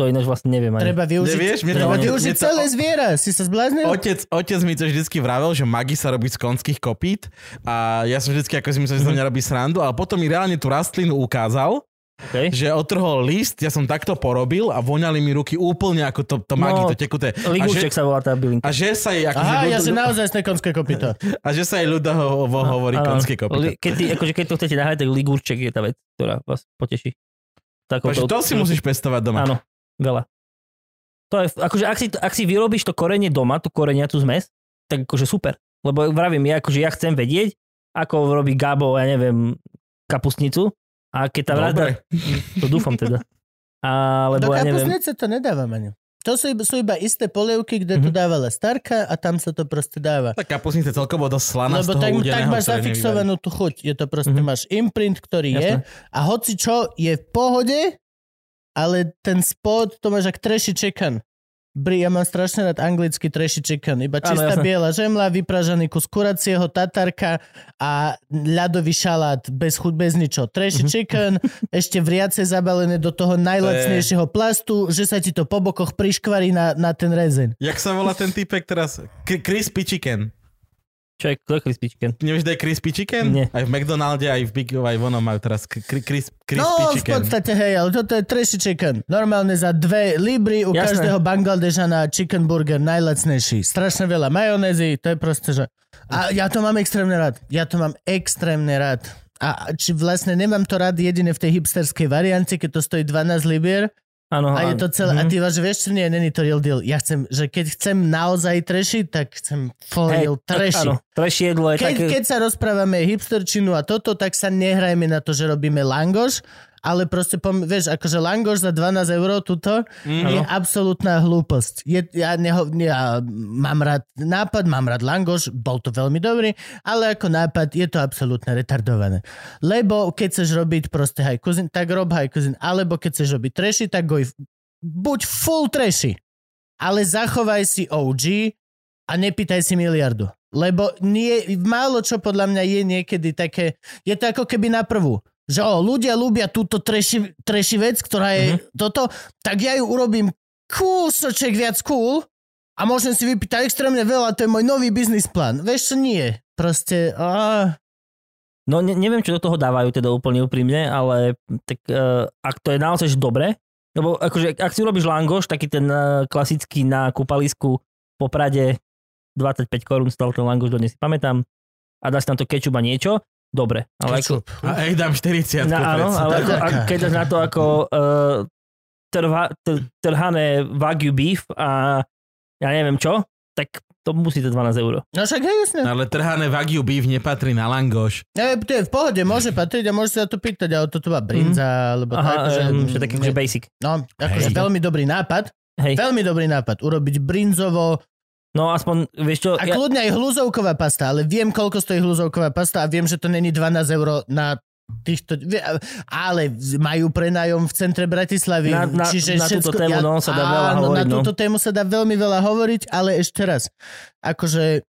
To ináč vlastne neviem ani. Treba využiť, Nevieš? Mne to- treba mne- využiť mne to- celé zviera. Si sa zbláznil? Otec, otec mi to vždycky vravel, že magi sa robí z konských kopít a ja som vždycky ako si myslel, že Mhm. to mňa robí srandu, ale potom mi reálne tú rastlinu ukázal, Okay? že otrhol list, ja som takto porobil a voňali mi ruky úplne ako to, to magi, No, to tekuté. A že, Ligúček sa volá tá bylinka. a že sa jej, ako, Aha, ja si že, ľud- naozaj sne konské kopyto. a že sa jej ľudo ho, ho, hovorí Áno. konské kopyto. Li- Keď, ty, akože, keď to chcete nahrať, tak ligúček je tá vec, ktorá vás poteší. Takou Takže to si musíš pestovať doma. Áno, veľa. To je, akože ak si, ak si vyrobíš to korenie doma, tú koreniacu zmes, tak akože super. Lebo vravím, ja, akože ja chcem vedieť, ako robí Gabo, ja neviem, kapustnicu, A keď tá vrada... To dúfam teda. Do No Alebo ja neviem. kapusnice to nedávam ani. To sú iba, sú iba isté polievky, kde to Mhm. dávala starka a tam sa to proste dáva. Tak kapusnica celkovo dosť slaná z Lebo toho tak, tak máš údeného, ktoré nevyvarí. zafixovanú tú chuť. Je to proste, Mhm. máš imprint, ktorý je Jasné. a hoci čo je v pohode, ale ten spod to máš jak trashy chicken. Bri, ja mám strašne rád anglický trashy chicken. Iba Áno, čistá jasné. biela žemla, vypražaný kus kuracieho, tatarka a ľadový šalát bez chuť, bez ničo. Mhm. Trashy chicken, ešte vriace zabalené do toho najlacnejšieho plastu, že sa ti to po bokoch priškvarí na, na ten rezeň. Jak sa volá ten typek teraz? K- crispy chicken. Čo je kto je crispy chicken? Nevieš, kde je crispy chicken? Nie. Aj v McDonalde, aj v Big U, aj vonom majú teraz k- kri- cris- crispy No, v chicken. podstate, hej, ale toto je trashy chicken. Normálne za dve libry u Jasné. každého Bangladežana chicken burger najlacnejší. Strašne veľa majonézy, to je proste, že... A ja to mám extrémne rád. Ja to mám extrémne rád. A či vlastne nemám to rád jedine v tej hipsterskej variante, keď to stojí 12 libier Áno. a je to celé, a mhm. ty váš, vieš čo, nie, není to real deal. Ja chcem, že keď chcem naozaj treši, tak chcem for Hej, real treši. Áno, trash jedlo je Keď, také... keď sa rozprávame hipsterčinu a toto, tak sa nehrajme na to, že robíme langoš, ale proste, pom- vieš, akože langoš za 12 eur tuto Mm. je Áno. absolútna hlúposť. Je, ja, neho, ja mám rád nápad, mám rád langoš, bol to veľmi dobrý, ale ako nápad je to absolútne retardované. Lebo keď chceš robiť proste high cuisine, tak rob high cuisine, alebo keď chceš robiť trashy, tak goj, buď full trashy, ale zachovaj si OG a nepýtaj si miliardu. Lebo nie, málo čo podľa mňa je niekedy také, je to ako keby na prvú. Že o, ľudia ľúbia túto treši, treši vec, ktorá Mhm. je mm-hmm. toto, tak ja ju urobím kúsoček viac cool a môžem si vypýtať extrémne veľa, to je môj nový biznis plán. Vieš čo, nie. Proste, á, No ne, neviem, čo do toho dávajú, teda úplne úprimne, ale tak uh, ak to je naozaj že dobre, lebo akože, ak si urobíš langoš, taký ten uh, klasický na kúpalisku po Prade 25 korún stal ten langoš, dodnes si pamätám, a dáš tam to kečup a niečo, dobre. Ale kečup. ako, A ej, dám 40. na, áno, ale ako, taká. ak, keď dáš na to ako uh, trha, tr, trhané wagyu beef a ja neviem čo, tak to musí to 12 eur. No však hej, jasne. Ale trhané Wagyu beef nepatrí na langoš. Ja, to je v pohode, môže patriť a môže sa to pýtať, ale toto má brinza, alebo Mhm. No Aha, tak, že... ehm, že taký že basic. No, akože Hej. veľmi dobrý nápad, Hej. veľmi dobrý nápad, urobiť brinzovo No aspoň, vieš čo... a kľudne aj hluzovková pasta, ale viem, koľko stojí hluzovková pasta a viem, že to není 12 eur na týchto, vie- ale majú prenájom v centre Bratislavy. Na- na- čiže na túto všetko- tému, no, sa dá veľa áno, hovoriť, Na no. túto tému sa dá veľmi veľa hovoriť, ale ešte raz, akože,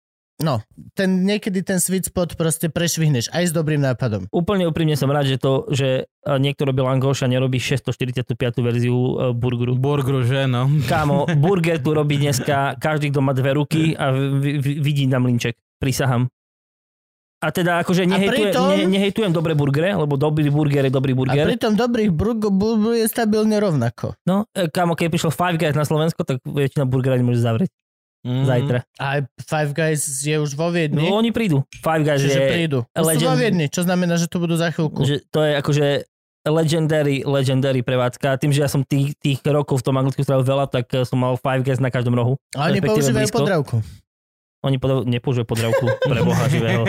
no, ten, niekedy ten sweet spot proste prešvihneš, aj s dobrým nápadom. úplne úprimne som rád, že to, že e, niekto robí langoš a nerobí 645. verziu e, burgeru. Burgru, že no. Kámo, burger tu robí dneska každý, kto má dve ruky a vi- vi- vidí tam linček. Prisahám. A teda akože nehejtujem, pritom- ne, nehejtujem dobré burgere, lebo dobrý burger je dobrý A burger. pritom dobrých burg- burg- je stabilne rovnako. No, e, kámo, keď prišlo Five Guys na Slovensko, tak väčšina burgerov môže zavrieť Mhm. Mm. zajtra. A Five Guys je už vo Viedni. No, oni prídu. Five Guys Čiže je... prídu. To sú legend. vo Viedni, čo znamená, že tu budú za chvíľku. Že to je akože legendary, legendary prevádzka. Tým, že ja som tých, tých rokov v tom Anglicku strávil veľa, tak eh, som mal Five Guys na každom rohu. A oni respektíve používajú blízko. podravku. Oni podav- nepoužívajú podravku pre boha živého.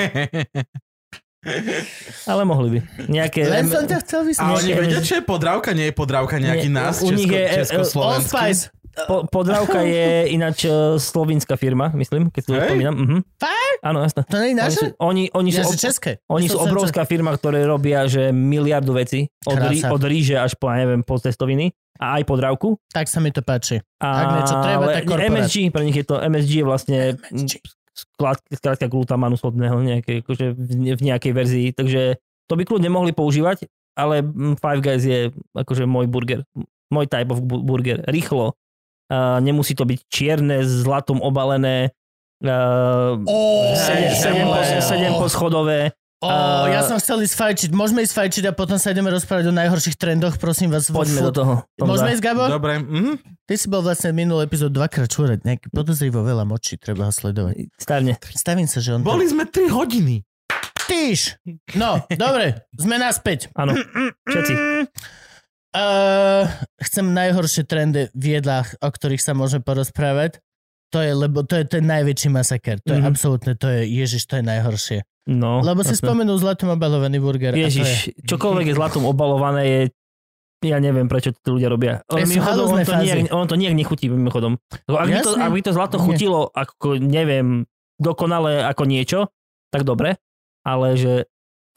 Ale mohli by. Nejaké... Len som ťa chcel A vysvetliť. oni Nejaké- vedia, čo je podravka? Nie je podravka nejaký Nie, nás, u nich česko, je, e, e, československý? Allspice. Po, podravka je ináč eh, slovinská firma, myslím, keď to Hej. spomínam. Mhm. Fakt? Áno, jasné. To nie je Oni naše? sú, oni, oni sú, Ja, že ob- české. oni To sú som obrovská firma, ktoré robia že miliardu vecí. Od, rí, Krása. od ríže až po, ja neviem, po cestoviny. A aj podravku. chcel- Tak sa mi to páči. A, Ak niečo treba, tak korporát. MSG, pre nich je to, MSG je vlastne skrátka glutamanu sodného nejaké, akože v ne- v nejakej verzii, takže to by kľudne mohli používať, ale mm, Five Guys je akože môj burger, môj type of bu- burger, rýchlo, uh, nemusí to byť čierne, zlatom obalené, uh, Ó, sedem, že sedem, po, leo. sedem poschodové, Ó, A- ja som chcel ísť fajčiť. Môžeme ísť fajčiť a potom sa ideme rozprávať o najhorších trendoch, prosím vás. vo poďme do food. toho. Tom Môžeme za- ísť, Gabo? Dobre. mhm. Ty si bol vlastne minulý epizód dvakrát čúrať. Nejaký podozrivo veľa močí, treba ho sledovať. Starne. Stavím sa, že on... Boli sme 3 hodiny. Tyš! No, dobre, sme naspäť. Áno, všetci. Mm, Uh, chcem najhoršie trendy v jedlách, o ktorých sa môže porozprávať. To je, lebo to je ten najväčší masaker. To je Mhm. absolútne, to je, ježiš, to je najhoršie. No, Lebo si jasné. spomenul zlatom obalovaný burger. a to je- Ježiš, čokoľvek je zlatom obalované je ja neviem, prečo to tí ľudia robia. To On, sú mimochodom, on, halúzne to fázy. nijak, on to nijak nechutí, mimochodom. Lebo Ak by, to, Jasné. ak by to zlato Nie. chutilo ako, neviem, dokonale ako niečo, tak dobre, ale že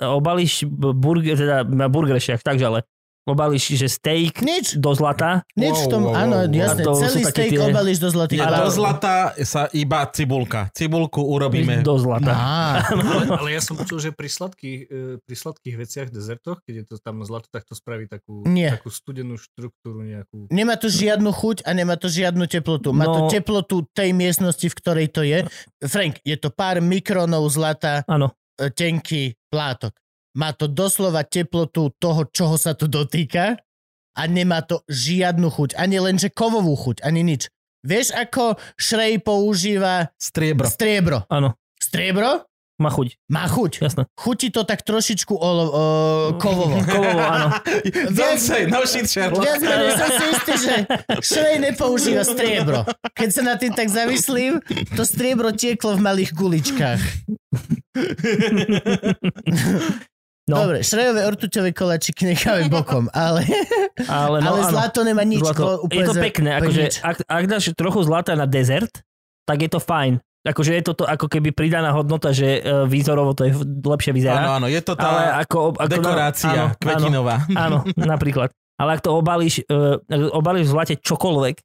obališ b- burger, teda na burgeršiach, takže ale obališ, že steak Nič, do zlata, nič v tom, Wow, wow, áno, wow. jasne, A to sú celý také steak tie- obalíš do zlatých. Je Ale- do zlata sa iba cibulka. Cibulku urobíme. do zlata. Á, Ale, ale ja som počul, že pri sladkých, e, pri sladkých veciach, dezertoch, keď je to tam zlato, tak to spraví takú, Nie. takú studenú štruktúru nejakú. Nemá to žiadnu chuť a nemá to žiadnu teplotu. Má to No. teplotu tej miestnosti, v ktorej to je. Frank, je to pár mikronov zlata, Áno. e, tenký plátok. Má to doslova teplotu toho, čoho sa to dotýka a nemá to žiadnu chuť. Ani lenže kovovú chuť, ani nič. Vieš, ako Šrej používa Striebro. striebro? Áno, Striebro má chuť, má chuť. jasné. Chutí to tak trošičku olo, o, kovovo. Kovovo, áno. Don't say, no shit, Sherlock. Viac menej som si istý, že Šrej nepoužíva striebro. Keď sa na tým tak zamyslím, to striebro tieklo v malých guličkách. No. No. Dobre, Šrejové ortuťové kolačiky necháme bokom, ale, ale Ale, no, áno. zlato nemá nič. ko- Zlato. Je to za- pekné, úplne akože nič. ak, ak dáš trochu zlata na dezert, tak je to fajn. Akože je to, to ako keby pridaná hodnota, že e, výzorovo to je f- lepšie vyzerá. Áno, áno, je to tá ale ako, ako áno, dekorácia kvetinová. Áno, áno, napríklad. Ale ak to obalíš, e, obalíš v zlate čokoľvek,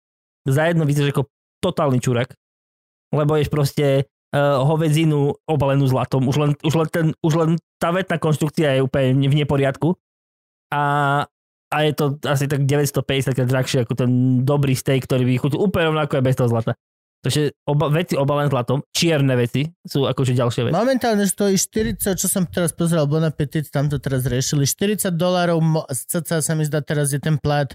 zajedno vyzeráš ako totálny čurak, lebo ješ proste e, hovedzinu obalenú zlatom. Už len, už, len ten, už len tá vetná konštrukcia je úplne v neporiadku. A, a je to asi tak 950 krát drahšie ako ten dobrý steak, ktorý by chutil úplne rovnako aj bez toho zlata. Takže oba, veci obalené zlatom, čierne veci sú akože No. ďalšie veci. Momentálne stojí 40, čo som teraz pozeral, Bon Appetit, tam to teraz riešili, 40 dolárov, mo- cca sa mi zdá teraz je ten plát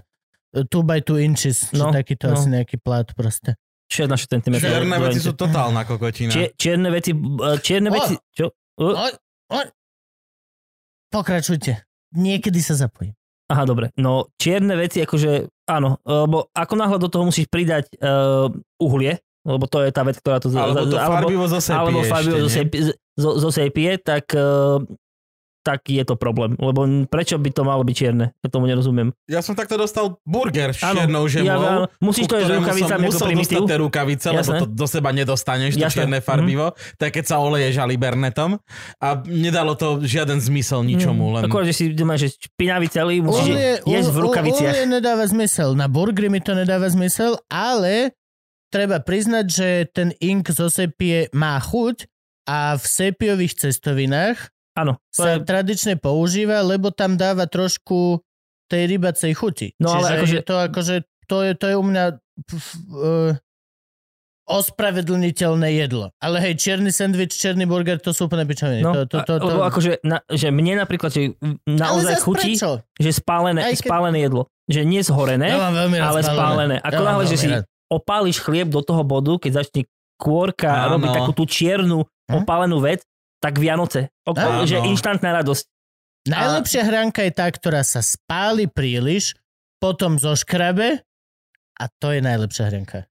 2 by 2 inches, no, No, takýto no. asi nejaký plát proste. 6 na 6 cm. Čierne veci sú totálna kokotina. Čie, čierne veci, e, čierne O! veci, čo? Uh, O, o, pokračujte. Niekedy sa zapojím. aha, dobre. No, čierne veci, akože, áno, lebo ako náhle do toho musíš pridať uh, uhlie, lebo to je tá vec, ktorá to... z- Alebo z- to farbivo zo sepie alebo ešte, farbivo zo, nie? sepi, zo, zo sepie, tak, e, tak je to problém. Lebo prečo by to malo byť čierne? Ja tomu nerozumiem. Ja som takto dostal burger s čiernou áno, žemou. musíš ku to jesť ktorému som rukavicami ako musel dostať primitív. tie rukavice, lebo Jasné. to do seba nedostaneš, to Jasné. Mhm. čierne farbivo. To je keď sa oleješ alibernetom a nedalo to žiaden zmysel ničomu, len No, Mm. Akorát, že si máš že špinavý celý, musíš Uhlie, jesť v u- u- rukaviciach. Uhlie nedáva zmysel. Na burgery mi to nedáva zmysel, ale treba priznať, že ten ink zo sepie má chuť a v sepiových cestovinách Áno, to je sa tradične používa, lebo tam dáva trošku tej rybacej chuti. No, Čiže ale akože- je to, akože, to, je, to je u mňa pf, uh, ospravedlniteľné jedlo. Ale hej, čierny sandwich, čierny burger, to sú úplne pičoviny. No, to, to, to, to, lebo akože, na, že mne napríklad, že ale naozaj zas chutí, Prečo? že spálené, Aj keď... keď- spálené jedlo. Že nie zhorené, Ja mám veľmi rád ale spálené. Ako Ja mám náhle, že veľmi si rád. opáliš chlieb do toho bodu, keď začne kôrka Áno. robiť takú tú čiernu Hm? opálenú vec, tak Vianoce. Ok, Áno. že inštantná radosť. Najlepšia hranka je tá, ktorá sa spáli príliš, potom zoškrabe a to je najlepšia hranka.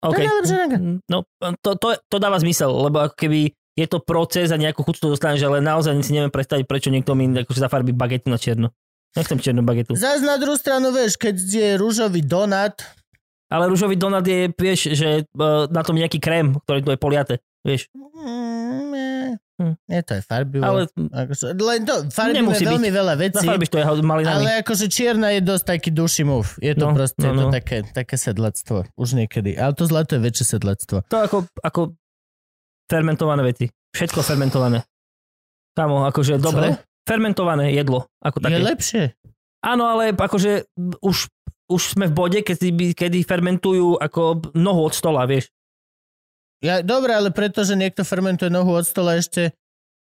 Ok. To je najlepšia hranka. No, to, to, to dáva zmysel, lebo ako keby je to proces a nejakú chuť to dostaneš, ale naozaj si neviem predstaviť, prečo niekto mi akože zafarbí bagetu na čierno. Nechcem čiernu bagetu. Zas na druhú stranu, vieš, keď je rúžový donát, Ale rúžový donát je, vieš, že e, na tom je nejaký krém, ktorý tu je poliate. Vieš, mm, eh, Hm. je to aj farbivo. Ale... ale Len to, farbíme Nemusí byť. veľmi veľa vecí, zafarbíš to je malinami. Ale... ale akože čierna je dosť taký duši move. Je to No, proste no, je to no. také, také sedlactvo. Už niekedy. Ale to zlato je väčšie sedlactvo. To ako, ako fermentované veci. Všetko fermentované. Kámo, akože dobre. Fermentované jedlo. Je Ako také. lepšie. Áno, ale akože už, už sme v bode, keď si, by- kedy fermentujú ako nohu od stola, vieš. Ja, dobre, ale pretože niekto fermentuje nohu od stola ešte,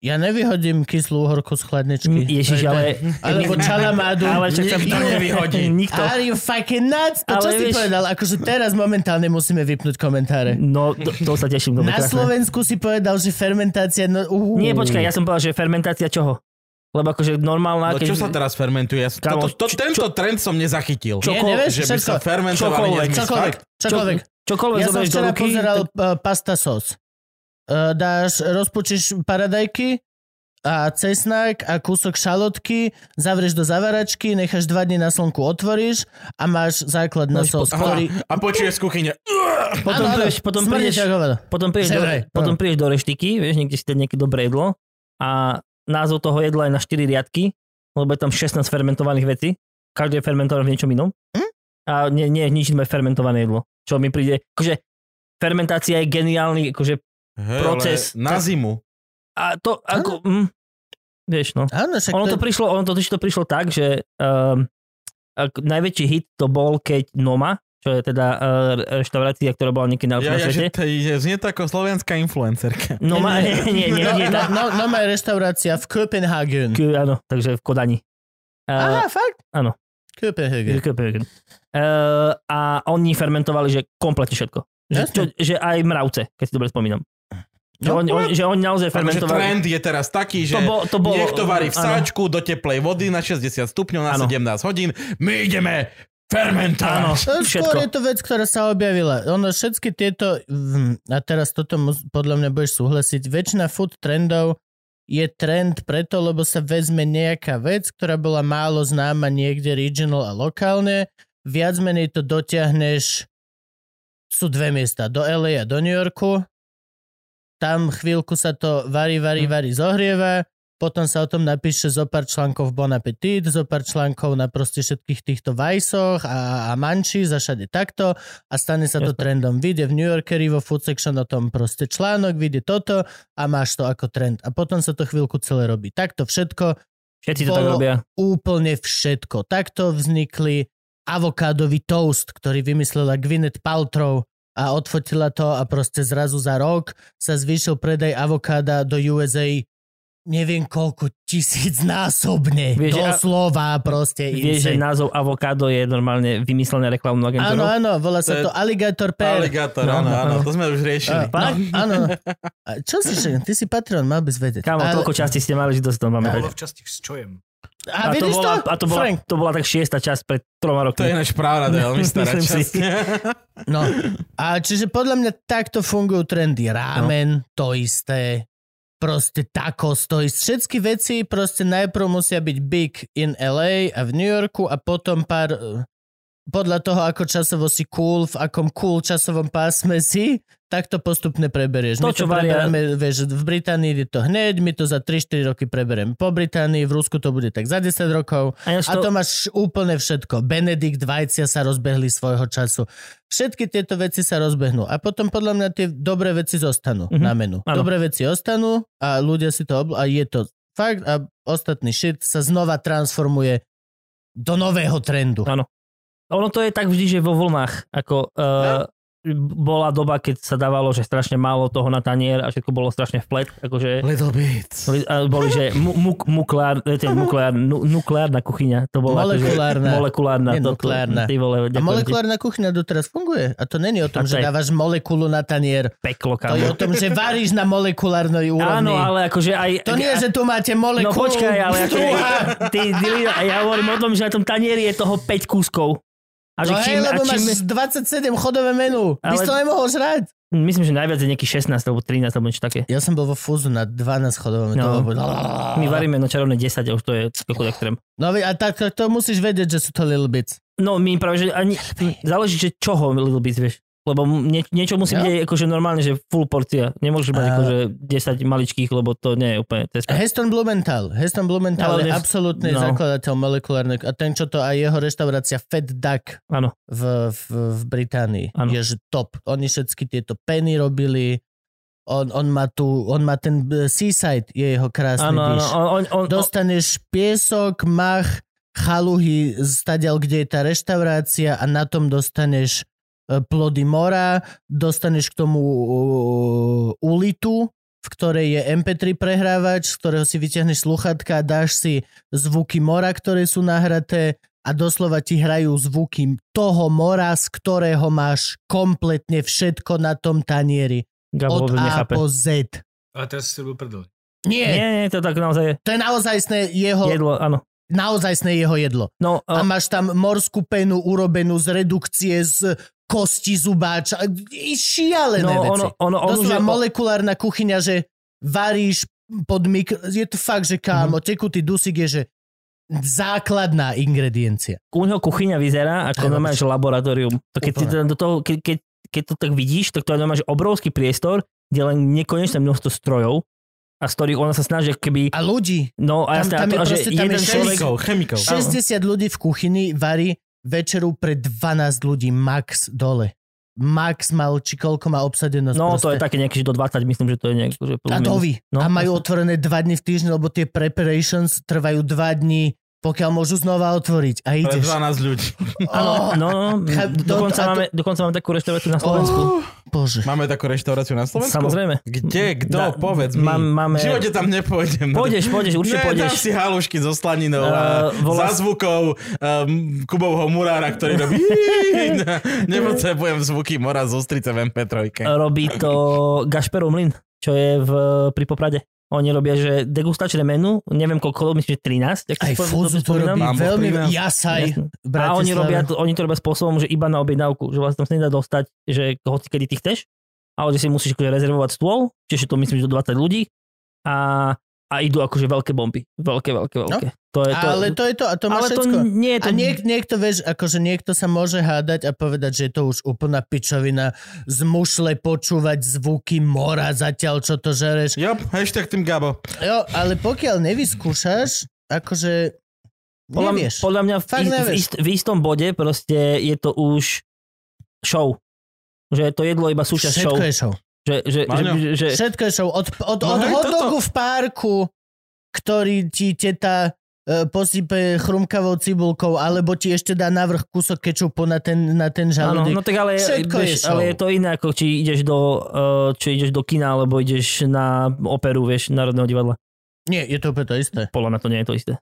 ja nevyhodím kyslú horku z chladničky. Mm, Ježiš, To je- ale... Alebo čalamádu. Ale však sa- nikto nevyhodí. Nikto. Are you fucking nuts? To čo Ale si vieš- povedal? Akože teraz momentálne musíme vypnúť komentáre. No, to, to sa teším. dobre, Na krásne. Slovensku si povedal, že fermentácia... No, uh, Nie, počkaj, ja som povedal, že fermentácia čoho? Lebo akože normálna... No čo sa teraz fermentuje? Ja som- Kámo, toto, to, čo- tento trend som nezachytil. Čoko- Nie, nevieš, že by sa všetko- fermentovali čokoľvek, nezmysly. Čokoľvek, Fakt? čokoľvek. Čokoľvek Ja som e, zoberieš do včera ruky, pozeral uh, pasta sos. Uh, dáš, rozpučíš E, paradajky, a cesnak a kúsok šalotky zavrieš do zavaračky, necháš dva dní na slnku, otvoríš a máš základ na Máš sol, pod- ktorý... A počuješ z kuchyne. Potom Áno, áno, prídeš- potom smrdí prídeš- ako hovado. Potom prídeš, do, Žebraj. potom No. prídeš do reštiky, vieš, niekde si dať nejaké dobré jedlo a názov toho jedla je na 4 riadky, lebo je tam 16 fermentovaných vecí. Každý je fermentovaný v niečom inom. Hm? A nie, nie je nič iné fermentované jedlo. Čo mi príde, akože fermentácia je geniálny, akože Hej, Proces. ale Na zimu. a to ako, mm, vieš no. Áno, však Ono to prišlo, ono to, to prišlo tak, že um, ako, najväčší hit to bol, keď Noma, čo je teda uh, reštaurácia, ktorá bola niekedy na, Ja, ja, na ja, že to svete. je, znie to ako slovenská influencerka. Noma, nie, nie, nie, no, nie, no, tá- no, no, má reštaurácia v Copenhagen. K- áno, takže v Kodani. Uh, Aha, fakt? áno. Copenhagen. Uh, a oni fermentovali, že kompletne všetko. Že, Jasne. čo, že aj mravce, keď si dobre spomínam. Že, No, on, on, že oni naozaj Takže fermentovali. trend je teraz taký, že To bol- to bol- niekto varí v áno. sáčku do teplej vody na 60 stupňov na Áno. 17 hodín. My ideme Áno, fermentovať. Skôr No, všetko. je to vec, ktorá sa objavila. Ono, všetky tieto, hm, a teraz toto mus- podľa mňa budeš súhlasiť, väčšina food trendov je trend preto, lebo sa vezme nejaká vec, ktorá bola málo známa niekde regional a lokálne, viac menej to dotiahneš, sú dve miesta, do LA a do New Yorku, tam chvíľku sa to varí, varí, Hm. varí, zohrieva, potom sa o tom napíše zo pár článkov v Bon Appetit, zo pár článkov na proste všetkých týchto vajsoch a, a manči, za všade takto a stane sa to Jasne. trendom. Vyjde v New Yorkeri vo food section o tom proste článok, vyjde toto a máš to ako trend. A potom sa to chvíľku celé robí. Takto všetko, Všetci to tak bolo- robia. úplne všetko. Takto vznikli avokádový toast, ktorý vymyslela Gwyneth Paltrow a odfotila to a proste zrazu za rok sa zvýšil predaj avokáda do USA neviem koľko tisíc násobne. Vieš, že a- Doslova proste. Vieš, že insane. názov avokádo je normálne vymyslené Áno, reklamnou agentúrou? áno, volá To sa je- to Alligator Pear. Aligátor, No, áno, no, áno, no. to sme už riešili. Á, no, áno. A čo si však? Ty si Patreon, mal by si vedieť. Kámo, Ale- toľko časti ste mali, že to si to máme. Bolo v časti s čojem. A, A, to vidíš bola, to? a to, bola, Frank. to bola tak šiesta časť pred troma To je rokmi. náš právrad, veľmi stará Myslím časť. si. No. A čiže podľa mňa takto fungujú trendy. No. Rámen, to isté. Proste tacos, to isté. Všetky veci proste najprv musia byť big in LA a v New Yorku a potom pár eh, podľa toho, ako časovo si cool, v akom cool časovom pásme si, tak to postupne preberieš. my To, to čo varia- preberáme, vieš, v Británii je to hneď, my to za 3-4 roky preberiem po Británii, v Rusku to bude tak za 10 rokov. A ináč A to máš úplne všetko. Benedikt, Vajcia sa rozbehli svojho času. Všetky tieto veci sa rozbehnú. A potom podľa mňa tie dobré veci zostanú Mhm. mm-hmm. na menu. Áno. Ano. Dobré veci ostanú a ľudia si to... Obl- a je to fakt a ostatný shit sa znova transformuje do nového trendu. Áno. Ono to je tak vždy, že vo vlnách. Ako, uh, bola doba, keď sa dávalo, že strašne málo toho na tanier a všetko bolo strašne flat. Akože, Little bits. boli, a boli že mu, muk, muklár, ne, ten muklár, nu, nukleárna kuchyňa. To bola Molekulárna. Akože, molekulárna. Nie, to- to- nukleárna. Ty vole, A ďakujem ti. molekulárna kuchyňa doteraz funguje. A to není o tom, A to že je- dávaš molekulu na tanier. Peklo, To je kámo. o tom, že varíš na molekulárnej úrovni. Áno, ale akože aj... To nie je, že tu máte molekulu. No počkaj, ale ako, Fúha. ty, ty, ja hovorím o tom, že na tom tanieri je toho 5 kúskov. A No že hej, čím, a lebo máš čím, 27 chodové menu. Ale... By Ale- si to nemohol žrať. Myslím, že najviac je nejakých 16 alebo 13 alebo niečo také. Ja som bol vo Fúzu na 12 chodové menu. No. No, My varíme na čarovné 10 a už to je to chudák trem. no vi- a tak to musíš vedieť, že sú to little bits. No my práve, že ani, záleží, že čoho Little Bits, vieš. Lebo nie, niečo musí No. byť aj akože normálne, že full porcia. Nemôžeš mať A- akože 10 maličkých, lebo to nie je úplne cesta. Heston Blumenthal. Heston Blumenthal je Ale nech- absolútny no. zakladateľ molekulárnej... A ten, čo to aj jeho reštaurácia Fat Duck Áno. v, v, v Británii Áno. ano. je že top. Oni všetky tieto peny robili. On, on, má, tu, on má ten e, Seaside, je jeho krásny Áno, áno, dish. on, on, on, on, dostaneš piesok, mach, chaluhy, stadiaľ, kde je tá reštaurácia a na tom dostaneš e, plody mora, dostaneš k tomu uh, ulitu, v ktorej je MP3 prehrávač, z ktorého si vyťahneš sluchatka, dáš si zvuky mora, ktoré sú nahraté a doslova ti hrajú zvuky toho mora, z ktorého máš kompletne všetko na tom tanieri. Gabo Od vôbec A nechápe. po Z. Ale teraz si robil prdel. Nie, Nie, nie, to tak naozaj je to je naozajstné jeho, jedlo, áno. naozajstné jeho jedlo. No, A a- máš tam morskú penu urobenú z redukcie z kosti zubáča. I šialené no veci. ono, ono, ono, Doslova ono, molekulárna kuchyňa, že varíš pod mik- je to fakt, že Mhm. kámo, tekutý dusík je, že základná ingrediencia. u neho kuchyňa vyzerá ako Aj, normálne, že laboratórium. To keď, si Úplne. teda do toho, keď, keď, keď to tak vidíš, tak to je normálne, že obrovský priestor, kde len nekonečné množstvo strojov a z ktorých ona sa snaží, ako keby... A ľudí, No tam- a jasné, a tam to, je a že proste- tam jeden je človek... Chemikou, chemikou. 60 ľudí v kuchyni varí večeru pre 12 ľudí max dole. Max mal, či koľko má obsadenosť. No proste. to je také nejaké, že do 20, myslím, že to je nejak... Že A dovi. No, No, a majú jasne. otvorené dva dni v týždni, lebo tie preparations trvajú dva dni, pokiaľ môžu znova otvoriť. A Pre ideš. 12 ľudí. Oh, No, no, no, Cha- to- dokonca, a to- Oh, máme, dokonca máme takú reštauráciu na Slovensku. Bože. Máme takú reštauráciu na Slovensku? Samozrejme. Kde, kto, Da- povedz mi. mám- V máme- živote tam nepôjdem. No, Pôjdeš, pôjdeš, určite ne, pôjdeš. dám si halušky so slaninou Eh, a volá- za zvukov um, Kubovho murára, ktorý robí nepotrebujem zvuky mora z ostrice v MP3. Eh, robí to Gašperov mlyn, čo je v, pri Poprade. Oni robia, že degustačné menu, neviem koľko, myslím, že 13. ak Aj si spomínam, Fúzu to dobre spomínam. robí Mám veľmi... prináš- Jasaj. Jasné. v A oni, Bratislave. robia to, oni to robia spôsobom, že iba na objednávku, že vlastne sa nedá dostať, že hoci kedy ty chceš, ale že si musíš akože rezervovať stôl, čiže to myslím, že do 20 ľudí a, a idú akože veľké bomby. Veľké, veľké, veľké. To je to, No, Ale to je to, a to má ale to všetko. nie je to... A niek, niekto, vieš, akože niekto sa môže hádať a povedať, že je to už úplná pičovina, zmušle počúvať zvuky mora zatiaľ, čo to žereš. Jo, hashtag tým Gabo. Jo, ale pokiaľ nevyskúšaš, akože Podľa, nevieš. podľa mňa v, Fakt ist, v, nevieš. ist, v istom bode proste je to už show. Že to jedlo je iba súčasť show. Všetko je show. Že, že, že, Maňo. že, že, Všetko je show. Od, od, No od hej, hodogu v parku, ktorý ti teta e, posype chrumkavou cibulkou, alebo ti ešte dá navrh kúsok kečupu na ten, na ten áno, žalúdek. no tak ale, Všetko je vieš, show. ale je to iné, ako či ideš do, uh, či ideš do kina, alebo ideš na operu, vieš, Národného divadla. Nie, je to úplne to isté. Podľa mňa to nie je to isté.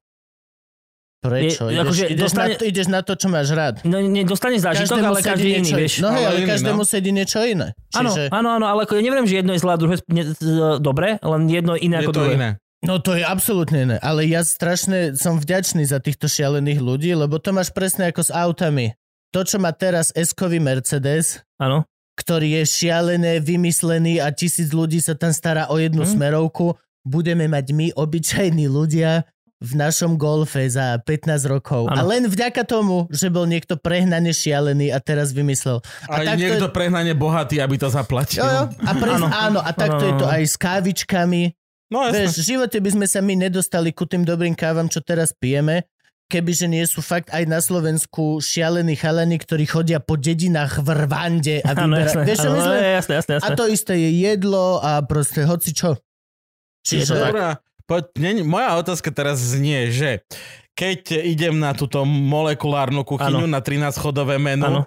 Prečo? Je- ideš, akože ideš, dostane- na to, ideš na to, čo máš rád. No, ne, dostaneš zážitok, ale každý iný, niečo vieš. No hej, Ale ale iný, každému no. sedí niečo iné. Áno, Čiže, áno, áno, ale ako ja neviem, že jedno je zlé a druhé je ne- z- dobre, len jedno je iné Je ako to druhé. iné. no to je absolútne iné, ale ja strašne som vďačný za týchto šialených ľudí, lebo to máš presne ako s autami. To, čo má teraz S-kový Mercedes, Áno. ktorý je šialené, vymyslený a tisíc ľudí sa tam stará o jednu Hm. smerovku, budeme mať my, obyčajní ľudia, v našom golfe za 15 rokov. Áno. A len vďaka tomu, že bol niekto prehnane šialený a teraz vymyslel. Aj takto- niekto prehnane bohatý, aby to Jo, zaplatil. jo. A pre... Áno. áno. áno, a takto Áno, je to áno. aj s kávičkami. No jasné. Vieš, v živote by sme sa my nedostali ku tým dobrým kávam, čo teraz pijeme, kebyže nie sú fakt aj na Slovensku šialení chalani, ktorí chodia po dedinách v Rwande a Áno, vyberajú. jasné, Vieš, čo áno, myslím? je, jasné, jasné, A jasné. to isté je jedlo a proste hoci čo. Je to Čiže... Dobrá, poď, nie, moja otázka teraz znie, že keď idem na túto molekulárnu kuchyňu, na 13-chodové Áno. menu, uh,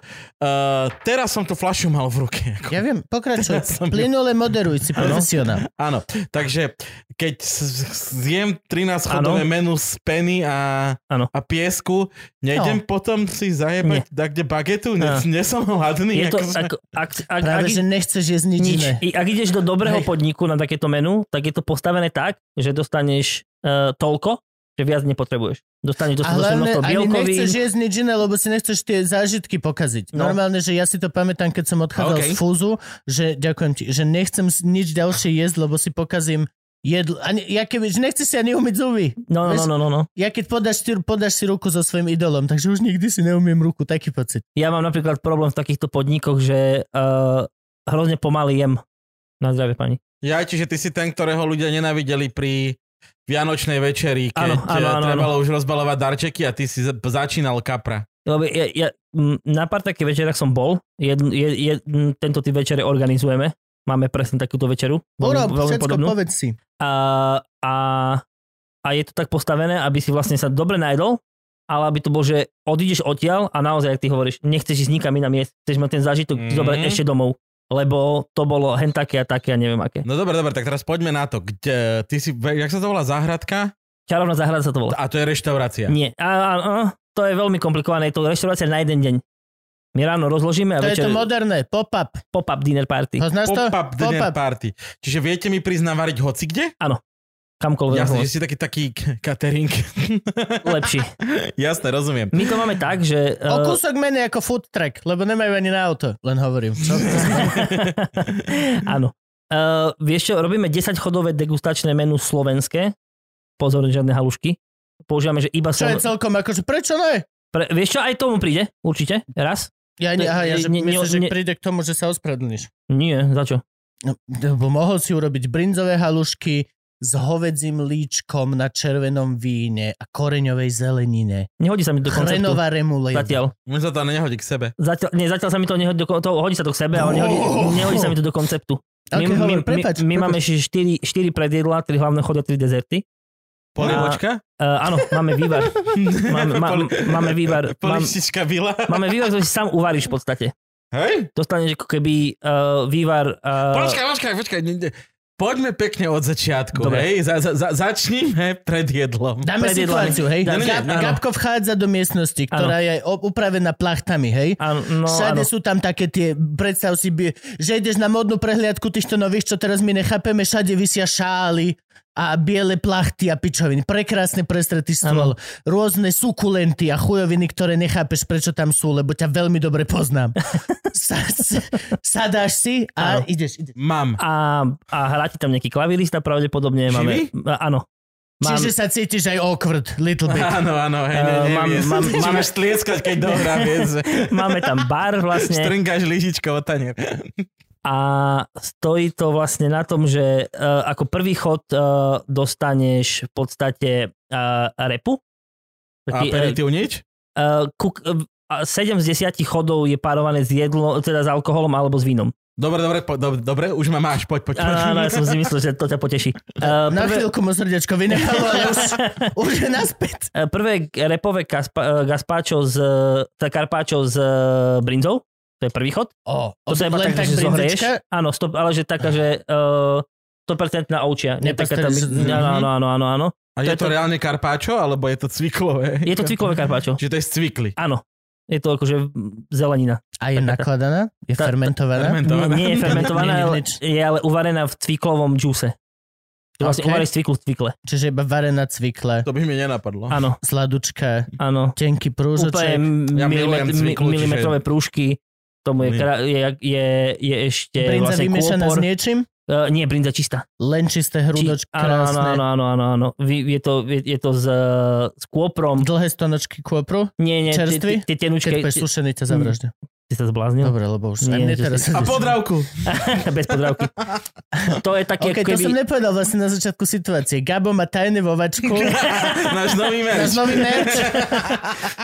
teraz som tú flašu mal v ruke. Ako. Ja viem, pokračuj. Ja som- Plynule moderuj si profesionál. Áno, takže keď s- s- zjem 13-chodové Áno. menu z peny a, Áno. a piesku, nejdem potom si zajebať tak, kde bagetu? Ne, Áno. nie som hladný. Je to, ako sme- ako, ak, ak, ak, Práve, že nechceš jesť nič, nič. iné. I, ak ideš do dobrého Hej. podniku na takéto menu, tak je to postavené tak, že dostaneš uh, toľko, že viac nepotrebuješ. Dostaneš A dostatočné hlavne množstvo ani bielkovín. nechceš jesť nič iné, lebo si nechceš tie zážitky pokaziť. No. No. Normálne, že ja si to pamätám, keď som odchádzal OK. okay. z fúzu, že ďakujem ti, že nechcem s- nič ďalšie jesť, lebo si pokazím jedlo. Ani, ja keby, že nechceš si ani umyť zuby. No, no, vieš- no, no, no. Ja keď podáš, si- podáš si ruku so svojím idolom, takže už nikdy si neumiem ruku, taký pocit. Ja mám napríklad problém v takýchto podnikoch, že uh, hrozne pomaly jem. Na zdravie pani. Ja, čiže ty si ten, ktorého ľudia nenávideli pri Vianočnej večeri, keď Áno, áno, eh, áno, trebalo už rozbalovať darčeky a ty si za- začínal kapra. Lebo ja, ja, mm, na pár takých večerách som bol. Jed, jed, jed, mm, tento typ večere organizujeme. Máme presne takúto večeru. Urob všetko, povedz si. a, a, a je to tak postavené, aby si vlastne sa dobre najedol, ale aby to bol, že odídeš odtiaľ a naozaj, ak ty hovoríš, nechceš ísť nikam inam jesť, chceš mať ten zážitok mm-hmm. Mhm. zobrať ešte domov, lebo to bolo hen také a také a neviem aké. No dobre, dobre, tak teraz poďme na to. Kde, ty si, jak sa to volá, záhradka? Čarovná záhrada sa to volá. A to je reštaurácia. Nie, a, a, a, to je veľmi komplikované, je to reštaurácia na jeden deň. My ráno rozložíme a To je to večer moderné, pop-up. pop-up dinner party. Poznáš to? Pop-up dinner party. Čiže viete mi prísť navariť hoci kde? Kamkoľvek. Jasné, Jasne, že si taký, taký k- catering. Lepší. Jasné, rozumiem. My to máme tak, že... O eh, kúsok menej ako food track, lebo nemajú ani na auto, len hovorím. Čo? Áno. Uh, vieš čo, robíme 10 chodové degustačné menu slovenské. Pozor, žiadne halušky. Používame, že iba Čo je slovenské. celkom akože, prečo ne? Pre, vieš čo, aj tomu príde, určite, raz. Ja, ne, aha, ja že Ne- ne- myslím, že ne- príde k tomu, že sa ospravedlníš. Nie, za čo? No, lebo mohol si urobiť brinzové halušky s hovedzím líčkom na červenom víne a koreňovej zelenine. Nehodí sa mi do konceptu. Chrenová remuléda. Zatiaľ. Mne sa to nehodí k sebe. Zatiaľ, nie, zatiaľ sa mi to nehodí do kon- to, hodí sa to k sebe, ale nehodí, nehodí sa mi to do konceptu. Okay, my, Oh. hovor, my, my, my máme 4, 4 predjedla, 3 hlavné chody a 3 dezerty. Polievočka? Uh, áno, máme vývar. Máme, ma, Poli- máme vývar. Mám, Polištička vila. máme vývar, ktorý si sám uvaríš v podstate. Hej? Dostaneš ako keby uh, vývar... Uh, Počkaj, počkaj, počkaj. ne- ne. Poďme pekne od začiatku, Dobre. hej? Za, za, za, začnime pred jedlom. Dáme pred situáciu, hej? Dáme- Gab, áno. Gabko vchádza do miestnosti, ktorá je o- upravená plachtami, hej? áno, no, Všade áno. sú tam také tie, predstav si, by- že ideš na modnú prehliadku týchto nových, čo teraz my nechápeme, všade vysia šály a biele plachty a pičoviny. Prekrásne prestretý stôl. Rôzne sukulenty a chujoviny, ktoré nechápeš, prečo tam sú, lebo ťa veľmi dobre poznám. Sa, sa, sadáš si a Áno. ideš. ideš. Mám. A, a hrá ti tam nejaký klavirista pravdepodobne. Máme, Živý? a- áno. Mám, Čiže sa cítiš aj awkward, little bit. Áno, áno, hej, Eh, ne, mám- nevie. mám- Čiže máme- máš tlieskať, keď dohrá, vieš. máme tam bar vlastne Štrngáš lyžička o tanier. a stojí to vlastne na tom, že uh, ako prvý chod uh, dostaneš v podstate uh, repu. Taký, eh, Aperitív nič? Uh, kuk, uh, 7 z 10 chodov je párované s jedlo, teda s alkoholom alebo s vínom. Dobre, dobre, po, dobre, dobre, už ma máš, poď, poď. Áno, poď. áno, ja som si myslel, že to ťa poteší. Uh, Na prvé, chvíľku mu srdiečko vynechalo, ale už, už je naspäť. uh, prvé repové kaspa, uh, gazpáčo z, teda karpáčo s uh, brinzou, to je prvý chod. O, To sa iba len tak, že brinzička? zohrieš. Áno, stop, ale že taká, že uh, 100% na ovčia. Nie taká tá, Nepasteriz- áno, áno, áno, áno, áno. A je to je to to- reálne karpáčo, alebo je to Mhm. cviklové? Je to cvikové karpáčo. Čiže to je z cvikly. Áno. Je to akože zelenina. A je nakladaná? Je Tá- tá- fermentovaná? Nie, nie je fermentovaná, Nie, nie, ale nič. je ale uvarená v cviklovom džuse. To vlastne Ok. uvaríš cviklu v cvikle. Čiže iba varená cvikle, To by mi nenapadlo. Áno, sladučka, áno. tenký prúžoček. Úplne Ja milujem milimet- mi- cviklu, čiže- milimetrové prúžky. Tomu je, Nie. krá- je, je, je ešte Brinza vlastne vymiešaná kôpor. s niečím, Eh, nie, brinza čistá. len čisté Či- hrúdočky, áno, áno, áno, krásne. áno, áno, áno. Vy- Je to, je, je to s, eh, s kôprom. Dlhé stonočky kôpru, Nie, nie, tie- Čerstvý? tie- tie tenučké. keď budeš Ty sušený, ťa zavraždia. ty sa zbláznil? Dobre, lebo už Mm. Nie, aj mne že teraz... A podravku. Bez podrávky. To je také, Ok, ako to som keby... nepovedal vlastne na začiatku situácie. Gabo má tajné vovačku, Náš nový náš merch. nový merch,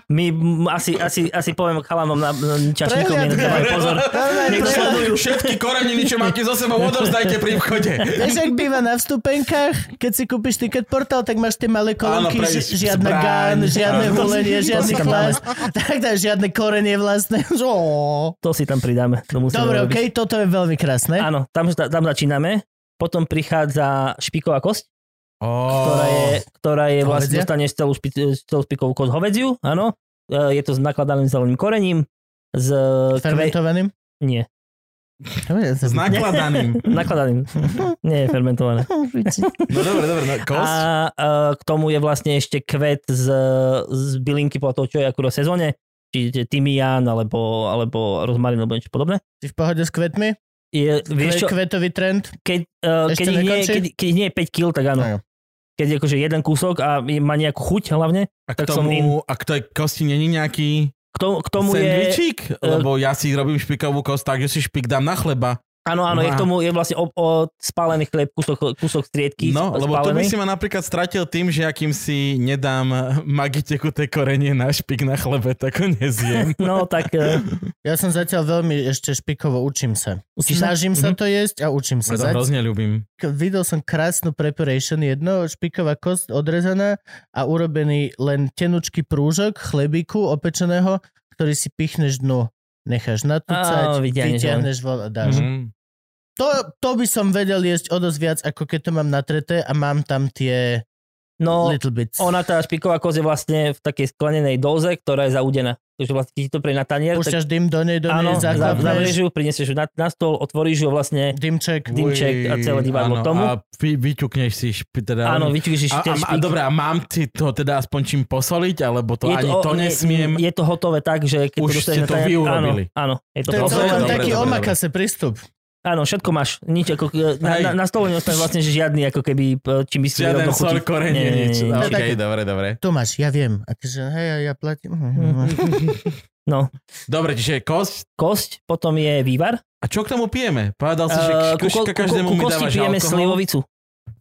My m, asi, asi, asi poviem chalanom na m, čašníkom, Prehliadka. je dávaj pozor. Dobre, Niekto prehliadka. sledujú. Všetky koreniny, čo máte so sebou, odovzdajte pri vchode. Vieš, ak býva na vstupenkách, keď si kúpiš ticket portál, tak máš tie malé kolónky, Áno, pre- ži- žiadna zbraň. gán, žiadne Áno. hulenie, To si žiadny tam dáme. klas, tak dá, žiadne korenie vlastné. Ó. To si tam pridáme. To musíme Dobre, robiť. okej, toto je veľmi krásne. Áno, tam, tam začíname. Potom prichádza špiková kosť, ktorá je, ktorá je vlastne, Oh. Hovedzie? dostaneš celú, špi, celú špikovú kosť hovedziu, áno. E, Je to s nakladaným zeleným korením, s kve... Fermentovaným? Nie, Dobre, ja Oh, S som- nakladaným. nakladaným. Nie je fermentované. No dobre, dobre, no, kosť. A e, k tomu je vlastne ešte kvet z, z bylinky podľa toho, čo je akurát v sezóne, čiže timián alebo, alebo rozmarín alebo niečo podobné. Si v pohode s kvetmi? Je, vieš čo, Kve- Kvetový trend? keď, e, Ešte keď, ich nie, je- nekončí? keď, keď ich nie je 5 kg, tak áno. No jo. Keď je akože jeden kúsok a má nejakú chuť hlavne, A k tak som in. tomu, a k tej kosti není nejaký K tomu, k tomu je... eh, sendvičík? Lebo ja si robím špikovú kost tak, že si špik dám na chleba. Áno, áno, je Aha. k tomu je vlastne o, o spálený chlieb, kúsok, kúsok striedky No, sp- lebo tu by spálený. si ma napríklad stratil tým, že akým si nedám magiteku té korenie na špik na chlebe, tak ho nezjem. No, tak e, Ja som zatiaľ veľmi ešte špikovo, učím sa. Učíš sa? Mhm. Snažím sa to jesť a učím Ja sa. to Zatiaľ- hrozne ľúbim. k- videl som krásnu preparation jedno, špiková kosť odrezaná a urobený len tenučký prúžok chlebiku opečeného, ktorý si pichneš dnu. Necháš natúcať, Á, vytiahneš vytiahneš von a dáš. Mhm. To, to by som vedel jesť o dosť viac, ako keď to mám natreté a mám tam tie no, little bits. ona tá špiková kosť je vlastne v takej sklenenej doze, ktorá je zaudená. Takže vlastne keď ti to prie na tanier, tak Púšťaš dym do nej, do nej, áno, za- zavrieš zaklapneš, ju, prinesieš ju na, na stôl, otvoríš ju vlastne, dymček. Dymček a celé divadlo áno, tomu. A vy, vyťukneš si špi, teda... áno, a, vyčvíš a, a, špik. dobre, a mám ti to teda aspoň čím posoliť, alebo to ani to je- nesmiem. Je to hotové tak, že keď Už to ste dostaneš na to tanier- vy urobili. Áno, áno, je To to je dobre, celkom dobre, taký dobre, dobre. omakase prístup. Áno, všetko máš. Nič ako, na, Hej. na, na stole neostane vlastne že žiadny, ako keby, p- čím by si Žiaden rovno chutil. sor, korenie, Nie, nie, nič. nie, nie. OK, Tak- dobre, dobre. Tomáš, ja viem. Akože, hej, ja- ja platím. hm, No, Dobre, čiže kosť. kosť, potom je vývar. A čo k tomu pijeme? Povedal si, že Eh, k, ku, ko- k, ku, každému ku, mi kosti dávaš pijeme alkohol. slivovicu.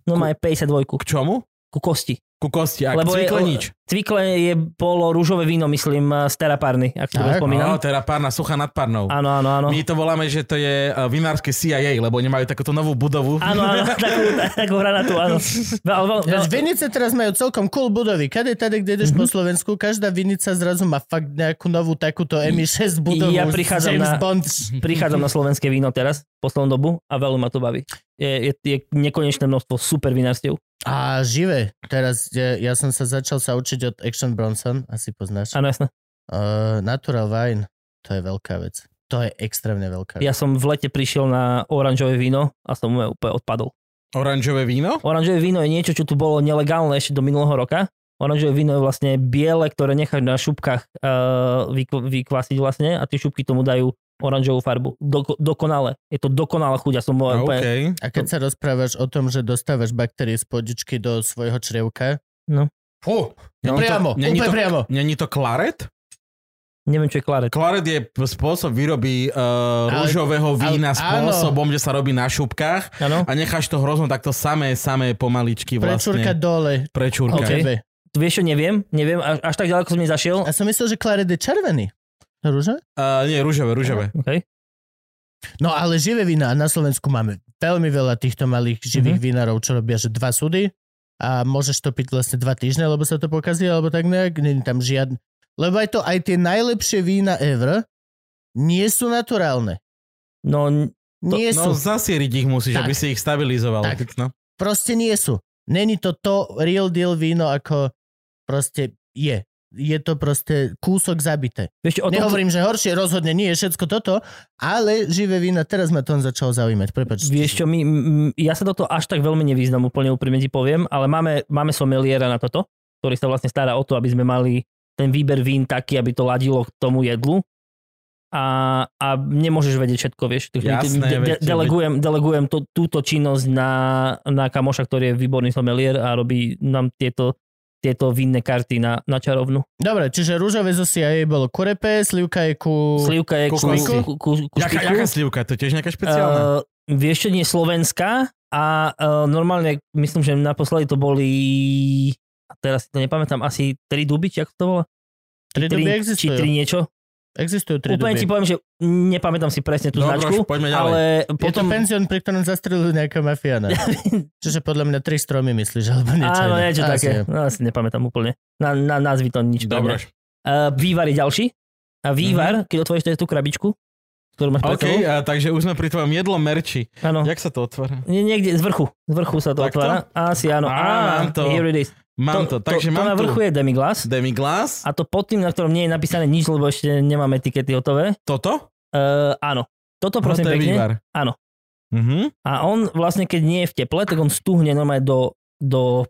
No má 52. K čomu? Ku kosti. Ku kosti. A k Lebo je- cvikle nič. Cvikle je bolo rúžové víno, myslím, z terapárny, ak si Tak. dobre Áno, spomínam. teda párna suchá nad párnou. Áno, áno, áno. My to voláme, že to je eh, vinárske CIA, lebo nemajú takúto novú budovu. Áno, áno, takú, takú hranatú, áno. Veľ, veľ, veľ, Ja, Akože vinice teraz majú celkom cool budovy. Kade tady, kde ideš Mhm. po Slovensku, každá vinica zrazu má fakt nejakú novú takúto MI6 budovu. Ja s prichádzam James na- Mhm. Bond. prichádzam na slovenské víno teraz, poslednú dobu, a veľmi ma to baví. Je, je, je nekonečné množstvo super vinárstiev. A živé. Teraz je, ja som sa začal sa učiť od Action Bronson, asi poznáš. Áno, jasné. Uh, natural Wine, to je veľká vec. To je extrémne veľká vec. Ja som v lete prišiel na oranžové víno a som úplne odpadol. Oranžové víno? Oranžové víno je niečo, čo tu bolo nelegálne ešte do minulého roka. Oranžové víno je vlastne biele, ktoré necháš na šupkách uh, vykvasiť vlastne a tie šupky tomu dajú oranžovú farbu. Doko, dokonale. Je to dokonalá chuť. Ja som bol OK. úplne... A keď sa rozprávaš o tom, že dostávaš baktérie z podičky do svojho črievka, Fú, ja mám priamo, to, není úplne to, priamo. Není to klaret? Neviem, čo je klaret. Klaret je p- spôsob výroby uh, Ale- rúžového ale- vína áno. spôsobom, že sa robí na šupkách Áno. Vlastne. a necháš to hrozno takto samé, samé pomaličky Prečurka vlastne. dole. Prečúrka. OK. Okay. Tebe. Vieš čo, neviem. Neviem, až, až tak ďaleko som nezašiel. Ja som myslel, že klaret je červený. Rúže? Uh, nie, rúžové, rúžové. Okay. No ale živé vína na Slovensku máme veľmi veľa týchto malých živých mm-hmm. vinárov, čo robia, že dva súdy a môžeš to piť vlastne dva týždne, lebo sa to pokazí, alebo tak nejak, není tam žiadne. Lebo aj to, aj tie najlepšie vína ever nie sú naturálne. No, n- Nie No, sú. zasieriť ich musíš, Tak. aby si ich stabilizoval. Tak. No. Proste nie sú. Není to to real deal víno, ako proste je. Je to proste kúsok zabité. vieš čo, o O tom, Nehovorím, že horšie, rozhodne nie je všetko toto, ale živé vína, teraz ma to začalo zaujímať. Prepač. Vieš čo, my, m- ja sa do toho až tak veľmi nevyznam, úplne úprimne ti poviem, ale máme, máme someliera na toto, ktorý sa vlastne stará o to, aby sme mali ten výber vín taký, aby to ladilo k tomu jedlu. A, a nemôžeš vedieť všetko, vieš. Ty- ty- Jasné, de, de, veď- delegujem delegujem to, túto činnosť na, na kamoša, ktorý je výborný somelier a robí nám tieto, tieto vinné karty na, na čarovnu. Dobre, čiže rúžové zo CIA bolo kurepe, slivka je ku... Slivka je Ku ku, kosti. ku, ku, ku Jaká, špiku. jaká slivka? To je tiež nejaká špeciálna? Uh, vieš čo, nie Slovenska a uh, normálne, myslím, že naposledy to boli, a teraz si to nepamätám, asi tri duby, či ako to bolo? Tri Tri, doby či existujú. tri niečo. Existujú tri Úplne doby. ti poviem, že nepamätám si presne tú Dobro, No, značku, už poďme ďalej. ale Je to potom... penzión, pri ktorom zastrelili nejakého mafiána. Čiže podľa mňa tri stromy myslíš, alebo niečo. Áno, iné. niečo Asi také. je. No, asi nepamätám úplne. Na, na názvy to nič. pre mňa. Dobre. Mhm. Uh, vývar je ďalší. A vývar, keď otvoríš to je tú krabičku, ktorú máš pred OK, sebou. a, takže už sme pri tvojom jedlom merči. Áno. Jak sa to otvára? Nie- Niekde z vrchu. Z vrchu sa to Takto? otvára. Asi áno. Á, Á, mám to. Here it is. Mám to, takže to, to mám na tu vrchu je demiglas. demiglas. A to pod tým, na ktorom nie je napísané nič, lebo ešte nemáme etikety hotové. Toto? Uh, áno. Toto no, prosím to je pekne. vývar. Áno. Mhm. A on vlastne, keď nie je v teple, tak on stuhne normálne do, do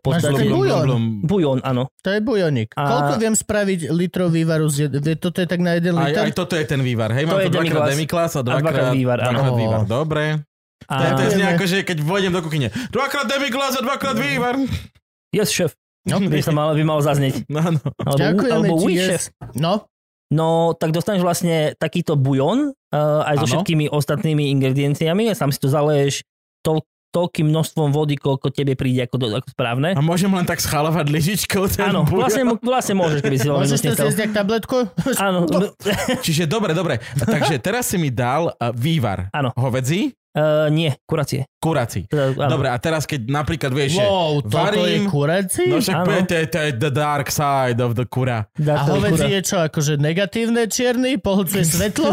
Máš taký podstavy. bujon. Bujon, áno. To je bujonik. A- Koľko viem spraviť litrov vývaru z jed... vie, Toto je tak na jeden Aj, liter? aj toto je ten vývar, hej? To Mám je tu dvakrát demiglas. demiklas a dvakrát dvakrát vývar, áno. dvakrát Ó. vývar. Dobre. A... To je, to je Ďakujeme. ako, že keď vojdem do kuchyne. Dvakrát demiglas a dvakrát vývar. Yes, šéf. No. By sa mal, by mal zaznieť. Áno. Alebo, Ďakujeme alebo ti, oui, yes. šéf. No, No, tak dostaneš vlastne takýto bujon, uh, aj so Áno. všetkými ostatnými ingredienciami. Sám si to zaleješ tol- toľkým množstvom vody, koľko tebe príde ako, do, ako správne. A môžem len tak schalovať lyžičkou ten Áno, bujon. vlastne, mu- vlastne môžeš, keby si veľmi môžeš to chcel. zjesť jak tabletku? Áno, Čiže dobre, dobre. A Takže teraz si mi dal uh, vývar. Áno. Hovedzí, uh, nie, kuracie. kurací. Teda, áno. Dobre, a teraz keď napríklad vieš, že... Wow, toto je varím- kurací? No však áno. to je- to je, to je the dark side of the kura. A Dá sa hovedzi kurá. je čo, akože negatívne čierny, pohľcuje svetlo?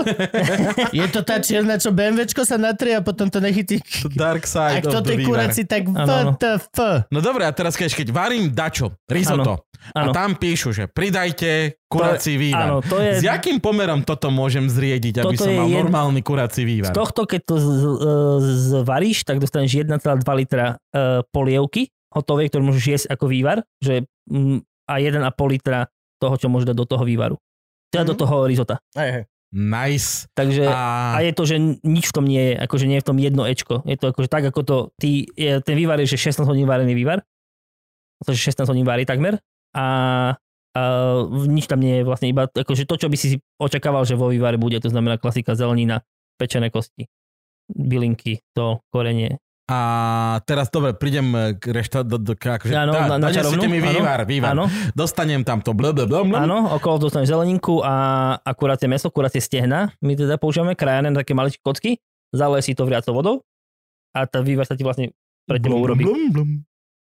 je to tá čierna, čo BMWčko sa natrie a potom to nechytí? The dark A side of kto the tie vývar. kuraci, tak Áno, áno. VTF. No dobre, a teraz keď, keď varím dačo, risotto, Áno. a tam píšu, že pridajte kurací vývar. Áno, to S je... jakým pomerom toto môžem zriediť, aby Toto som je mal jed- normálny kurací Z vývar? tohto, keď to z- z- zvaríš, tak dostaneš 1,2 litra e, polievky hotovej, ktorú môžeš jesť ako vývar, že Mhm. mm, a 1,5 litra toho, čo môžeš dať do toho vývaru. Teda do toho risota. Nice. Takže A, A je to, že nič v tom nie je, akože nie je v tom jedno Ečko. Je to akože tak, ako to, ty, je- ten vývar je, že 16 hodín varený vývar. To, že 16 hodín varí takmer. A, a v- nič tam nie je vlastne iba, akože to, čo by si si očakával, že vo vývare bude, to znamená klasika zelenina, pečené kosti, bylinky, to korenie. a teraz dobre, prídem k rešta... Do, do, k, akože, Áno, dá- na, na donesete čarovnú. mi áno, vývar, vývar. Áno, Dostanem tam to blub, blub, blub, blub. áno, okolo dostaneš zeleninku a akurácie meso, akurácie stehna. My teda používame krajané na také maličké kocky, zaleje si to vriacou vodou a tá vývar sa ti vlastne pre tebou urobí. Blum, blum.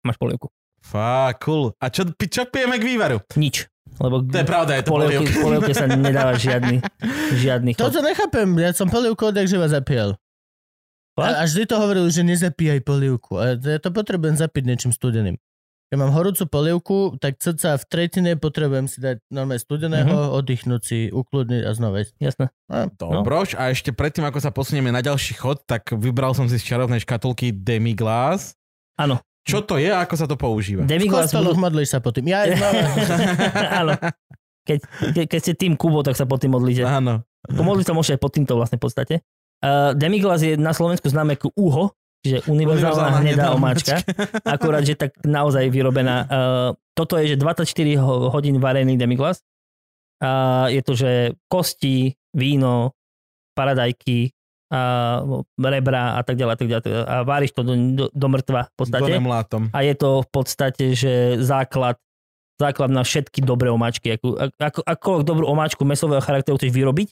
máš polievku. Fá, cool. A čo, pi- čo pijeme k vývaru? Nič. Lebo To je pravda, je to polievke, polievka. polievke sa nedáva žiadny, žiadny chod. Toto nechápem, ja som polievku odjak živa zapíjal. Fakt? A, a vždy to hovorili, že nezapíjaj polievku. A ja to potrebujem zapiť niečím studeným. Keď mám horúcu polievku, tak cca v tretine potrebujem si dať normálne studeného, Mhm. mm-hmm. oddychnúť si, ukludniť a znova ísť. Jasné. no. Dobroš, a ešte predtým, ako sa posunieme na ďalší chod, tak vybral som si z čarovnej škatulky Demiglass. Áno. Čo to je a ako sa to V používa? Demiglas kostoloch budú... modlíš sa po tým. Ja, znova. Áno. Keď, ke, keď ste tým Kubo, tak sa pod tým modlíte. Áno. Pomodliť sa môžete aj pod týmto vlastne v podstate. Uh, Demiglas je na Slovensku známe ako UHO, čiže Univerzálna univerzálna hnedá hnedá omáčka. Akurát, že tak naozaj vyrobená. Uh, toto je, že 24 ho- hodín varený demiglas. Uh, je to, že kosti, víno, paradajky, uh, rebra a tak ďalej. A, tak ďalej. a váriš to do, do, do mŕtva v podstate. Donem látom. A je to v podstate, že základ základ na všetky dobré omáčky. Ako, ako, ako dobrú omáčku mesového charakteru chceš vyrobiť,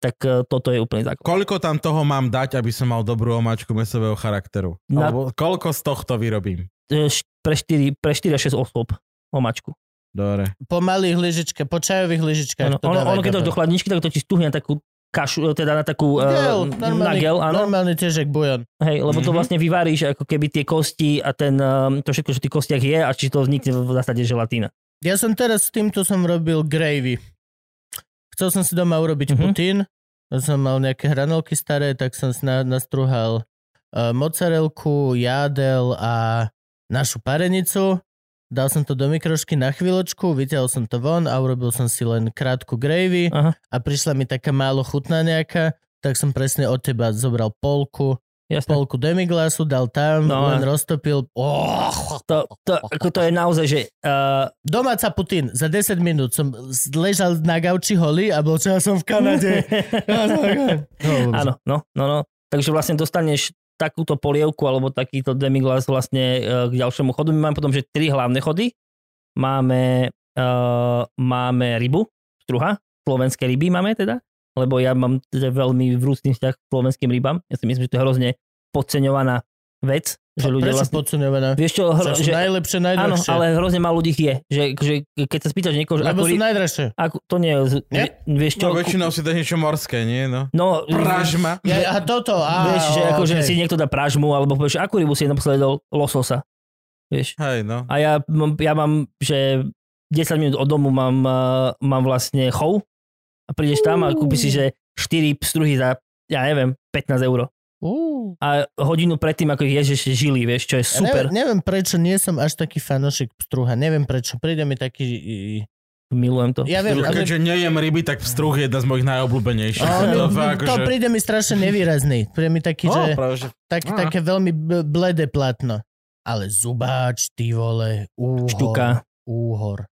tak eh, toto je úplný základ. Koľko tam toho mám dať, aby som mal dobrú omáčku mesového charakteru? Na- Alebo koľko z tohto vyrobím? Eh, š- Pre 4, pre 4 až 6 osôb omáčku. Dobre. po malých lyžičkách, po čajových lyžičkách. Ano, ono, dávaj ono, keď do dáš do toho. chladničky, tak to ti stuhne na takú kašu, eh, teda na takú Gel, gel, na normálny- No. gel, áno. Normálny tiež jak bujon. Hej, lebo to Mhm. vlastne vyvaríš ako keby tie kosti a ten, eh, to všetko, čo v tých kostiach je a či to vznikne v zásade želatína. Ja som teraz s týmto som robil gravy. Chcel som si doma urobiť Mhm. mm-hmm. putín, som mal nejaké hranolky staré, tak som si na, nastruhal uh, mozzarelku, jádel a našu parenicu. Dal som to do mikrošky na chvíľočku, vytiahol som to von a urobil som si len krátku gravy Aha. a prišla mi taká málo chutná nejaká, tak som presne od teba zobral polku, Jasné. polku demiglasu, dal tam, No, no, len a- roztopil. Oh, To, to, ako to je naozaj, že eh, Domáca Putin, za 10 minút som s- ležal na gauči holý a bol čo ja som v Kanade. Ja som v Kanade. No, vôbec. Áno, no, no, no. Takže vlastne dostaneš takúto polievku alebo takýto demiglas vlastne e, k ďalšiemu chodu. My máme potom, že tri hlavné chody. Máme, e, máme rybu, struha, slovenské ryby máme teda, lebo ja mám teda veľmi vrúcný vzťah k slovenským rybám. Ja si myslím, že to je hrozne podceňovaná vec, že ľudia Prečo vlastne... podceňované? Vieš čo, Hro, hro, že... že, najlepšie, áno, najdrahšie. ale hrozne málo ľudí ich je. Že, že keď sa spýtaš niekoho, že Lebo ako, sú ry- najdrahšie. ako, to nie je, Nie? vieš čo, No väčšinou si dáš niečo morské, nie? No. no, Pražma. Ja, a toto, á, vieš, že akože okay. si niekto dá pražmu, alebo povieš, akú rybu si naposledy jedol lososa. Vieš. Hej, no. A ja, mám- ja mám, že 10 minút od domu mám, eh, mám vlastne chov a prídeš tam a kúpiš si, že 4 pstruhy za, ja neviem, 15 eur. Uú. A hodinu predtým, ako ich ješ, ešte žili, vieš, čo je Ja super. Neviem, neviem, prečo nie som až taký fanošik pstruha. Neviem prečo. Príde mi taký... i- Milujem to. Ja viem, ale... Keďže nejem ryby, tak struh je jedna z mojich najobľúbenejších. A on- to, fakt, to že- príde mi strašne nevýrazný. Príde mi taký, No, že... práve, že... Tak, Á. Také veľmi b- bledé plátno. Ale zubáč, ty vole, úhor. Štuka. Úhor.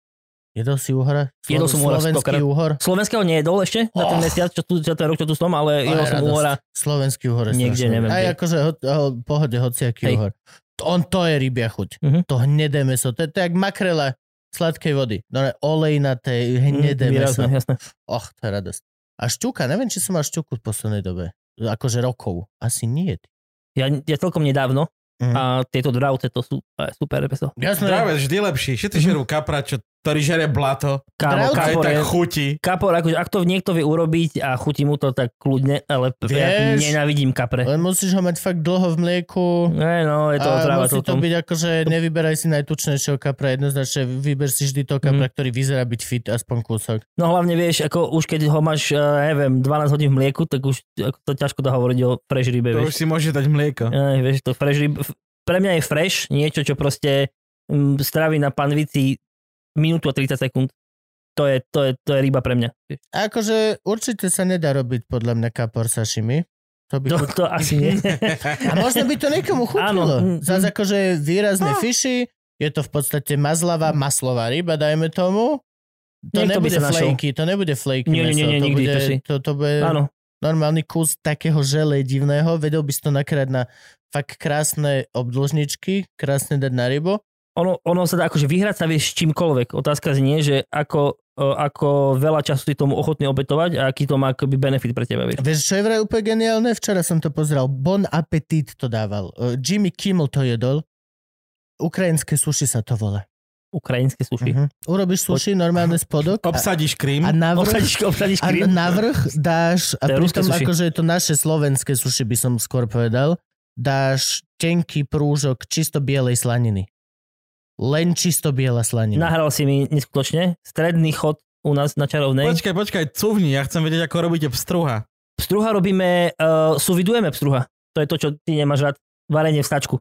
Jedol si úhora? Jedol som úhora Slovenský stokrát. úhor? Slovenského nejedol ešte za Och. ten mesiac, čo, tu, čo ten rok, čo tu som, ale jedol Aj som radosť. úhora. Slovenský úhor je Niekde, strašný. neviem, Aj kde. akože ho, ho, pohode, hociaký Hej. úhor. To- On to je rybia chuť. Mhm. To hnedé meso. To je, to je jak makrela sladkej vody. No ne, olejnaté, hnedé Mm, meso. Jasné, jasné. Och, to je radosť. A šťuka, neviem, či som mal šťuku v poslednej dobe. Akože rokov. Asi nie. Ja, ja celkom nedávno Mhm. a tieto dravce, to sú eh, super meso. Jasné. Dravec vždy lepší. Všetci žerú kapra, čo, ktorý žere blato. Dravce. Kámo, Kaj kapor tak je- chutí. Kapor, akože ak to niekto vie urobiť a chutí mu to, tak kľudne, ale Vieš? ja Vieš? nenávidím kapre. Len musíš ho mať fakt dlho v mlieku. Ne, no, je to A otráva musí to celkom. byť ako, že nevyberaj si najtučnejšieho kapra, jednoznačne vyber si vždy toho kapra, Mhm. ktorý vyzerá byť fit, aspoň kúsok. No hlavne vieš, ako už keď ho máš, eh, neviem, 12 hodín v mlieku, tak už ako to ťažko dá hovoriť o fresh rybe, To už vieš. si môže dať mlieko. Aj, vieš, to fresh ryb... f- Pre mňa je fresh niečo, čo proste mm, strávi na panvici minútu a 30 sekúnd. to je, to je, to je ryba pre mňa. Akože určite sa nedá robiť podľa mňa kapor sašimi. To by To, chut... to asi nie. A možno by to niekomu chutilo. Áno. Mm, Zas akože výrazné No. fiši, je to v podstate mazlava, maslová ryba, dajme tomu. To Niekto by nebude sa našiel. flaky, to nebude flaky Nie, nie, nie, nie, meso, to nikdy, bude, to si- to, to bude Áno. normálny kus takého žele divného, vedel by si to nakrát na fakt krásne obdĺžničky, krásne dať na rybu. Ono, ono sa dá akože vyhrať sa vieš s čímkoľvek. Otázka znie, že ako, e, ako veľa času ty tomu ochotný obetovať a aký to má akoby benefit pre teba. Vieš. Vieš, čo je vraj úplne geniálne? Včera som to pozrel. Bon Appetit to dával. E, Jimmy Kimmel to jedol. Ukrajinské suši sa to volá. Ukrajinské suši. Mhm. Urobíš suši normálne spodok a, Obsadíš Krym. a navrh Obsadíš, obsadíš a krym. navrh dáš, a To je ruské pritom suši. akože je to naše slovenské suši, by som skôr povedal, dáš tenký prúžok čisto bielej slaniny. Len čisto biela slanina. Nahral si mi neskutočne stredný chod u nás na čarovnej. Počkaj, počkaj, cuvni, ja chcem vedieť, ako robíte pstruha. Pstruha robíme, uh, suvidujeme pstruha. To je to, čo ty nemáš rád. Varenie v stačku.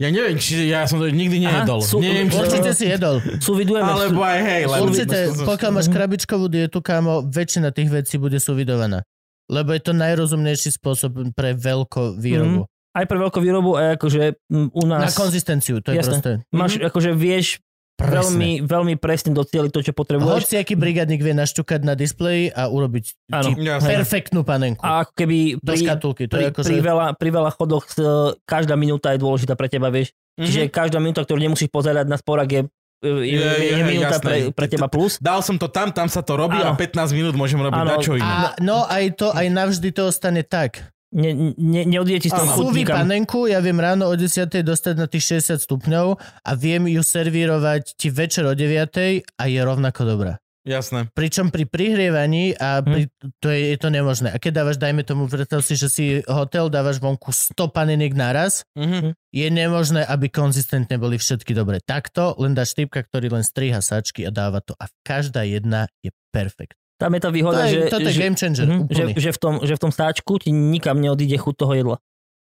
Ja neviem, či ja som to nikdy Aha, nejedol. sú- neviem, či... Určite si jedol. Suvidujeme. Alebo aj hej, lebo... Určite, pokiaľ máš krabičkovú dietu, kámo, väčšina tých vecí bude suvidovaná. Lebo je to najrozumnejší spôsob pre veľkú výrobu. Mm, aj pre veľkú výrobu, aj akože mm, u na nás konzistenciu, to je Jasné. proste máš, akože vieš presné. veľmi, veľmi presne docieliť to, čo potrebuješ. Hoci aký brigadník vie našťukať na displeji a urobiť Áno. ti perfektnú panenku. A ako keby do pri, škatulky, to je pri, akože... pri, veľa, pri veľa chodoch e, každá minúta je dôležitá pre teba, vieš. Mhm. Mhm. Čiže každá minúta, ktorú nemusíš pozerať na sporák je, je, je, Je- je, je- je jasné. minúta pre, pre teba plus. Dal som to tam, tam sa to robí a Áno. 15 minút môžem robiť Áno. na čo iné. A no aj to, aj navždy to ostane tak. Ne, ne, neodjde ti z toho Áno. chuť Súvi nikam. panenku, ja viem ráno o 10. dostať na tých 60 stupňov a viem ju servírovať ti večer o 9. a je rovnako dobrá. Jasné. Pričom pri prihrievaní a pri, to je, je to nemožné. A keď dávaš, dajme tomu, predstav si, že si hotel, dávaš vonku 100 paneniek naraz, Mhm. je nemožné, aby konzistentne boli všetky dobre. Takto len dáš typka, ktorý len striha sačky a dáva to. A každá jedna je perfekt. Tam je tá To výhoda, je, že, toto je že, game changer. mhm, že, úplný. že, v tom, že v tom stáčku ti nikam neodíde chuť toho jedla.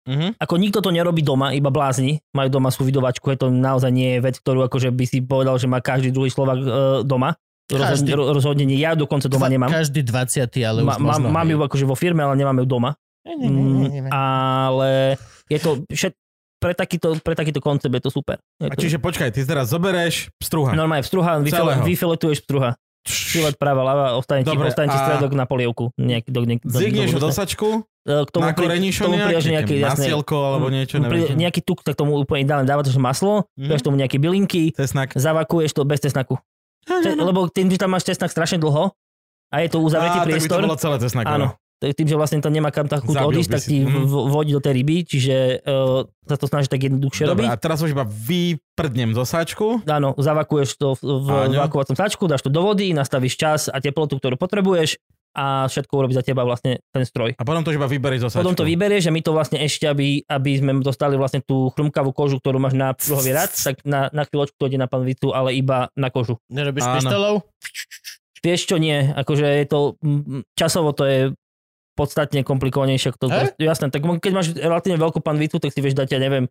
Mhm. Ako nikto to nerobí doma, iba blázni. Majú doma súvidovačku, je to naozaj nie je vec, ktorú akože by si povedal, že má každý druhý Slovak e, doma. Rozhodne, Každý. ro- rozhodne nie. Ja dokonca doma Dva- nemám. Každý 20, ale už Ma, mám, možno. mám ju akože vo firme, ale nemám ju doma. Mm, ale je to všet, pre, takýto, pre takýto koncept je to super. Je A to, čiže počkaj, ty teraz zobereš pstruha. Normálne vstruha, vyfile, Celého. vyfiletuješ vstruha. Filet práva, ľava, ostane ti, Dobre, ostane ti a- stredok na polievku. Nejaký, do, nek, do, Zigneš ho do, do sačku, E, k tomu, na pri- k korenišo tomu pridaš nejaký, nejaký, na jasné, sielko alebo Mm, niečo, pri- neviem. nejaký tuk, tak tomu úplne ideálne dávaš maslo, Mhm. dáš tomu nejaké bylinky, Cesnak. zavakuješ to bez cesnaku. no, Te, lebo tým, že tam máš cesnak strašne dlho a je to Á, tak uzavretý by to priestor, bolo celé cesnakové. no. Áno. t- tým, že vlastne to nemá kam tá chuť Zabil odísť, by tak si. ti Mhm. v- vodí do tej ryby, čiže uh, sa to snaží tak jednoduchšie Dobre, a robiť. teraz už iba vyprdnem zo sačku. Áno, zavakuješ to v, v Áňo. vakuovacom sačku, dáš to do vody, nastavíš čas a teplotu, ktorú potrebuješ a všetko urobí za teba vlastne ten stroj. A potom to už iba vyberieš zo sačku. Potom to vyberieš a my to vlastne ešte, aby, aby sme dostali vlastne tú chrumkavú kožu, ktorú máš na pruhový rad, tak na, na chvíľočku to ide na panvicu, ale iba na kožu. Nerobíš Áno. pištolov? Vieš čo, nie, akože je to, mm, časovo to je podstatne komplikovanejšie. ako To, Eh? Jasné, tak keď máš relatívne veľkú panvicu, tak si vieš dať, ja neviem,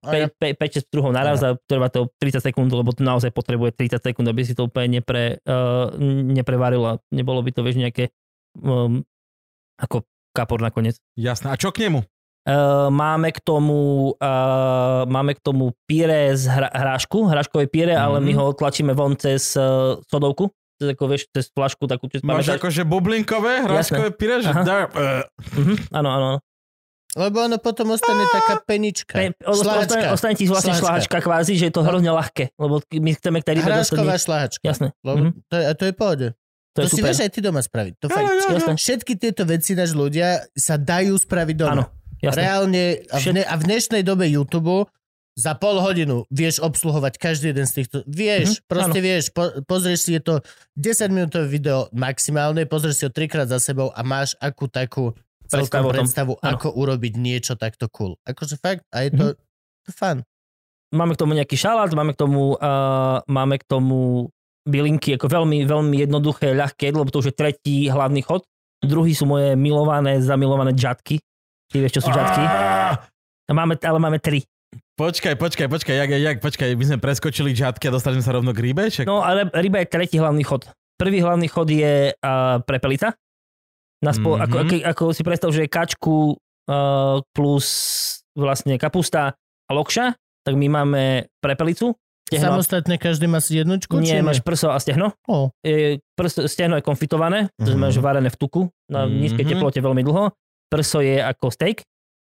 Áno. 5-6 pstruhov naraz a trvá to 30 sekúnd, lebo to naozaj potrebuje 30 sekúnd, aby si to úplne nepre, uh, neprevarilo. Nebolo by to, vieš, nejaké um, ako kapor nakoniec. Jasné. A čo k nemu? Uh, máme k tomu uh, máme k tomu píre z hra, hrášku, hráškové píre, mm-hmm. ale my Mhm. ho tlačíme von cez uh, sodovku, cez, ako, vieš, cez flašku takú, čo si Máš pamätáš. akože bublinkové, hráškové pire, že e, Aha. dá, Mhm, Áno, áno. áno. Lebo ono potom ostane taká penička. Pe- o- Ostane, Šláhačka. ostane ti vlastne Šláhačka. šláhačka kvázi, že je to hrozne ľahké, lebo my chceme k tej rybe dostať... Hrášková nie- šláhačka. Jasné. Lebo Mhm. to je, a to je pohode. To, To, je si super. vieš aj ty doma spraviť. To fakt. Jasné. Všetky tieto veci náš ľudia sa dajú spraviť doma. Áno, jasné. Reálne a v, Všet- ne, a v dnešnej dobe YouTube za pol hodinu vieš obsluhovať každý jeden z týchto. Vieš, Mhm, proste vieš, po, pozrieš si, je to 10 minútové video maximálne, pozrieš si ho trikrát za sebou a máš akú takú Predstavu o celkom tom. predstavu, Áno. Mhm. ako urobiť niečo takto cool. Akože fakt, a je to mm-hmm. fun. máme k tomu nejaký šalát, máme k tomu, uh, máme k tomu bylinky, ako veľmi, veľmi jednoduché, ľahké jedlo, lebo to už je tretí hlavný chod. Druhý sú moje milované, zamilované džatky. Ty vieš, čo sú džatky? Á, A Máme, ale máme tri. Počkaj, počkaj, počkaj, jak, jak, počkaj, my sme preskočili žadky a dostali sme sa rovno k rybe, čak... No ale ryba je tretí hlavný chod. Prvý hlavný chod je uh, prepelica. Na spo- Mhm. mm-hmm. ako, ako, ako si predstav, že je kačku uh, plus vlastne kapusta a lokša, tak my máme prepelicu. Stehno, Samostatne každý má si jednučku? či nie, máš prso a stehno. O, E, prso, stehno je konfitované, to Mhm. mm-hmm. máš varené v tuku na Mhm. nízkej teplote veľmi dlho. Prso je ako steak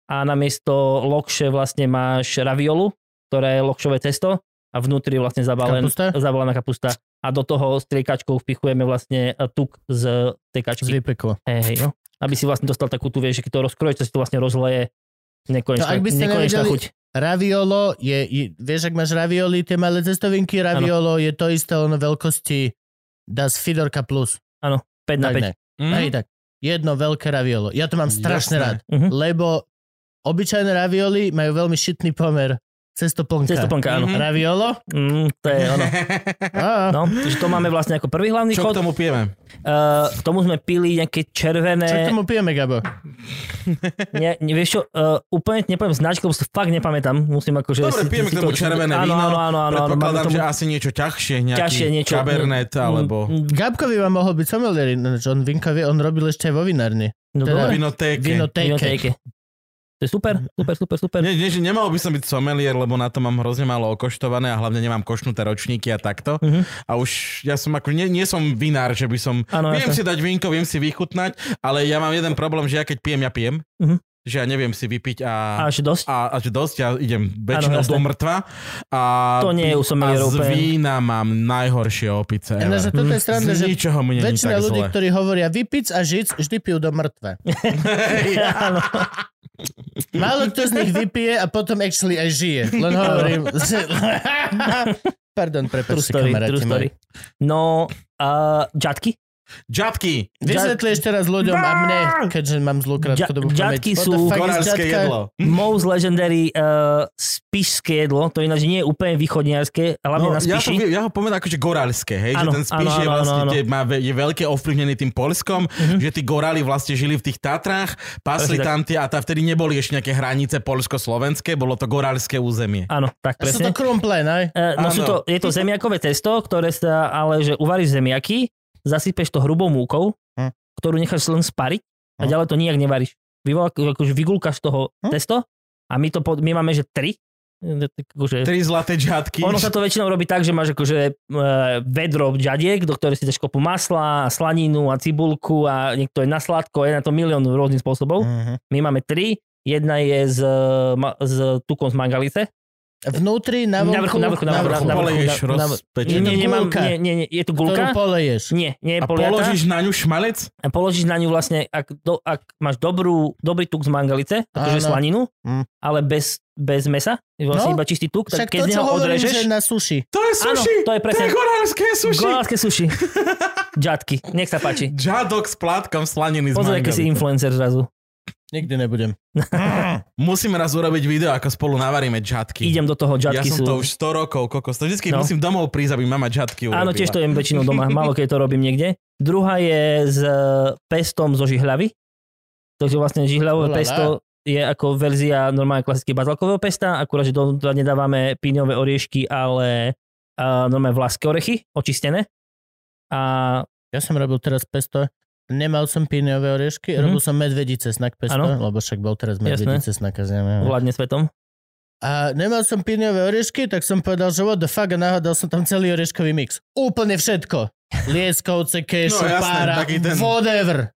a namiesto lokše vlastne máš raviolu, ktoré je lokšové cesto a vnútri je vlastne zabalen, Kapusta? zabalená kapusta. A do toho striekačkou vpichujeme vlastne e, tuk z tej z kačky. vypeklo. Hej, hej, no. Aby si vlastne dostal takú tú, vieš, že keď to rozkroješ, to si to vlastne rozleje No, nekonečná, ak by ste nekonečná nevedeli- chuť. Raviolo je, je, vieš, ak máš ravioli, tie malé cestovinky, raviolo je to isté, ono veľkosti Das Fidorka plus. 5 na Tak 5. ne. Hm? Hej, tak. Jedno veľké raviolo. Ja to mám strašne Jasné. rád, Mhm. lebo obyčajné ravioli majú veľmi šitný pomer. Cestoponka. Cestoponka, áno. Mhm. Raviolo? Mm, to je ono. Á, No, že to máme vlastne ako prvý hlavný Čo chod. k tomu pijeme? Uh, k tomu sme pili nejaké červené... Čo k tomu pijeme, Gabo? Ne, ne, vieš čo, uh, úplne ti nepoviem značku, lebo si to fakt nepamätám. Musím akože... Dobre, pijeme k tomu červené áno, víno. Áno, áno, áno. áno máme Predpokladám, tomu že asi niečo ťažšie, nejaký ťažšie niečo. kabernet alebo Mm, mm, Gabkovi vám mohol byť somelier, ináč on vinkovi, on robil ešte aj vo vinárni. No, Teda- dobre. vinotéke. Vinotéke. Vinotéke. To je super, super, super, super. Mm. Nie, nie, že nemal by som byť somelier, lebo na to mám hrozne málo okoštované a hlavne nemám košnuté ročníky a takto. Mhm. A už ja som ako, nie, nie som vinár, že by som... Áno, viem No, si jasné. dať vínko, viem si vychutnať, ale ja mám jeden problém, že ja keď pijem, ja pijem. Mhm. Že ja neviem si vypiť a... Až dosť. a až dosť, ja idem väčšinou jasné. do mŕtva. A To nie je u A z somelierov úplne. vína mám najhoršie opice. ever. Ináč, že toto je Z sranda, že ničoho mi není väčšina tak ľudí, zle. ktorí hovoria vypic a žic, vždy pijú do mŕtve. Áno. Málo kto z nich vypije a potom actually aj žije. Len hovorím, že... Pardon, True prepáčte, story, true kamaráti story. moji. No, uh, džatky? Žabky! Vysvetli ešte raz ľuďom a mne, keďže mám zlú krátkodobú pamäť. Ža- žatky What the sú- fuck is Koránske žatka? jedlo. Most Legendary uh, spišské jedlo, to ináč nie je úplne východniarské, hlavne no, na ja, som, spiši. ja ho pomenujem akože goralské, hej, že Áno, ten spíš áno, je áno, vlastne, áno, áno. tie- má, ve- je veľké ovplyvnený tým Polskom, že tí gorali vlastne žili v tých Tatrách, pasli Presne tak. tam tie, a tá vtedy neboli ešte nejaké hranice polsko-slovenské, bolo to goralské územie. Áno, tak Sú to presne. krumple, ne? E, no Áno. sú to, je to zemiakové testo, ktoré sa, ale že uvaríš zemiaky, zasypeš to hrubou múkou, Hm. ktorú necháš len spariť a Hm. ďalej to nijak nevaríš. Vyvolá, akože vygulkaš toho Hm. testo a my to po, my máme, že tri. E, tak Akože, Tri zlaté žatky. Ono sa to väčšinou robí tak, že máš akože e, vedro ďadiek, do ktorého si dáš kopu masla, a slaninu a cibulku a niekto je na sladko, je na to milión rôznych spôsobov. Mhm. My máme tri, jedna je z, e, ma, z tukom z mangalice. Vnútri, na Na vonku, vrchu, na vrchu, na vrchu, na vrchu. poleješ na- na- rozpečené. Nie, nie, nemám, Gulka. nie, nie, nie, je tu ktorú gulka. poleješ. Nie, nie je A poliata. položíš na ňu šmalec? a položíš na ňu vlastne, ak, do, ak máš dobrú, dobrý tuk z mangalice, akože Áno. slaninu, Hm. Mm. ale bez, bez mesa, je No. vlastne iba čistý tuk, tak Však keď to, z čo neho hovorím, odrežeš... že na suši. To je Áno, sushi! to je presne. To je goralské sushi! Gorálske suši. Džatky, nech sa páči. Žadok s plátkom slaniny z Pozri, aký mangalice. si influencer zrazu. Nikdy nebudem. Musím raz urobiť video, ako spolu navaríme žatky. Idem do toho, ja žatky som sú... to už 100 rokov, kokos. To vždycky No. musím domov prísť, aby mama žatky urobila. Áno, tiež to jem väčšinou doma, málo keď to robím niekde. Druhá je s e, pestom zo žihľavy. Takže vlastne žihľavové Ulala. pesto je ako verzia normálne klasického bazalkového pesta, akurát, že do do- nedávame píňové oriešky, ale uh, normálne vlaské orechy, očistené. A Ja som robil teraz pesto. Nemal som píňové oriešky, Mhm. robil som medvedice snak pesto, Áno. lebo však bol teraz medvedice snak. a zjeme. vládne svetom. A nemal som píňové oriešky, tak som povedal, že what the fuck a nahodil som tam celý orieškový mix. Úplne všetko. Lieskovce, kešu, No, jasné, pára, taký ten- whatever.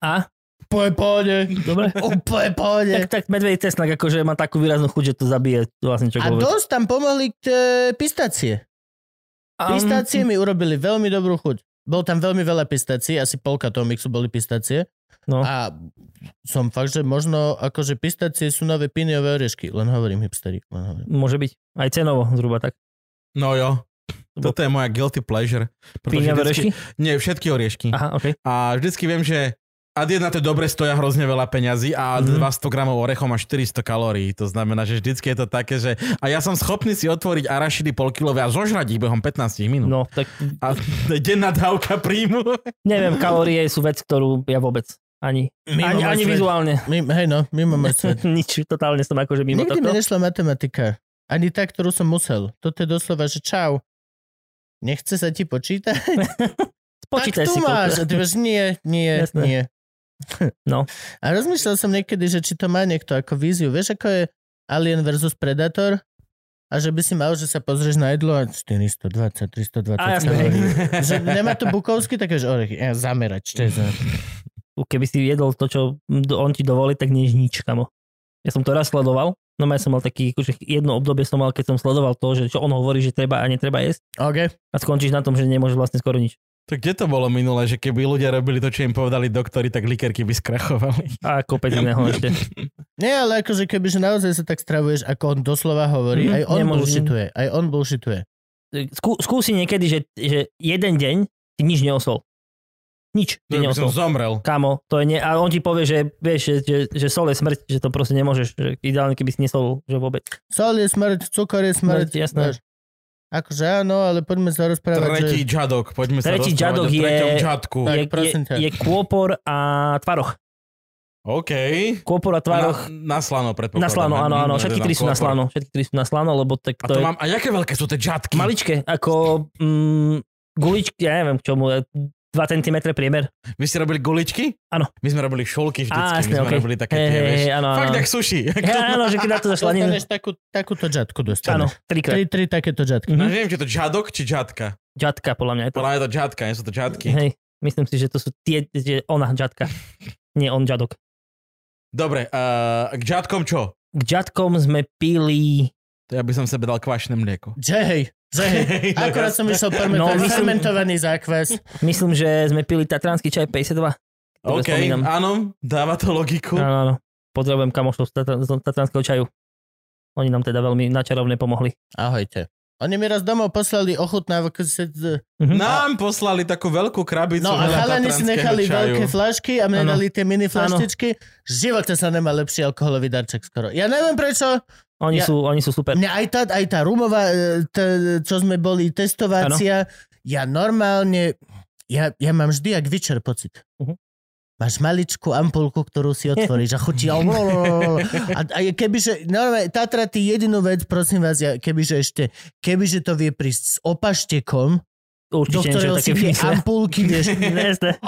A? Poje pohode, Dobre. úplne pohode. tak, tak medvedý cesnak akože má takú výraznú chuť, že to zabije vlastne A čokoľvek. dosť tam pomohli t- pistácie. Am, Pistácie mi urobili veľmi dobrú chuť. Bol tam veľmi veľa pistácií, asi polka toho mixu boli pistácie. No. A som fakt, že možno akože pistácie sú nové piniové orešky. Len hovorím, hipsteri. Len hovorím. Môže byť. Aj cenovo zhruba tak. No jo. Toto je moja guilty pleasure. Pretože Píňové vždycky- orechy? Nie, všetky oriešky. Aha, okej. A vždycky viem, že ad jedna to dobre stoja hrozne veľa peňazí a mm. Mhm. 200 gramov orechov má 400 kalórií. To znamená, že vždycky je to také, že... A ja som schopný si otvoriť arašidy polkilové a zožrať ich behom 15 minút. No. No, tak A denná dávka príjmu. neviem, kalórie sú vec, ktorú ja vôbec ani, ani, mŕtvej- ani vizuálne. My, hej no, mimo mŕtve. Nič, totálne som akože mimo Nikdy mi tohto. nešla matematika. Ani tá, ktorú som musel. Toto je doslova, že čau. Nechce sa ti počítať? tak Spočítaj tu si, koľko- máš. A ty máš, nie, nie, Jasné. nie. No. A rozmýšľal som niekedy, že či to má niekto ako víziu. Vieš, ako je Alien versus Predator? A že by si mal, že sa pozrieš na jedlo a 420, 320. A jasné, hej. kalórií. že nemá to Bukovský, také, že orechy, ja, zamerať, čo je za... keby si jedol to, čo do- on ti dovolí, tak nie je nič, kamo. Ja som to raz sledoval, no ja som mal taký, akože jedno obdobie som mal, keď som sledoval to, že čo on hovorí, že treba a netreba jesť OK. a skončíš na tom, že nemôžeš vlastne skoro nič. To kde to bolo minule, že keby ľudia robili to, čo im povedali doktori, tak likerky by skrachovali? A kopec iného ešte. Nie, ale akože keby, že naozaj sa tak stravuješ, ako on doslova hovorí, Mhm, aj on nemôžem. bullshituje, aj on bullshituje. Skú, skúsi niekedy, že, že jeden deň ti nič neosol. Nič To ti by som neosol. zomrel. Kamo, to je ne... A on ti povie, že, vieš, že, že, že sol je smrť, že to proste nemôžeš. Že ideálne, keby si nesolol, že vôbec. Sol je smrť, cukor je smrť. Smrť, jasné. vieš. Akože áno, ale poďme sa rozprávať, Tretí že... džadok, poďme sa Tretí rozprávať džadok o treťom je- džadku. Tak, je, prosím ťa. je, je kôpor a tvaroch. OK. Kôpor a tvaroch Na, na slano predpokladám. na, slano, áno, Mm, áno. Všetky tri sú na slano. Všetky tri sú na slano, lebo tak A to to, je mám, a aké veľké sú tie džatky? maličké, ako mm, guličky, ja neviem k čomu, je, 2 cm priemer. Vy ste robili guličky? Áno. My sme robili šolky vždycky, my Á, jasné, sme OK. robili také Hej, tie, hej, vieš. hej, áno, áno. Fakt, jak suši. Ja, áno, že keď dá to za slaninu. Dostaneš takú, takúto žadku Áno, dostaneš. trikrát. Tri, tri takéto žadky. No Mhm. neviem, či je to džadok, či džatka. Žatka, podľa mňa je to. Podľa mňa je to džatka, nie sú to džatky. Hej, myslím si, že to sú tie, že ona žatka. Nie on žadok. Dobre, uh, k džatkom čo? K žatkom sme pili... To ja by som sebe dal kvašné mlieko. Že hej, že hej. Akorát som išiel fermentovať. No, No, myslím- fermentovaný zákves. Myslím, že sme pili Tatranský čaj 52. Dobre OK, spomínam. áno, dáva to logiku. Áno, áno. Pozdravujem kamošov z Tatra- z Tatranského čaju. Oni nám teda veľmi načarovne pomohli. Ahojte. Oni mi raz domov poslali ochutnávku. s- z- Mhm. Nám poslali takú veľkú krabicu No a veľa chalani si tatranského nechali čaju. veľké flašky a mne Áno. dali tie mini flaštičky. V živote sa nemá lepší alkoholový darček skoro. Ja neviem prečo. Oni, Ja- sú, oni sú Mm, super. Mne aj tá, aj tá rumová, e, t- čo sme boli, testovácia. Ja normálne, ja, ja mám vždy jak večer pocit. Mhm. Máš maličkú ampulku, ktorú si otvoríš a chutí. A, a, a kebyže, normálne, Tatra, ty jedinú vec, prosím vás, ja, kebyže ešte, kebyže to vie prísť s opaštekom, do Určite niečo ktorého také si tie vymyslia. ampulky vieš. Jasné.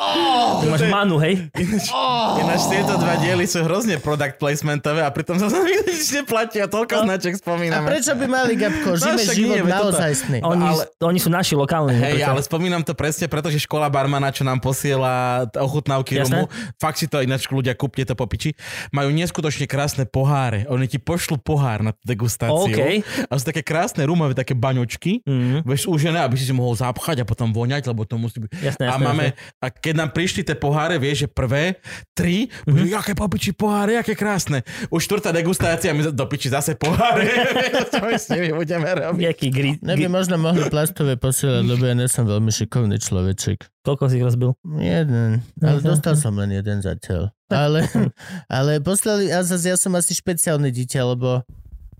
Oh, Ty máš manu, hej? Ináč, ináč tieto dva diely sú hrozne product placementové a pritom sa to nič neplatí a toľko A značiek spomíname. prečo by mali, Gabko? No, Žijeme však život nie, veď toto- naozajstný. Oni, ale- oni sú naši lokálni. Hej, preto- ale spomínam to presne, pretože škola barmana, čo nám posiela t- ochutnávky Jasné. rumu, fakt si to ináč ľudia kúpte to po piči, majú neskutočne krásne poháre. Oni ti pošlú pohár na degustáciu. OK. A sú také krásne rumové, také baňočky, Mhm. vieš, úžené, aby si si mohol zapchať a potom voňať, lebo to musí byť... Jasné, A jasné, máme, a keď nám prišli tie poháre, vieš, že prvé, tri, Mhm. mm-hmm. jaké popiči poháre, jaké krásne. Už štvrtá degustácia, my za- do piči zase poháre. Čo my s nimi budeme robiť? Jaký gri... No, Neby gri- možno mohli plastové posielať, lebo ja nesom veľmi šikovný človeček. Koľko si ich rozbil? Jeden, ale Jeden. dostal som len jeden zatiaľ. Ale, ale poslali, a zase ja som asi špeciálne dieťa, lebo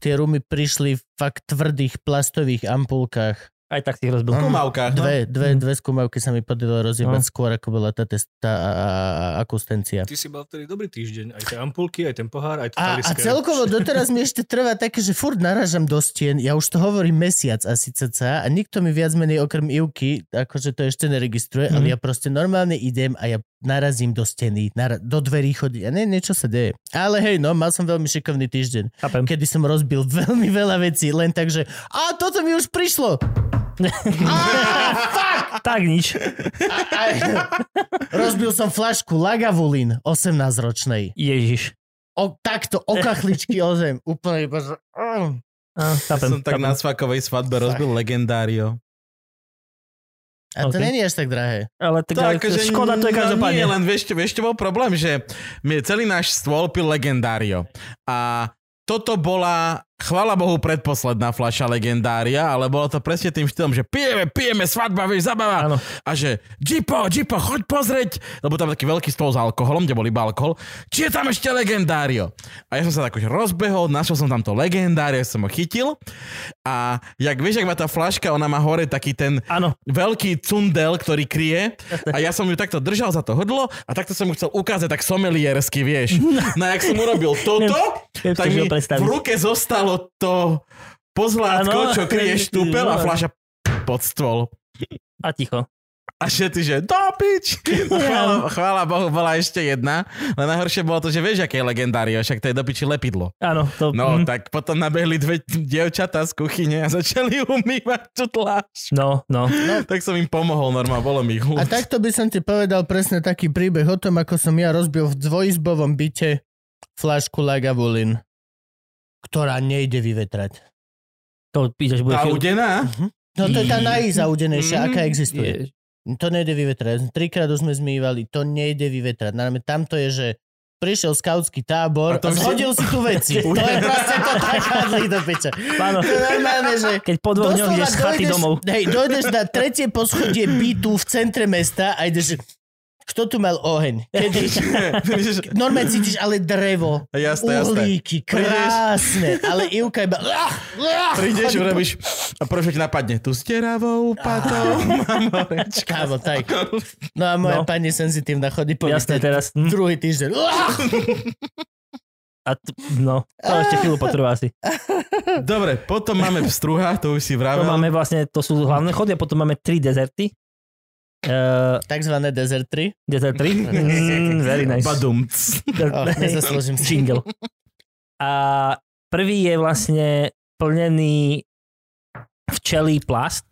tie rumy prišli v fakt tvrdých plastových ampulkách. Aj tak si ich No. rozbil. Kumavka. Dve, dve, Mhm. dve skúmavky sa mi podarilo rozjebať skôr, ako bola tá, test, tá a, a, a, akustencia. Ty si mal vtedy dobrý týždeň. Aj tie ampulky, aj ten pohár, aj to A, a talisker. celkovo doteraz mi ešte trvá také, že furt naražam do stien, ja už to hovorím mesiac asi cca a nikto mi viac menej okrem Ivky, akože to ešte neregistruje, ale Mhm. ja proste normálne idem a ja narazím do steny, nara- do dverí chodí a ne, niečo sa deje. Ale hej, no, mal som veľmi šikovný týždeň, Chápem. kedy som rozbil veľmi veľa vecí, len tak, že a toto mi už prišlo. Tak nič. A, rozbil som flašku Lagavulin 18-ročnej. Ježiš. O, takto, o kachličky o zem. Úplne iba, že... Mm. Ja Á, chápem, som tak chápem. na svakovej svadbe rozbil legendário. A to Ok. není až tak drahé. Ale tak, ale škoda to je každopádne. no Nie, len vieš, čo- vieš, čo bol problém, že my celý náš stôl pil legendário. A toto bola, chvala Bohu, predposledná fľaša legendária, ale bolo to presne tým štýlom, že pijeme, pijeme, svadba, vieš, zabava. Áno. a že Jipo, Jipo, choď pozrieť, lebo tam taký veľký stôl s alkoholom, kde bol iba alkohol, či je tam ešte legendário. A ja som sa tak už rozbehol, našiel som tam to legendário, som ho chytil a jak vieš, jak má tá flaška, ona má hore taký ten Áno. veľký cundel, ktorý kryje a ja som ju takto držal za to hrdlo a takto som ju chcel ukázať tak someliersky, vieš. No a jak som urobil toto, Viem si tak to mi predstaviť. v ruke zostalo to pozlátko, Áno. čo kryje štúpel a fľaša pod stôl. A ticho. A všetci, že do pič! No, chvála, chvála Bohu, bola ešte jedna. Ale najhoršie bolo to, že vieš, aké je legendário, však to je do piči lepidlo. Áno, to... No, mm, tak potom nabehli dve dievčatá z kuchyne a začali umývať tú tlač. no, no. Tak som im pomohol, normálne, bolo mi A húd. takto by som ti povedal presne taký príbeh o tom, ako som ja rozbil v dvojizbovom byte flášku Lagavulin, ktorá nejde vyvetrať. To píšeš, bude A chvíľu. udená? No to je tá Mm. najzaudenejšia, aká existuje. Ježiš. To nejde vyvetrať. Trikrát už sme zmývali, to nejde vyvetrať. Najmä tamto je, že prišiel skautský tábor a, A to už zhodil si tu veci. to je proste to tak hádli do peče. Áno, To je normálne, že... keď po dvoch dňoch ideš z chaty dojdeš, domov. Hej, dojdeš na tretie poschodie bytu v centre mesta a ideš, že kto tu mal oheň? Kedy? Normálne cítiš ale drevo, Jasné, jasné. uhlíky, Prídeš- krásne, ale Ivka iba... "Ah, Prídeš, urobíš a prvé čo ti napadne, tu steravou patou mám horečka. Kámo, tak. No a moja No. pani senzitívna chodí po Jasné, teraz... Hm. druhý týždeň. "Ah!" A t- no, to ešte chvíľu potrvá asi. Dobre, potom máme pstruha, to už si To vravel. máme vlastne, to sú hlavné chody a potom máme tri dezerty. Uh, Takzvané desert 3. desert 3. Mm, very nice. Badumc. Oh, nezaslúžim si. Jingle. A prvý je vlastne plnený včelý plast.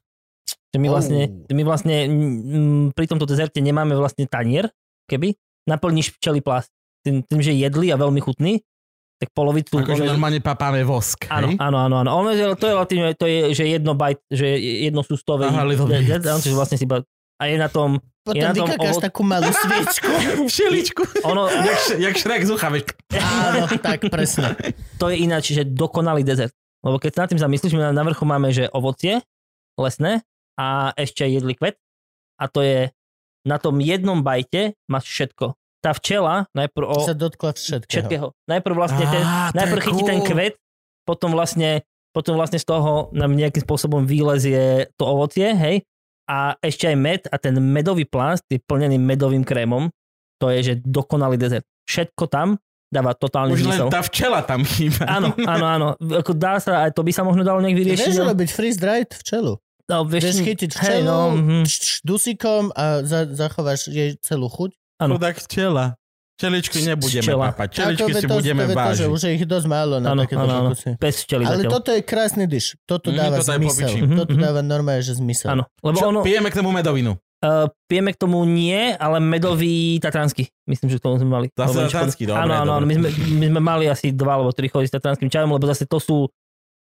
Že my Oh. vlastne, my vlastne mm, pri tomto dezerte nemáme vlastne tanier, keby. Naplníš včelý plast tým, tým že jedli a veľmi chutný, tak polovicu... Akože ono je- normálne papáme vosk. Áno, hej? áno, áno, áno. Ono je, to je relatívne, to je, že jedno bajt, že jedno sústove. Aha, little je- bit. je- áno, čiže vlastne si iba, a je na tom, Potom Ja na tom vykakáš ovo- takú malú sviečku. Všeličku. ono, Jak, š- jak šrek z ucha, vieš. Áno, tak presne. to je ináč, že dokonalý dezert. Lebo keď sa nad tým zamyslíš, my na vrchu máme, že ovocie lesné a ešte jedli kvet a to je na tom jednom bajte máš všetko. Tá včela najprv o Sa dotkla všetkého. všetkého. Najprv vlastne ten, Á, to najprv je chytí ten cool. kvet, potom vlastne, potom vlastne z toho nám nejakým spôsobom vylezie to ovocie, hej? A ešte aj med a ten medový plast je plnený medovým krémom. To je, že dokonalý dezert. Všetko tam dáva totálny Už len zmysel. tá včela tam chýba. Áno, áno, áno. Ako dá sa, aj to by sa možno dalo Ty nejak vyriešiť. vieš no. robiť freeze dried včelu. no, Vieš chytiť hej, včelu, no, mhm. tš, tš, dusíkom a za, zachováš jej celú chuť. áno. Chudák včela. Čeličku nebudeme Včela. papať. Čeličky Ako si ve- to- budeme to ve- to, že vážiť. Už je ich dosť málo na Áno, takéto áno, áno. pokusy. Bez včeli Ale zatiaľ. toto je krásny dyš. Toto Mm, dáva toto je zmysel. popičí. Mhm, Toto mhm. dáva normálne, že zmysel. Áno, lebo Čo, ono, pijeme k tomu medovinu. Uh, pijeme k tomu nie, ale medový tatranský. Myslím, že k tomu sme mali. Zase Dobre, tatranský, škoda. dobre, Áno, áno, dobre. áno, my sme, my sme mali asi dva alebo tri chody s tatranským čajom, lebo zase to sú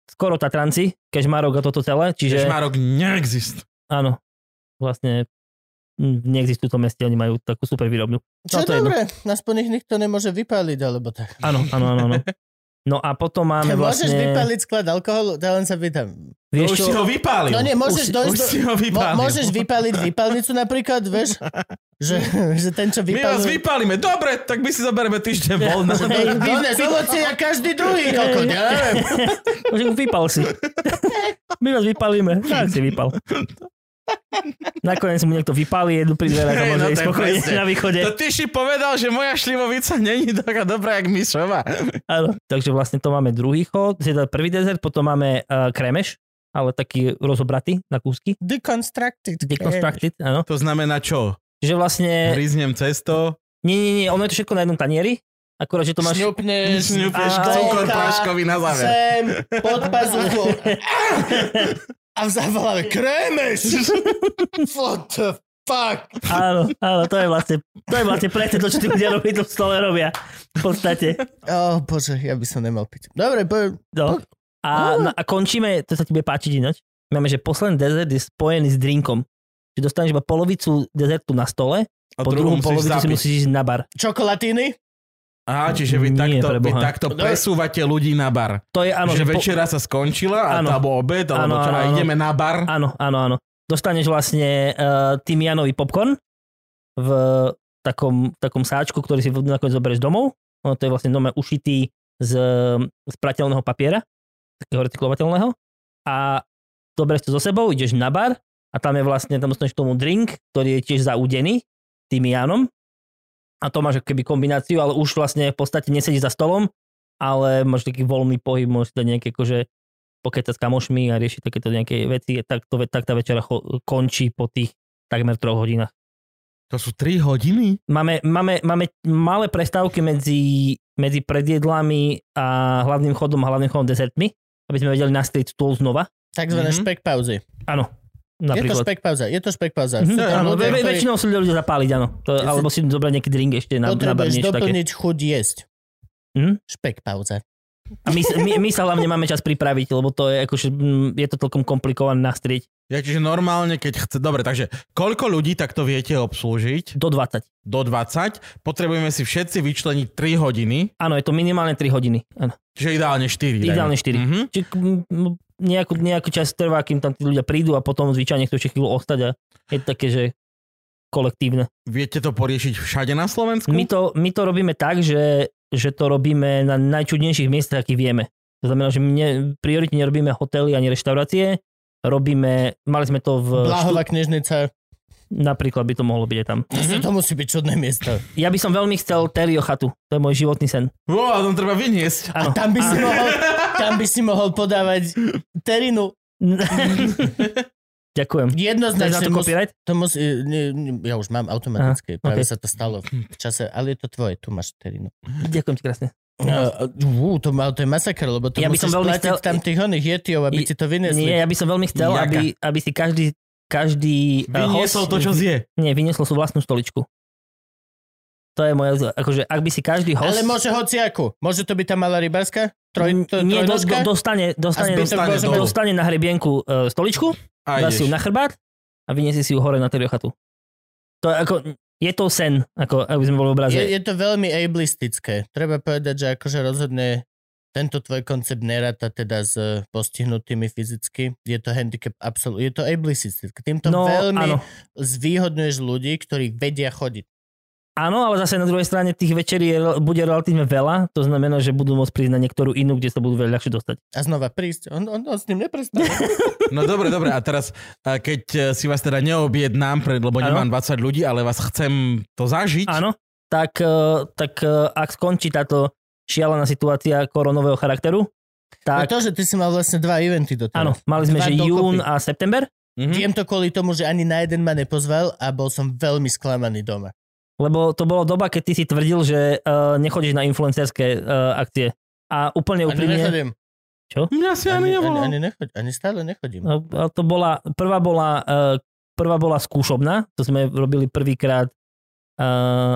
skoro tatranci, kežmarok a toto celé, Že... čiže Šmárok neexist. áno, vlastne mm, neexistujú v tom meste, oni majú takú super výrobňu. Čo No, je to je jedno. dobré, aspoň ich nikto nemôže vypáliť, alebo tak. Áno, áno, áno, áno. No a potom máme Môžeš vlastne... vypáliť sklad alkoholu? Ja len sa pýtam. No Vieš už si ho vypálil. No nie, môžeš už, dojsť už do- si ho Mo- vypálil. môžeš vypáliť vypálnicu napríklad, vieš? Že, že ten, čo My vás vypálil... vypálime. Dobre, tak my si zoberieme týždeň voľna. Hej, Dnes ovoci a každý druhý, koko, ja neviem. Že mu vypal si. My vás vypalíme. Tak si vypal. Nakoniec mu niekto vypálí jednu pri dverách a Hej, no môže to ísť je spokojne presne. na východe. To ty si povedal, že moja šlimovica není taká dobrá, jak myšová. Áno. Takže vlastne to máme druhý chod, teda prvý dezert, potom máme uh, kremeš, ale taký rozobratý na kúsky. Deconstructed. Deconstructed, áno. To znamená čo? Že vlastne, Hryznem cesto, nie, nie, nie, ono je to všetko na jednom tanieri, akurát, že to máš... Šňupneš, šňupneš a- cukor a- práškový na záver. sem, pod pazuchu. A v závalave krémeš. What the fuck? Áno, áno, to je vlastne, to je vlastne presne to, čo tí ľudia robí, to stále robia. V podstate. Oh, bože, ja by som nemal piť. Dobre, poviem. No. A, na, a končíme, to sa ti bude páčiť ináč. Máme, že posledný dezert je spojený s drinkom. Čiže dostaneš iba polovicu dezertu na stole, A po druhú druhú musíš polovicu si zapiť. musíš ísť na bar. Čokolatiny? Aha, čiže vy Nie, takto, vy preboha. takto Dobre. presúvate ľudí na bar. To je áno, že po- večera sa skončila, a Áno. alebo obed, alebo Áno, čo, a áno, áno. ideme na bar. Áno, áno, áno. Dostaneš vlastne uh, tymianový popcorn v takom, takom sáčku, ktorý si nakoniec zoberieš domov. Ono to je vlastne doma ušitý z, z prateľného papiera, takého recyklovateľného. A zoberieš to so sebou, ideš na bar a tam je vlastne, tam dostaneš k tomu drink, ktorý je tiež zaudený tymianom. A to máš ako keby kombináciu, ale už vlastne v podstate nesedíš za stolom, ale máš taký voľný pohyb, môžeš dať nejaké akože pokecať s kamošmi a riešiť takéto nejaké veci, tak, to, ve- tak tá večera cho, končí po tých takmer troch hodinách. To sú 3 hodiny? Máme, máme, máme malé prestávky medzi, medzi predjedlami a hlavným chodom a hlavným chodom desertmi, aby sme vedeli nastrieť stôl znova. Takzvané Mhm. špek pauzy. Áno, Je to napríklad. špek pauza, je to špek pauza. Mhm, Sú tam áno, ľudia, ve- ve- ktorí väčšinou sú ľudia zapáliť, áno. To, si- alebo si zobrať nejaký drink ešte na, na bar, Potrebuješ niečo také. doplniť chuť jesť. Hm? Špek pauza. A my, sa- my, my sa hlavne máme čas pripraviť, lebo to je, akože, mm, je to celkom komplikované nastrieť Ja čiže normálne, keď chce... Dobre, takže koľko ľudí takto viete obslúžiť? do 20. Do 20. Potrebujeme si všetci vyčleniť 3 hodiny, Áno, je to minimálne 3 hodiny. Áno. čiže ideálne 4. Ideálne 4. Mhm. Čiže m, m, nejakú, nejakú čas trvá, kým tam tí ľudia prídu a potom zvyčajne chcú ešte chvíľu ostať a je to také, že kolektívne. Viete to poriešiť všade na Hm. Slovensku? My to, my to robíme tak, že, že to robíme na najčudnejších miestach, aký vieme. To znamená, že my ne, prioritne nerobíme hotely ani reštaurácie, robíme, mali sme to v... Bláhová knižnica, Napríklad by to mohlo byť aj tam. to, to musí byť čudné miesto. Ja by som veľmi chcel Terio chatu, to je môj životný sen. Wow, a tam treba vyniesť. A tam by si mohol, tam by si mohol podávať terinu. Ďakujem. Dáš na Jednoznačne to mus, copyright? to musí, ne, ne, ja už mám automaticky, Aha, práve ok. Hm. sa to stalo v čase, ale je to tvoje, tu máš terinu. Ďakujem ti krásne. Uh, uh, to, má- to je masaker, lebo to No. ja Ja by som musíš veľmi platiť chcel- tam tých oných jetiov, aby I- ti to vyniesli. Nie, ja by som veľmi chcel, Jaka? aby, aby si každý, každý eh, Vyniesol host- to, čo zje. Nie, vyniesol sú vlastnú stoličku. To je moja... Akože, ak by si každý host... Ale môže hociaku. Môže to byť tá malá rybarská? Troj, to, Mm, nie, do, trojnožka? do, dostane, dostane, zbytok Dostane môže dolu. byť- dostane na hrebienku uh, stoličku, A dá ideš. si ju na chrbát a vyniesie si ju hore na teriochatu. To je ako... Je to sen, ako aby sme boli v obraze. Je, je to veľmi ableistické. Treba povedať, že akože rozhodne tento tvoj koncept neráta teda s e, postihnutými fyzicky. Je to handicap absolút. Je to ableistické. Týmto no, áno. veľmi zvýhodňuješ ľudí, ktorí vedia chodiť. Áno, ale zase na druhej strane tých večerí je, rel- bude relatívne veľa, to znamená, že budú môcť prísť na niektorú inú, kde sa budú veľa ľahšie dostať. A znova prísť. On, on, on s ním neprestane. No dobre, dobre. A teraz, a keď e, si vás teda neobjednám, pred- lebo Áno. nemám 20 ľudí, ale vás chcem to zažiť. Áno, tak, eh, tak eh, ak skončí táto šialená situácia koronového No charakteru, tak to, že ty si mal vlastne dva eventy do toho. áno, mali sme, Dva že dokopy. jún a september, Mhm. Viem to kvôli tomu, že ani na jeden ma nepozval a bol som veľmi sklamaný doma. lebo to bola doba, keď ty si tvrdil, že eh, nechodíš na influencerské eh, akcie. A úplne Ani úprimne, nechodím. Mňa si ani Ani, ani, nevolal. ani, nechodím. ani stále nechodím. eh, to bola, prvá bola, eh, prvá bola skúšobná, to sme robili prvýkrát, eh,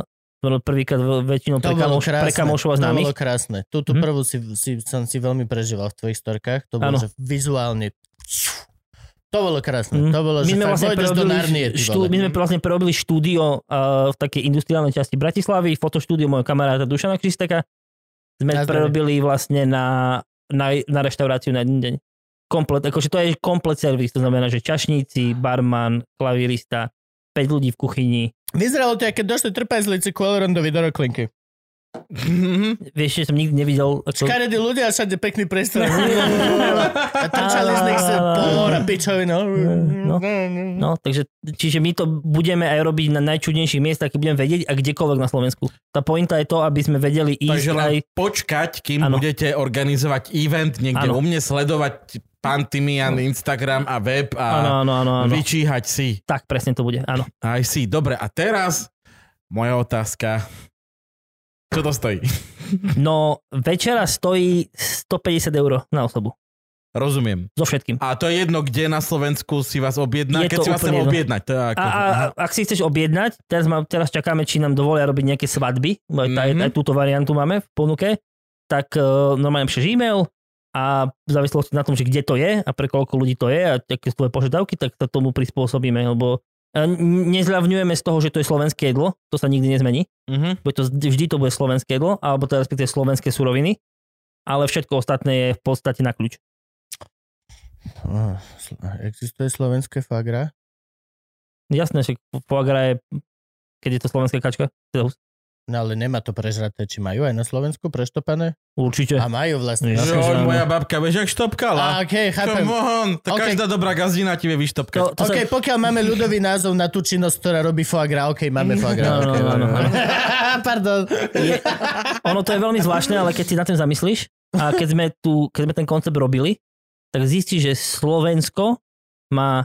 prvýkrát väčšinou pre, To bolo kamoš, pre krásne, kamošov a To známych. bolo krásne. Túto Mhm. mm-hmm. prvú si, si, som si veľmi prežíval v tvojich storkách. To bolo, Áno. že vizuálne... To bolo krásne. Mhm. To bolo, že my sme fakt vlastne pôjdeš do prerobili Narnie, ty štú, my vole. sme vlastne prerobili štúdio uh, v takej industriálnej časti Bratislavy, fotoštúdio mojho kamaráta Dušana Kristeka. Sme Na zdravie. prerobili vlastne na, na, na reštauráciu na jeden deň. Komplet, akože to je komplet servis, to znamená, že čašníci, barman, klavirista, 5 ľudí v kuchyni. Vyzeralo to, keď došli trpezlici ku Elrondovi do Roklinky. Mhm. Vieš, že som nikdy nevidel... Ako... Škaredí ľudia a všade pekný priestor. a trčali z nich sa pohor a pičovina. Ah. No. No, takže, čiže my to budeme aj robiť na najčudnejších miestach, keď budeme vedieť a kdekoľvek na Slovensku. Tá pointa je to, aby sme vedeli ísť Takže aj... len počkať, kým Áno. budete organizovať event niekde Áno. u mne, sledovať pán Timian, Instagram a web a Áno, áno, áno, áno. vyčíhať si. Tak presne to bude, áno. Aj si. Dobre, a teraz moja otázka. Čo to stojí? No, večera stojí 150 eur na osobu. Rozumiem. So všetkým. A to je jedno, kde na Slovensku si vás objedná, Je keď to si vás chcem úplne jedno. objednať. To je ako, A, a, aha. a ak si chceš objednať, teraz, ma, teraz čakáme, či nám dovolia robiť nejaké svadby, bo aj, mm-hmm. Mhm. aj túto variantu máme v ponuke, tak uh, normálne píšeš e-mail a v závislosti na tom, že kde to je a pre koľko ľudí to je a aké sú tvoje požiadavky, tak to tomu prispôsobíme, lebo eh, n- nezľavňujeme z toho, že to je slovenské jedlo, to sa nikdy nezmení. Mhm. bude to, vždy to bude slovenské jedlo, alebo teda respektíve slovenské suroviny, ale všetko ostatné je v podstate na kľúč. Á, No. sl- Existuje slovenské fagra? Jasné, že foie gras je, keď je to slovenská kačka, teda hus- No ale nemá to prežraté. Či majú aj na Slovensku preštopané? určite. A majú vlastne. Že Ja som oj, zaujímavý. moja babka, vieš, jak A, štopkala. okay, chápem. Come on, to Ok. každá dobrá gazdina ti vie vyštopkať. To, to OK, sa, pokiaľ máme ľudový názov na tú činnosť, ktorá robí foie gras, OK, máme foie gras. No, no, okay, no, no, máme. Pardon. je, ono to je veľmi zvláštne, ale keď si na tým zamyslíš a keď sme, tu, keď sme ten koncept robili, tak zistíš, že Slovensko má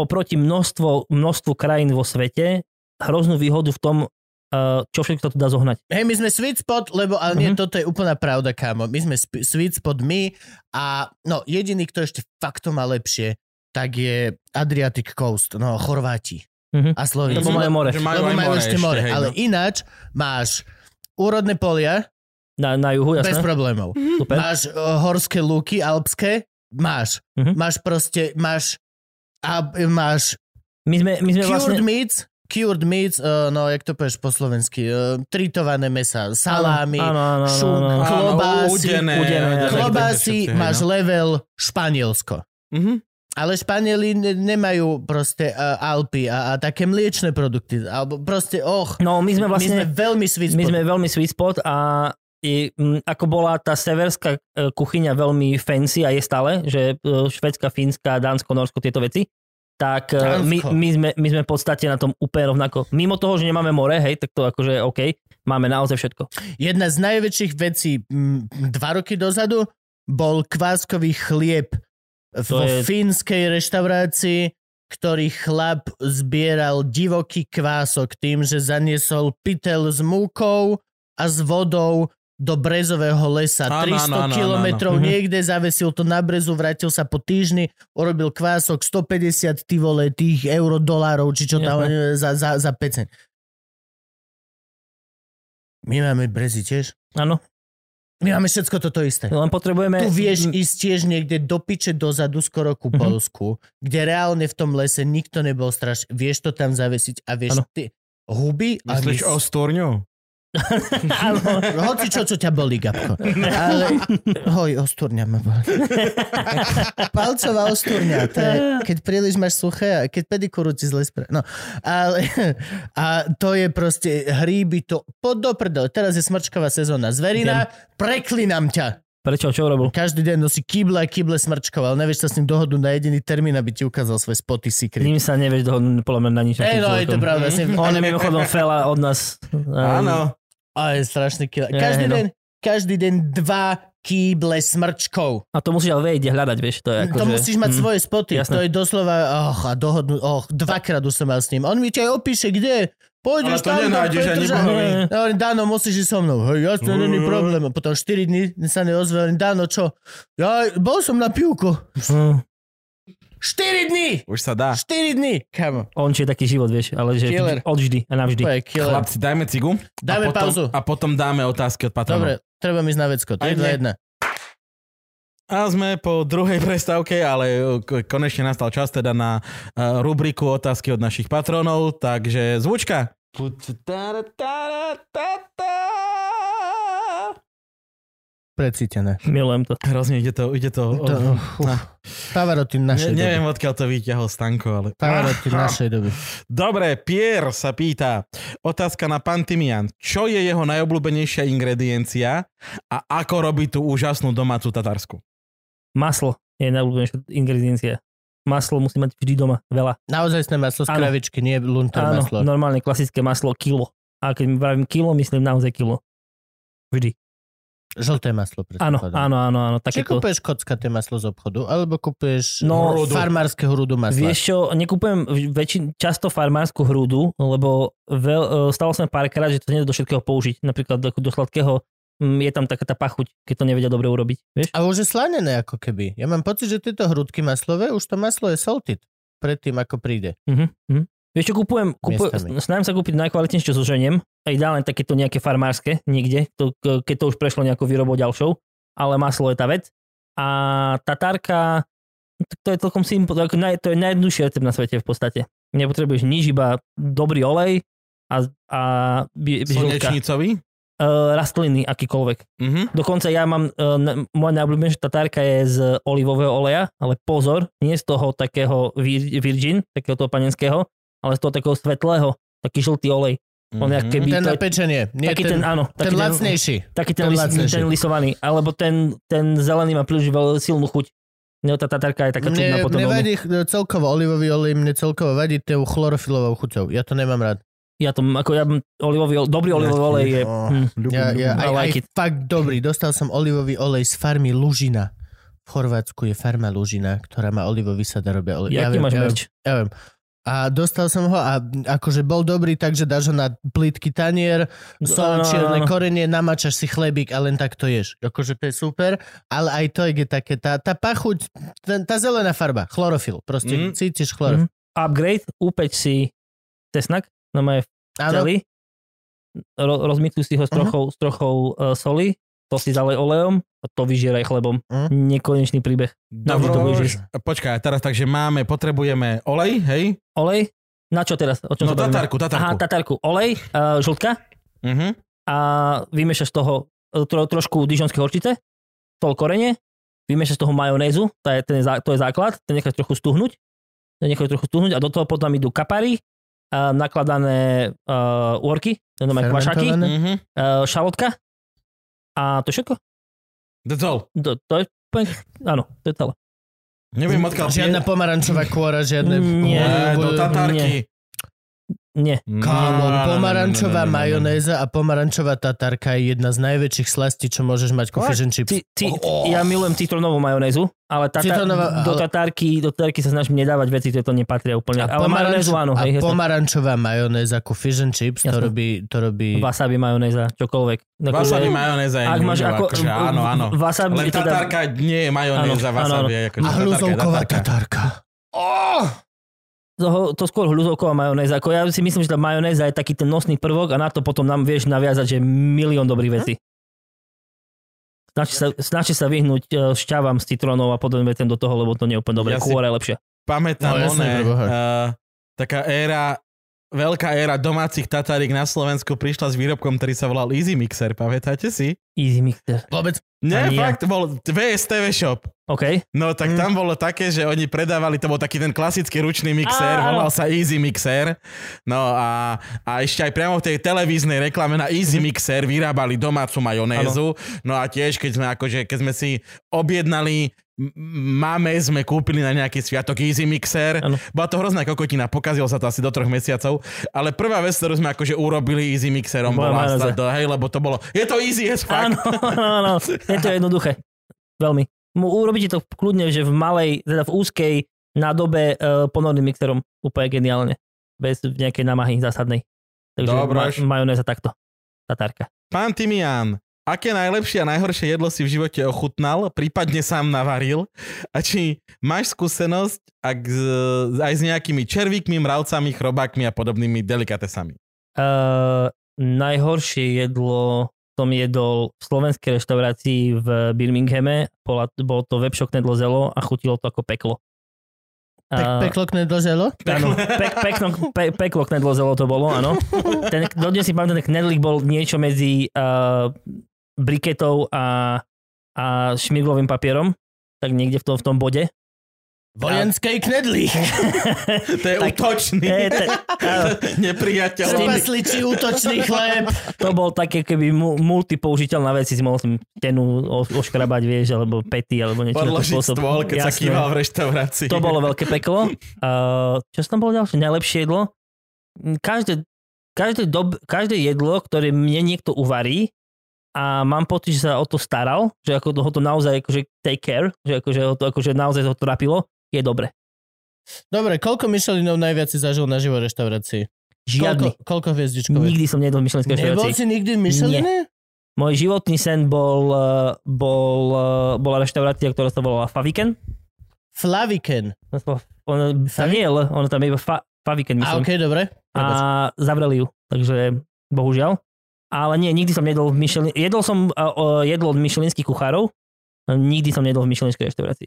oproti množstvo, množstvu krajín vo svete hroznú výhodu v tom, eh, čo všetko to dá zohnať. Hej, my sme sweet spot, lebo ale nie, Mhm. toto je úplná pravda, kámo. My sme sp- sweet spot my a no, jediný, kto ešte fakt to má lepšie, tak je Adriatic Coast, no Chorváti Mhm. a Slováci. Lebo majú more. Že Lebo aj majú ešte more, hej, ale no. ináč máš úrodné polia Na, na juhu, bez jasné. problémov. Super. Máš uh, horské lúky alpské, máš. Mhm. Máš proste, máš a e, máš My sme, my sme vlastne... cured meats, cured meats, uh, no jak to povieš po slovensky, uh, tritované mesa, salámy, Áno, áno, áno, šunk, áno, áno. klobásy, udené, udené, udené, klobásy, také všetci, máš hej, no. level Španielsko. Mhm. Ale Španieli ne- nemajú proste uh, Alpy a, a také mliečne produkty. Alebo proste, och, No, my sme my sme vlastne... veľmi sweet My spot. sme veľmi sweet spot a i, m, ako bola tá severská e, kuchyňa veľmi fancy a je stále, že e, Švedska, Fínska, Dánsko, Norsko, tieto veci, tak e, my, Dánsko. my, sme, my sme v podstate na tom úplne rovnako. Mimo toho, že nemáme more, hej, tak to akože OK, máme naozaj všetko. Jedna z najväčších vecí m, dva roky dozadu bol kváskový chlieb vo To je- fínskej reštaurácii, ktorý chlap zbieral divoký kvások tým, že zaniesol pytel s múkou a s vodou do brezového lesa. 300 Áno, áno, áno, kilometrov áno. Mhm. niekde, zavesil to na brezu, vrátil sa po týždni, urobil kvások 150 ty vole, tých euro, dolárov, či čo tam e, za, za, za peceň. My máme brezy tiež. Áno, My máme všetko toto isté. len potrebujeme... Tu vieš ísť tiež niekde do piče dozadu skoro ku Mhm. Polsku, kde reálne v tom lese nikto nebol straš. Vieš to tam zavesiť a vieš Áno. ty huby a Myslíš my- o storňu? Áno. Hoci čo, čo ťa bolí, Gabko. Ale, hoj, osturňa ma bolí. Palcová osturňa, to je, keď príliš máš suché, a keď pedikúru ti zle spra... No, ale, a to je proste hríby, to pod do prdele. Teraz je smrčková sezóna. Zverina, preklinám ťa. Prečo? Čo robil? Každý deň nosí kýble a kýble smrčkov, ale nevieš sa s ním dohodu na jediný termín, aby ti ukázal svoje spoty S secret. ním sa nevieš dohodnúť podľa mňa na nič. Ej, no, je to pravda. Mm. On je mimochodom fela od nás. e, Áno. A je strašný kýble. Ej, Každý, no. deň, každý deň dva kýble smrčkov. A to musíš ale vedieť, hľadať, vieš. To, je ako, to že, musíš mať Mm. svoje spoty. Jasné. To je doslova, och, a dohodnú, och, dvakrát už som mal s ním. On mi ťa aj opíše, kde? Ale Pôjdeš to tam, nenájdeš tam, ani Petrža- bohovi. Ja hovorím, Dano, musíš ísť so mnou. Hej, jasne, Mm. není problém. A potom 4 dní sa neozve, hovorím, Dano, čo? Ja bol som na pivku. Mm. 4 dní! Už sa dá. 4 dní! Kamo, On je taký život, vieš, ale že Killer. vždy, odvždy a navždy. to je killer. Chlapci, dajme cigu. Dáme a potom, pauzu. A potom dáme otázky od patronov. Dobre, treba ísť na vecko. Aj 3, 2, 1. A sme po druhej prestávke, ale uh, k- konečne nastal čas teda na eh, rubriku otázky od našich patronov, takže zvučka. Precítené. Milujem to. Hrozne ide to, ide to... To, uf, na- Pavarotti našej No. ne, doby. neviem, Ah. odkiaľ to vyťahol Stanko, ale... Pavarotti našej doby. Dobre, Pierre sa pýta. Otázka na Pantimian. Čo je jeho najobľúbenejšia ingrediencia a ako robí tú úžasnú domácu tatarsku? Maslo je najobľúbenejšia ingrediencia. Maslo musí mať vždy doma, veľa. Naozaj sme maslo z Áno. kravičky, nie lunter Áno, No. maslo. normálne klasické maslo, kilo. A keď mi vravím kilo, myslím naozaj kilo. Vždy. Žlté maslo, Áno, predpokladám. áno, áno, áno. Či Takéto. kúpeš kockaté maslo z obchodu, alebo kúpeš No, no, hrudu. farmárskeho hrudu masla. Vieš Vieš, čo, nekupujem v- väčšin, často farmársku hrúdu, lebo veľ, e, stalo sa mi párkrát, že to nedá do všetkého použiť. Napríklad do, do sladkého mm, je tam taká tá pachuť, keď to nevedia dobre urobiť. Vieš? a už je slanené ako keby. Ja mám pocit, že tieto hrudky maslové, už to maslo je salted predtým, ako príde. Uh-huh, uh-huh. Vieš čo, kupujem, kupujem Miestami. snažím sa kúpiť najkvalitnejšie, čo zoženiem, a ideálne takéto nejaké farmárske, niekde, to, k- keď to už prešlo nejakou výrobou ďalšou, ale maslo je tá vec. A tatárka, tak to je celkom simpo, to, ako naj, to je najjednoduchší recept na svete v podstate. Nepotrebuješ nič, iba dobrý olej a, a bi- žltka. Slnečnicový? Uh, rastliny akýkoľvek. Mhm. Dokonca ja mám, uh, n- moja najobľúbenejšia tatárka je z olivového oleja, ale pozor, nie z toho takého vir- virgin, takého toho panenského, ale z toho takého svetlého, taký žltý olej. On jak Mhm. keby- Ten to- na pečenie. Nie, taký ten, áno, ten, taký lacnejší. Taký ten, ten lis, lacnejší. ten lisovaný, alebo ten, ten zelený má príliš veľ, silnú chuť. No, tá tatárka je taká čudná Mne, potom. mne veľmi. vadí ch- celkovo olivový olej, mne celkovo vadí tou chlorofilovou chuťou. Ja to nemám rád. Ja to, ako ja, mám olivový, olej- dobrý olivový Ja olej je... tiež, no. Hm. Ľubím, Ja, ja, I aj, like aj it. fakt dobrý. Dostal som olivový olej z farmy Lužina. v Chorvátsku je farma Lužina, ktorá má olivový sad a robia oliv. Jaký máš ja viem, merč? ja viem. A dostal som ho a akože bol dobrý, takže dáš ho na plítky tanier, sol, Áno, čierne áno. korenie, namačaš si chlebík a len tak to ješ. Akože to je super, ale aj to je také, tá, tá pachuť, ten, tá zelená farba, chlorofil, proste Mhm. Mm. mm. cítiš chlorofil. Mm. Upgrade, upeč si cesnak, no má Áno, celý, ro- rozmixuj si ho s Mhm. trochou, s trochou uh, soli, to si zalej olejom a to vyžieraj chlebom. Mhm. Nekonečný príbeh. Navždy to budeš jesť. Počkaj, a teraz takže máme, potrebujeme olej, hej? Olej, na čo teraz? O čom No sa bavíme? tatarku, tatarku. Aha, tatarku. Olej, uh, žltka Mhm. a vymešaš z toho e, tro, trošku dižonskej horčice, tol korene, vymešaš z toho majonézu, to je, ten je, zá- to je základ, ten necháš trochu stuhnúť, ten necháš trochu stuhnúť a do toho potom idú kapary, a nakladané uh, úorky, to znamená kvašaky, Fermentované. Mhm. uh, šalotka a to všetko. That's all. To, to je úplne, áno, to je celé. Neviem, odkiaľ žiadna pomarančová kôra, žiadne... Mm, Nie, Nie, do nie. tatárky. Nie, Kámo, No, no, no, no, no, no, no, no, no. pomarančová majonéza a pomarančová tatarka je jedna z najväčších slastí, čo môžeš mať ku fish and chips. ci, ci, Oh. ja milujem citrónovú majonézu, ale tata, Citrónová, do, ale- tatárky, do tatárky sa snažím nedávať veci, ktoré to nepatria úplne. ale majonézu áno, a hej, jasné. pomarančová majonéza ku fish and chips, to Jasné. robí, to robí... Wasabi majonéza, čokoľvek. Takže- Wasabi majonéza je Ak máš hnusná, ako... akože áno, áno. Wasabi, Len teda- tatárka nie je majonéza, Áno, wasabi áno, je A akože tatárka je hľuzovková tatárka. tatarka. Oh! to, to skôr hľuzovková majonéza. Ako ja si myslím, že tá majonéza je taký ten nosný prvok a na to potom nám vieš naviazať, že milión dobrých vecí. Snaží sa, snaží sa vyhnúť e, šťavám z citrónov a podobne ten do toho, lebo to nie je úplne dobré. Ja Ja si- Kôra je lepšia. No, pamätám no, jasné, oné, preboha. uh, taká éra, veľká éra domácich tatárik na Slovensku prišla s výrobkom, ktorý sa volal Easy Mixer, pamätáte si? Easy mixer. Vôbec. Nie, Ani ja. Hm. fakt, bol VSTV Shop. OK. No Mm. tak tam bolo také, že oni predávali, to bol taký ten klasický ručný mixer, Á, áno. volal sa Easy Mixer. No a, a ešte aj priamo v tej televíznej reklame na Mhm. Easy Mixer vyrábali domácu majonézu. No a tiež, keď sme, akože, keď sme si objednali m- mame sme kúpili na nejaký sviatok Easy Mixer. Áno. Bola to hrozná kokotina, pokazilo sa to asi do troch mesiacov, ale prvá vec, ktorú sme akože urobili Easy Mixerom, Bola bola sa majonéza. do, hej, lebo to bolo, je to easy as fuck. Áno, áno, áno. Je to jednoduché. Veľmi. Mu urobíte to kľudne, že v malej, teda v úzkej nádobe e, ponorným mixerom. Úplne geniálne. Bez nejakej námahy zásadnej. Takže ma, Dobroš. majonéza takto. Tatárka. Pán Timián, aké najlepšie a najhoršie jedlo si v živote ochutnal, prípadne sám navaril? A či máš skúsenosť ak z, aj s nejakými červíkmi, mravcami, chrobákmi a podobnými delikatesami? E, najhoršie jedlo som jedol v slovenskej reštaurácii v Birminghame. Bola, bolo to webshop knedlo a chutilo to ako peklo. Pek, A- peklo knedloželo? Áno, pek, pekno, pe, peklo knedlo zelo to bolo, áno. Ten, dodnes si pamätám, ten knedlík bol niečo medzi uh, briketou a, a šmiglovým papierom, tak niekde v tom, v tom bode. Vojenskej knedli. To je Tak- útočný, E, te, áno, nepriateľ. S tým- Pasličí útočný chleb. to bol také keby mu- multipoužiteľná vec, si mohol som stenu o- oškrabať, vieš, alebo pety, alebo niečo. na ten Podložiť spôsob. stôl, keď sa Jasné. kýval v reštaurácii. To bolo veľké peklo. Uh, čo sa tam bolo ďalšie? Najlepšie jedlo? Mm, Každé, každé, dob, každé jedlo, ktoré mne niekto uvarí a mám pocit, že sa o to staral, že ako to, ho to naozaj akože take care, že akože, ho to, akože naozaj ho trápilo, je dobre. Dobre, koľko Michelinov najviac si zažil na živo reštaurácii? Žiadny. Koľko, koľko hviezdičkové? Nikdy som nejedol v Michelinskej Nebol reštaurácii. si nikdy v Micheline? Môj životný sen bol, eh, bol, eh, bola reštaurácia, ktorá sa volala Faviken. Flaviken. Ona sa- Ona tam Favi- nie je, L, ona tam je iba fa, A Faviken, myslím. okej, dobre. Prepač. a zavreli ju, takže bohužiaľ. Ale nie, nikdy som jedol v Michelin... Jedol som uh, uh, jedlo od michelinských kuchárov, nikdy som jedol v michelinskej reštaurácii.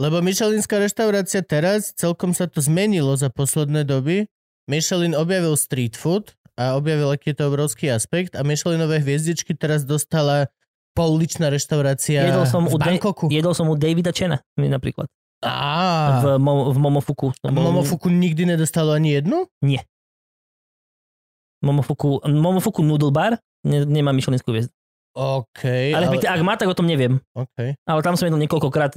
Lebo Michelinská reštaurácia teraz, celkom sa to zmenilo za posledné doby. Michelin objavil street food a objavil, aký je to obrovský aspekt a Michelinové hviezdičky teraz dostala pouličná reštaurácia Jedol som v u De- Bangkoku. Jedol som u Davida Chena napríklad, v, Á, Mo- v Momofuku. a To bol- Momofuku nikdy nedostalo ani jednu? Momofuku, Momofuku Noodle Bar ne, nemá michelinskú hviezdu. OK, Ale, ale... ale... ak má, tak o tom neviem. okay. Ale tam som jedol niekoľkokrát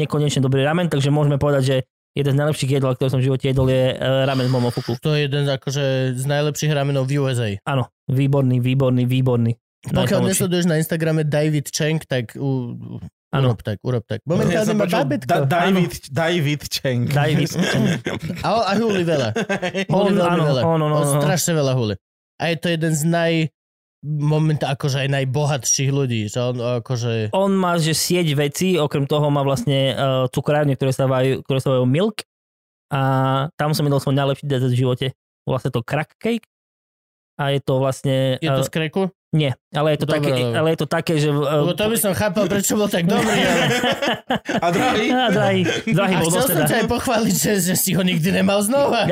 nekonečne dobrý ramen, takže môžeme povedať, že jeden z najlepších jedol, ktoré som v živote jedol, je eh, ramen z Momofuku. To je jeden z, akože, z najlepších ramenov v USA. Áno, výborný, výborný, výborný. Pokiaľ Najlepší. nesleduješ na Instagrame David Cheng, tak u, Áno. Urob tak, urob tak. Momentálne má bábetko. Da, David, David Cheng. David. A, a huli veľa. Huli On, veľmi áno, veľa. on, on, O, on, on. strašne veľa huli. A je to jeden z naj moment akože aj najbohatších ľudí, že on akože on má, že sieť veci, okrem toho má vlastne uh, cukrárne, ktoré sa vajú, ktoré sa vajú milk a tam som jedol svoj najlepší dezert v živote. Volá sa to crack cake a je to vlastne... je to eh, z kreku? nie, ale je to, Dobre, také, dobre. ale je to také, že... eh, Lebo to by som chápal, prečo bol tak dobrý, ale... A drahý? Á, drahý, drahý A bol chcel dosť som teda. ťa aj pochváliť, že, že si ho nikdy nemal znova.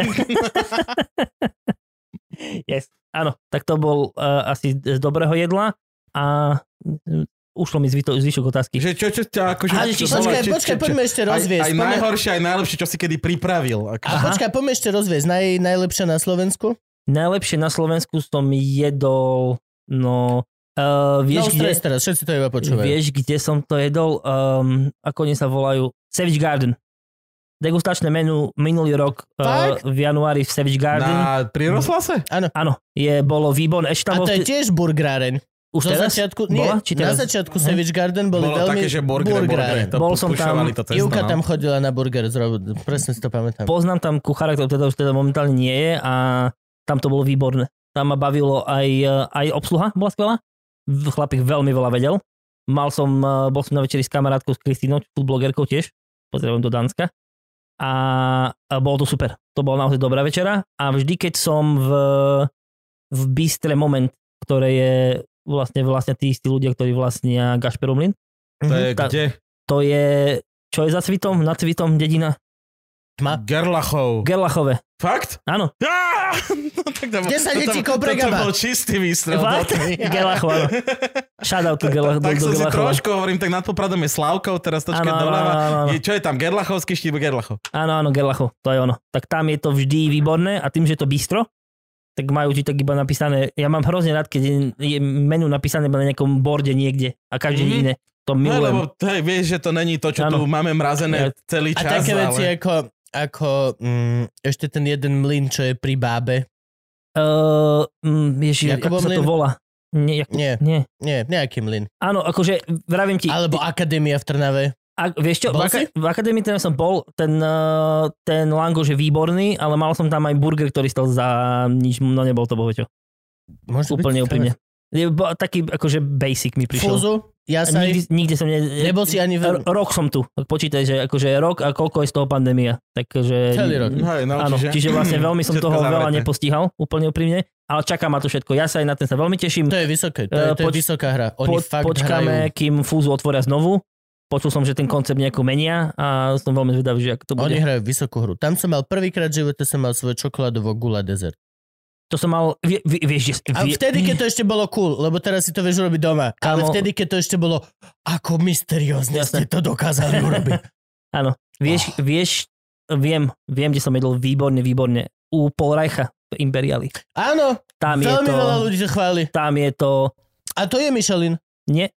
yes. Áno, tak to bol uh, asi z dobrého jedla a mm, ušlo mi zvyto, zvyšok otázky. Že čo, čo ťa akože... Ale čo či- bola- Počkaj, čo- počkaj, čo- poďme ešte rozviesť. Aj, aj poďme- najhoršie, aj najlepšie, čo si kedy pripravil. A Akože. počkaj, poďme ešte rozviesť. Naj, najlepšia na Slovensku? Najlepšie na Slovensku som jedol, no... Uh, Vieš, no, vieš, kde, stres teraz, všetci to iba počúvajú. Vieš, kde som to jedol? Um, ako oni sa volajú? Savage Garden. Degustačné menu minulý rok uh, Fakt? v januári v Savage Garden. Na... Na, pri Roslase? Áno, je, bolo výbon. a Ešte tam bol... to je vtedy- tiež burgeráreň. Už Na teraz? začiatku, nie, Bola? Či na teraz? začiatku Aha. Savage Garden boli Bolo veľmi také, že burger, burger. burgeráreň. To Bol som tam. pušovali to cesto, Ivka no. tam chodila na burger, zrob, presne si to pamätám. Poznám tam kuchára, ktorý teda už teda momentálne nie je a tam to bolo výborné. Tam ma bavilo aj, eh, aj obsluha, bola skvelá. V- Chlapík veľmi veľa vedel. Mal som, eh, bol som na večeri s kamarátkou, s Kristínou, foodblogerkou tiež. Pozdravujem do Dánska. A, a bolo to super. To bola naozaj dobrá večera. A vždy, keď som v, v bistre Moment, ktoré je vlastne, vlastne tí istí ľudia, ktorí vlastnia Gašperumlin, To je Tá- kde? to je, čo je za Cvitom, nad Cvitom dedina Tma. Gerlachov. Gerlachové. Fakt? Áno, Á! No, tak to bol- 10 toto- detíkov pre toto Gaba. bol čistý výstrel. Fakt? do tmy. Gelachov, áno. Shout out to Gelach, Tak do, som do si Gelachova. trošku hovorím, tak nad Popradom je Slavkov, teraz točka Áno, áno, doľava. áno, áno. Je- Čo je tam, Gerlachovský štíb Gerlachov? Áno, áno, Gerlachov, to je ono. Tak tam je to vždy výborné a tým, že je to bistro, tak majú ti tak iba napísané, ja mám hrozne rád, keď je, je menu napísané iba na nejakom borde niekde a každý Mhm. mm-hmm. iné. To No, milujem. lebo to je, vieš, že to není to, čo Áno. tu máme mrazené celý A čas. také veci ale... ako, ako mm, ešte ten jeden mlyn, čo je pri bábe. Uh, ježi, Jakubov ako sa to mlyn? volá? Nie, jak, Nie, nie. nie, nejaký mlyn. Áno, akože vravím ti, Alebo akadémia v Trnave. A, vieš čo, v, Bol aka- si? v akadémii teda som bol, ten, eh, ten langoš je výborný, ale mal som tam aj burger, ktorý stal za nič, no nebol to bohoťo. Môže Úplne byť v úprimne. Trnave. Je bo- taký akože basic mi prišiel. Fúzu, ja A sa Nikdy, nikde som ne... Nebol si ani R- v... Rok som tu. Tak Počítaj, že akože rok a koľko je z toho pandémia. Takže... Celý rok. Hej, no, Áno, čiže, vlastne veľmi som všetko toho veľa zavreté. nepostíhal, úplne úprimne, ale čaká ma to všetko. Ja sa aj na ten sa veľmi teším. To je vysoké, to je, Eh, to je poč- vysoká hra. Oni fakt počkáme, hrajú. kým Fúzu otvoria znovu. Počul som, že ten koncept nejako menia a som veľmi zvedavý, že ako to bude. Oni hrajú vysokú hru. Tam som mal prvýkrát v živote, som mal svoje čokoládovo gula dezert. To som mal, vie, vie, vieš, že... A vie- vtedy, keď to ešte bolo cool, lebo teraz si to vieš robiť doma. Ale Kamo- vtedy, keď to ešte bolo, ako mysteriózne ste Jasné. to dokázali urobiť. Oh. Vieš, vieš, viem, viem, kde som jedol výborne, výborne. U Polrajcha v Imperiali. Áno, Tam je veľmi to... veľa ľudí to chváli. Tam je to... A to je Michelin. Nie,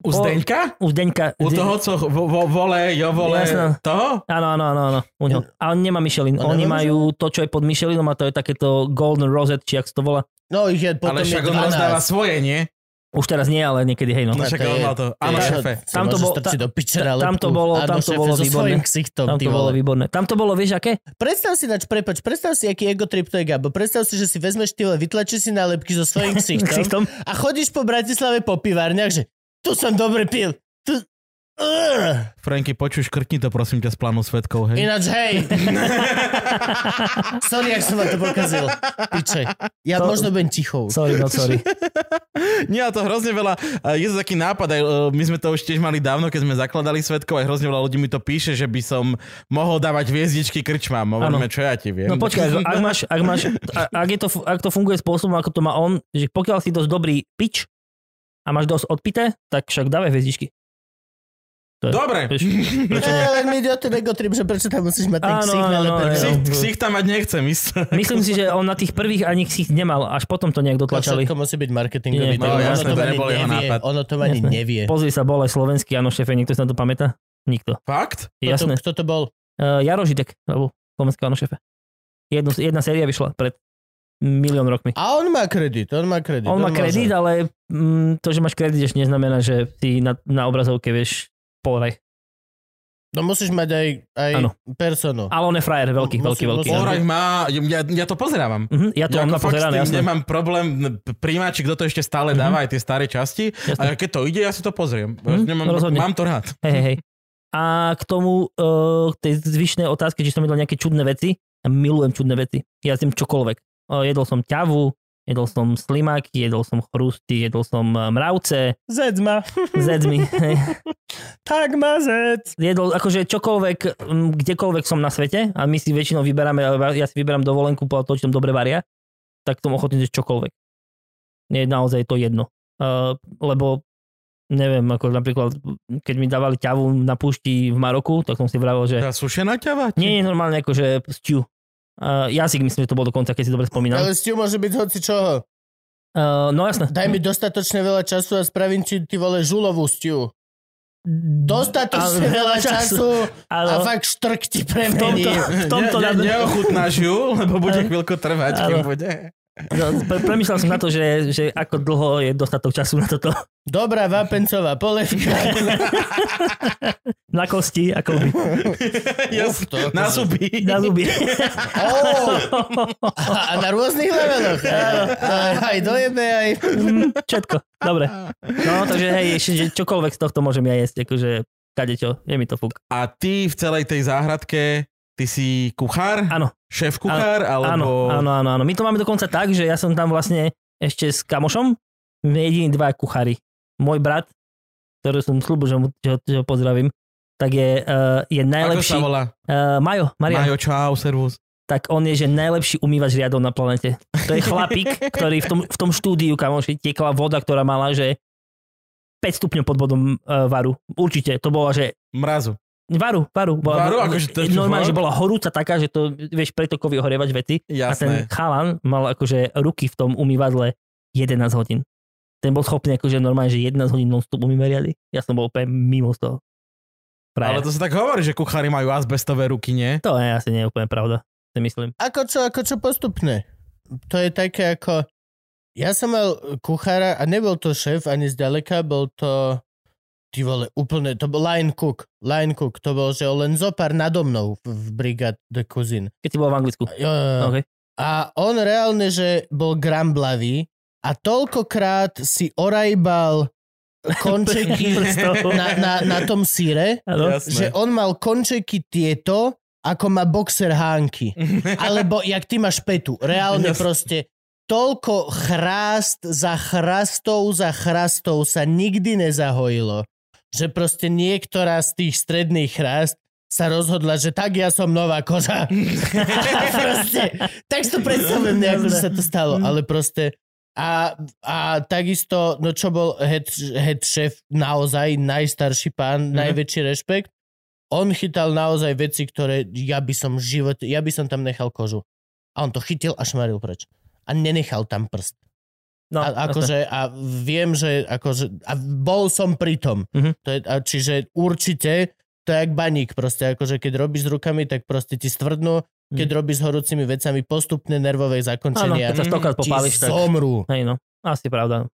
U Zdeňka? už Deňka... U toho, co vo, vo, vole, jo vole, Jasné. toho? Áno, áno, áno, áno. U neho. A on nemá Michelin. On Oni nemá majú to, čo je pod Michelinom a to je takéto Golden Rosette, či ak sa to volá. No ich je potom Ale je však on rozdáva 12. svoje, nie? Už teraz nie, ale niekedy hej No no. to však on je- mal to. Áno, Ty, šefe. si Tam to môžeš bol- trčiť do pičera, tam to lepku. bolo- Áno, tam to šefe, bolo so výborné. svojím ksichtom, Tam ty to bolo vole. výborné. Tam to bolo, vieš, aké? Predstav si, nač, prepač, predstav si, aký ego trip to je, Gabo. Predstav si, že si vezmeš tyle, vytlačíš si nálepky so svojím ksichtom Ksichtom. a chodíš po Bratislave po pivárniach, že tu som dobre pil, tu... Ugh. Franky, počuj, škrtni to prosím ťa z plánu svetkov, hej. Ináč, hej! Sorry, ak som vám to pokazil. Piče. Ja To- možno budem tichou. Sorry, no sorry. Nie, ale to hrozne veľa, eh, je to taký nápad, aj, eh, my sme to už tiež mali dávno, keď sme zakladali svetkov, aj hrozne veľa ľudí mi to píše, že by som mohol dávať hviezdičky krčmám, hovoríme, čo ja ti viem. No počkaj, ak- ak, máš, ak, máš, a- ak, je to, fu- ak to funguje spôsobom, ako to má on, že pokiaľ si dosť dobrý pič a máš dosť odpité, tak však dávaj hviezdičky. Dobre, Vieš, Prečo nie? Len mi ide o ten ego trip, že prečo tam musíš mať ten Eh. Áno, ksich áno, nalepený. áno. ksich, ksich tam mať nechcem, isté. Myslím si, že on na tých prvých ani ksich nemal, až potom to nejak To dotlačali. všetko musí byť marketingový. Nie, trip. no, ono jasné, to to ani nebol jeho nevie. nápad. Ono to ani Jasné. nevie. Pozri sa, bol aj slovenský, áno šefe, niekto si na to pamätá? Nikto. Kto Fakt? to, Jasné. Eh, kto to bol? Uh, Jaro Žitek, alebo slovenský, áno šefe. Jednu, jedna séria vyšla pred milión rokmi. A on má kredit, on má kredit. On má kredit, ale mm, to, že máš kredit, ešte neznamená, že ty na, na obrazovke vieš poraj. No musíš mať aj, aj Áno. personu. Ale on je frajer, veľký, No, Musí- veľký, veľký. musí- áno. Oraj má, ja, ja to pozerám. Mhm, ja to Ja ako mám fakt s napozerané, tým jasné. Mhm. nemám problém p- príjmať, či kto to ešte stále dáva, aj tie staré časti. A Jasné. keď to ide, ja si to pozriem. Mhm, Nemám, rozhodne. mám to rád. Hej, hej, hej. A k tomu, eh, k tej zvyšnej otázke, či som jedol nejaké čudné veci, ja milujem čudné veci. Ja jem čokoľvek. Eh, jedol som ťavu, jedol som slimáky, jedol som chrusty, jedol som eh, mravce, Zec ma. zedzmi. hej. Tak ma zec. jedol akože čokoľvek, mm, kdekoľvek som na svete a my si väčšinou vyberáme, eh, ja si vyberám dovolenku podľa toho, čo tam dobre varia, tak som ochotný jesť čokoľvek. Nie, naozaj je to jedno. Uh, lebo neviem, ako napríklad, keď mi dávali ťavu na púšti v Maroku, tak som si vravel, že Tá sušená ťava? nie je normálne akože stew. Uh, ja si myslím, že to bol dokonca, keď si dobre spomínam. No. Ale s tým môže byť hoci čoho. Uh, no jasné. Daj mi dostatočne veľa času a spravím ti ty vole žulovú stiu. Dostatočne Ale- veľa času Áno. a fakt štrk ti v tomto, premení. v tomto ne, ne, neochutnáš ju, lebo bude chvíľku trvať, kým Áno. bude. No, pre- Premýšľal som na to, že, že ako dlho je dostatok času na toto. Dobrá vapencová polevka. Na kosti, ako by. Jas- to ako- na zuby. Na zuby. Oh! A, a na rôznych leveloch. Áno. Aj, aj dojebe, aj... Mm, Všetko. Dobre. No, takže hej, ešte, že čokoľvek z tohto môžem ja jesť, akože kadečo, je mi to fúk. A ty v celej tej záhradke, ty si kuchár? Áno. Šéf kuchár? Alebo... Áno, áno, áno, áno. My to máme dokonca tak, že ja som tam vlastne ešte s kamošom, my jediní dva kuchári. Môj brat, ktorý som slúbil, že, mu, že, ho, že ho pozdravím, tak je, uh, je Ako najlepší. sa volá? Uh, Majo, Marian. Majo, čau, servus. tak on je, že najlepší umývač riadov na planete. To je chlapík, ktorý v tom, v tom štúdiu, kamoši, tiekla voda, ktorá mala, že 5 stupňov pod bodom uh, varu. Určite, to bola, že Mrazu. varu, varu. Bola, Varu? Akože to je normálne, varu? že bola horúca taká, že to, vieš, pretokový ohrievať veci. A Jasné. ten chalan mal akože ruky v tom umývadle 11 hodín. Ten bol schopný akože normálne, že 11 hodín non-stop umýva riady. Ja som bol úplne mimo z toho. Frajer. Ale to sa tak hovorí, že kuchári majú azbestové ruky, nie? to je asi nie je úplne pravda, si myslím. Ako čo, ako čo postupne? To je také ako... Ja som mal kuchára a nebol to šéf ani zďaleka, bol to... Ty vole, úplne, to bol line cook. Line cook, to bol, že len zopár nado mnou v- v Brigade Cuisine. Keď si bol v Anglicku. Jo, jo, jo. Okay. A on reálne, že bol gramblavý a toľkokrát si orajbal končeky Prstov. na, na, na tom síre, Áno. Jasné. že on mal končeky tieto, ako má boxer hánky. Alebo jak ty máš petu. Reálne Jasné. proste toľko chrast za chrastou za chrastou sa nikdy nezahojilo. Že proste niektorá z tých stredných chrast sa rozhodla, že tak ja som nová koža. A proste, tak si to predstavujem nejako, že sa to stalo, ale proste a, a takisto, no čo bol head, head chef, naozaj najstarší pán, Mhm. najväčší rešpekt, on chytal naozaj veci, ktoré ja by som v živote, ja by som tam nechal kožu. A on to chytil a šmaril preč. A nenechal tam prst. No, A, akože, a viem, že akože, a bol som pri tom. Mhm. To je, a čiže určite to je jak baník proste, akože keď robíš s rukami, tak proste ti stvrdnú, keď robíš s horúcimi vecami postupné nervové Mhm. Áno, keď zakončenia. sa stokrát ti popáliš, tak... zomrú. Hej, no, asi pravda.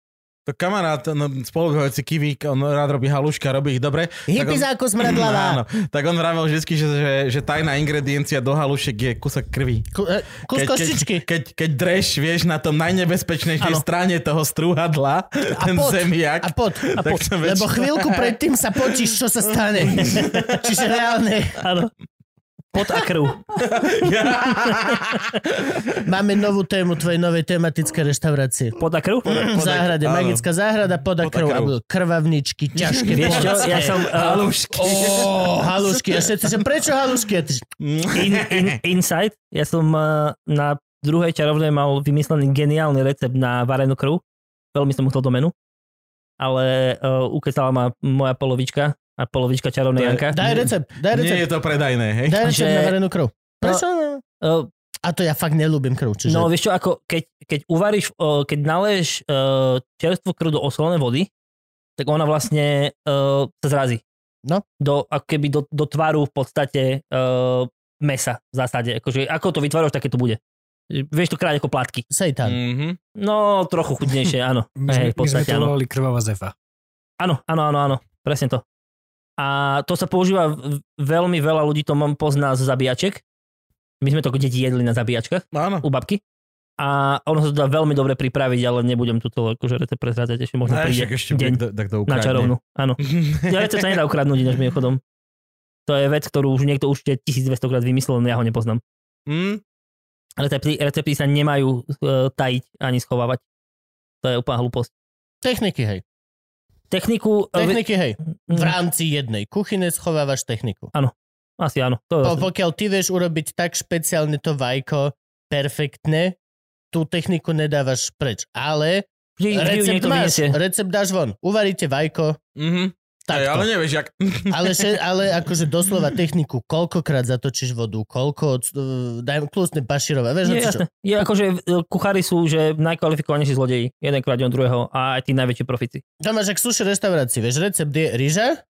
To kamarát, no, spolubehujúci Kivík, on rád robí haluška, robí ich dobre. Hypizáko Mm, smradlavá. Áno, tak on vravel vždy, že, že, že tajná ingrediencia do halušiek je kúsok krvi. Ku- e, Kus Keď- kostičky. Keď, keď, keď dreš, vieš, na tom najnebezpečnejšej Áno. strane toho strúhadla, ten pot. zemiak. A pot. tak pot. som Lebo väčšinou- chvíľku predtým sa potíš, čo sa stane. Čiže reálne Áno. Pot a krv. máme novú tému tvojej novej tematické reštaurácie. Pot a krv? V záhrade, áno. magická záhrada, poda Poda krv, krv. alebo krvavničky, ťažké Vieš čo, ja som uh, Halušky. Oh, halušky, a všetci, že prečo halušky? A ty, že, in, in, inside, ja som uh, na druhej čarovnej mal vymyslený geniálny recept na varenú krv. Veľmi som mu chcel do menu. Ale uh, ukecala ma moja polovička a polovička To čarovnej je- Janka. daj recept, daj Nie recept, je to predajné, hej? daj recept Že- na varenú krv. Prečo? Uh, A to ja fakt nelúbim krv, čiže... No vieš čo, ako keď, keď uvaríš, o, keď naleješ uh, čerstvú krv do osolenej vody, tak ona vlastne uh, sa zrazí. No. Do, ako keby do, eh, do tvaru v podstate uh, mesa v zásade. Akože, ako to vytváraš, také to bude. Vieš to kráť ako platky. Seitan. Mm-hmm. No, trochu chudnejšie, áno. My sme, Hej, v my sme podstate to áno. volali krvavá zefa. Áno, áno, áno, áno, presne to. A to sa používa v- veľmi veľa ľudí, to mám pozná z zabíjaček. My sme to ako deti jedli na zabíjačkach Áno. u babky. A ono sa to dá veľmi dobre pripraviť, ale nebudem túto akože recept prezrádzať, ešte možno Ne, príde však ešte deň bude, tak to na ukradne. čarovnú. Áno. Ja recept sa nedá ukradnúť ináč mimochodom. To je vec, ktorú už niekto určite 1200 krát vymyslel, no ja ho nepoznám. Mm, Recepty, recepty sa nemajú e, tajiť ani schovávať. To je úplná hlúposť. Techniky, hej. Techniku... e, Techniky, hej. Mm, V rámci jednej kuchyne schovávaš techniku. Mm, Asi áno. To je Po, zase- pokiaľ ty vieš urobiť tak špeciálne to vajko perfektne, tú techniku nedávaš preč. Ale vždy, vždy ju recept niekto máš, vyniesie. recept dáš von. Uvaríte vajko, mhm. takto. Hej, ale nevieš, jak... Ale, še, ale akože doslova techniku, koľkokrát zatočíš vodu, koľko, oc- eh, daj klusne baširová, vieš, Je, hoci čo. jasné. je akože e, kuchári sú, že najkvalifikovanejší zlodeji. Jeden kradne od druhého a aj tí najväčší profity. To máš jak suši reštaurácii, vieš, recept je ryža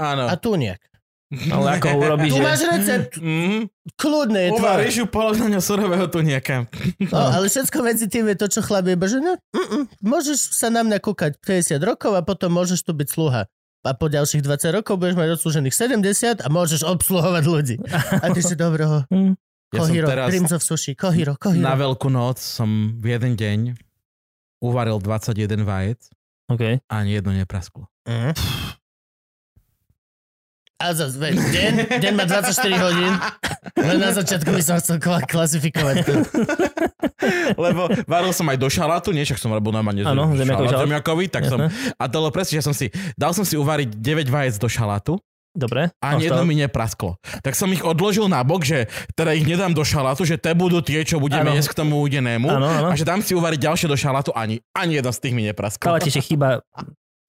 Áno. a tuniak. Ale ako ho urobíš, Tu že... máš recept, Mm-hmm. kľudne je tvoj. Uvaríš ju položenia surového tu niekam. No, ale všetko medzi tým je to, čo chlap je, iba, že no, mm-mm, môžeš sa na mňa kúkať 50 rokov a potom môžeš tu byť sluha. A po ďalších 20 rokov budeš mať odslúžených 70 a môžeš obsluhovať ľudí. A ty si dobro, Hm. Ja som Kohiro, teraz Dreams of Sushi, Kohiro, na Kohiro. veľkú noc som v jeden deň uvaril 21 vajec OK. a ani jedno neprasklo. Mhm. A zase, veď, deň, deň má 24 hodín. Len na začiatku by som chcel kla- klasifikovať. to. Lebo varil som aj do šalátu, nie, však som robil normálne z- Áno, zemiakový šalát. zemiakový, tak som, a to bolo presne, že som si, dal som si uvariť 9 vajec do šalátu Dobre. a ani Máš jedno to? mi neprasklo. Tak som ich odložil na bok, že teda ich nedám do šalátu, že te budú tie, čo budeme Áno. jesť k tomu udenému. Áno, áno. A že dám si uvariť ďalšie do šalátu, ani, ani jedno z tých mi neprasklo. Kalačiče chyba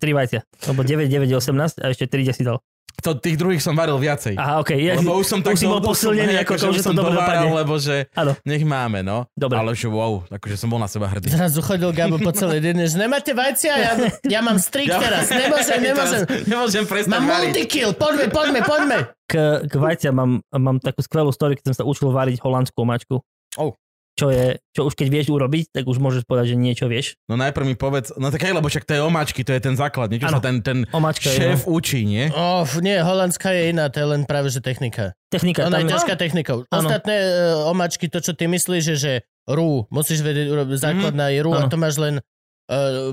3 vajcia. Lebo 9, 9, 18 a ešte 3 si dal. To, tých druhých som varil viacej. Aha, OK. Ja, lebo už som tak už si bol dohodol, som, posilnený, hej, ako akože to, už že to som dobre dováral, dopadne. lebo že Áno. nech máme, no. Dobre. Ale že wow, akože som bol na seba hrdý. Zrazu chodil Gabo po celé dne, že nemáte vajcia, ja, ja mám strik teraz, nemôžem, nemôžem. Teraz nemôžem prestať Mám variť. multikill, poďme, poďme, poďme. K, k vajcia mám, mám takú skvelú story, keď som sa učil variť holandskú mačku. Oh. Čo, je, čo už keď vieš urobiť, tak už môžeš povedať, že niečo vieš. No najprv mi povedz, no tak aj, lebo však to je omáčky, to je ten základ, niečo sa Áno. ten, ten O mačka šéf je no. učí, nie? Oh, nie, holandská je iná, to je len práve že technika. technika. Ona je Tam, ťažká technikou. Áno. Ostatné uh, omačky, to čo ty myslíš, je, že rú, musíš vedieť urobiť základná je rú a Mhm. Áno. to máš len uh,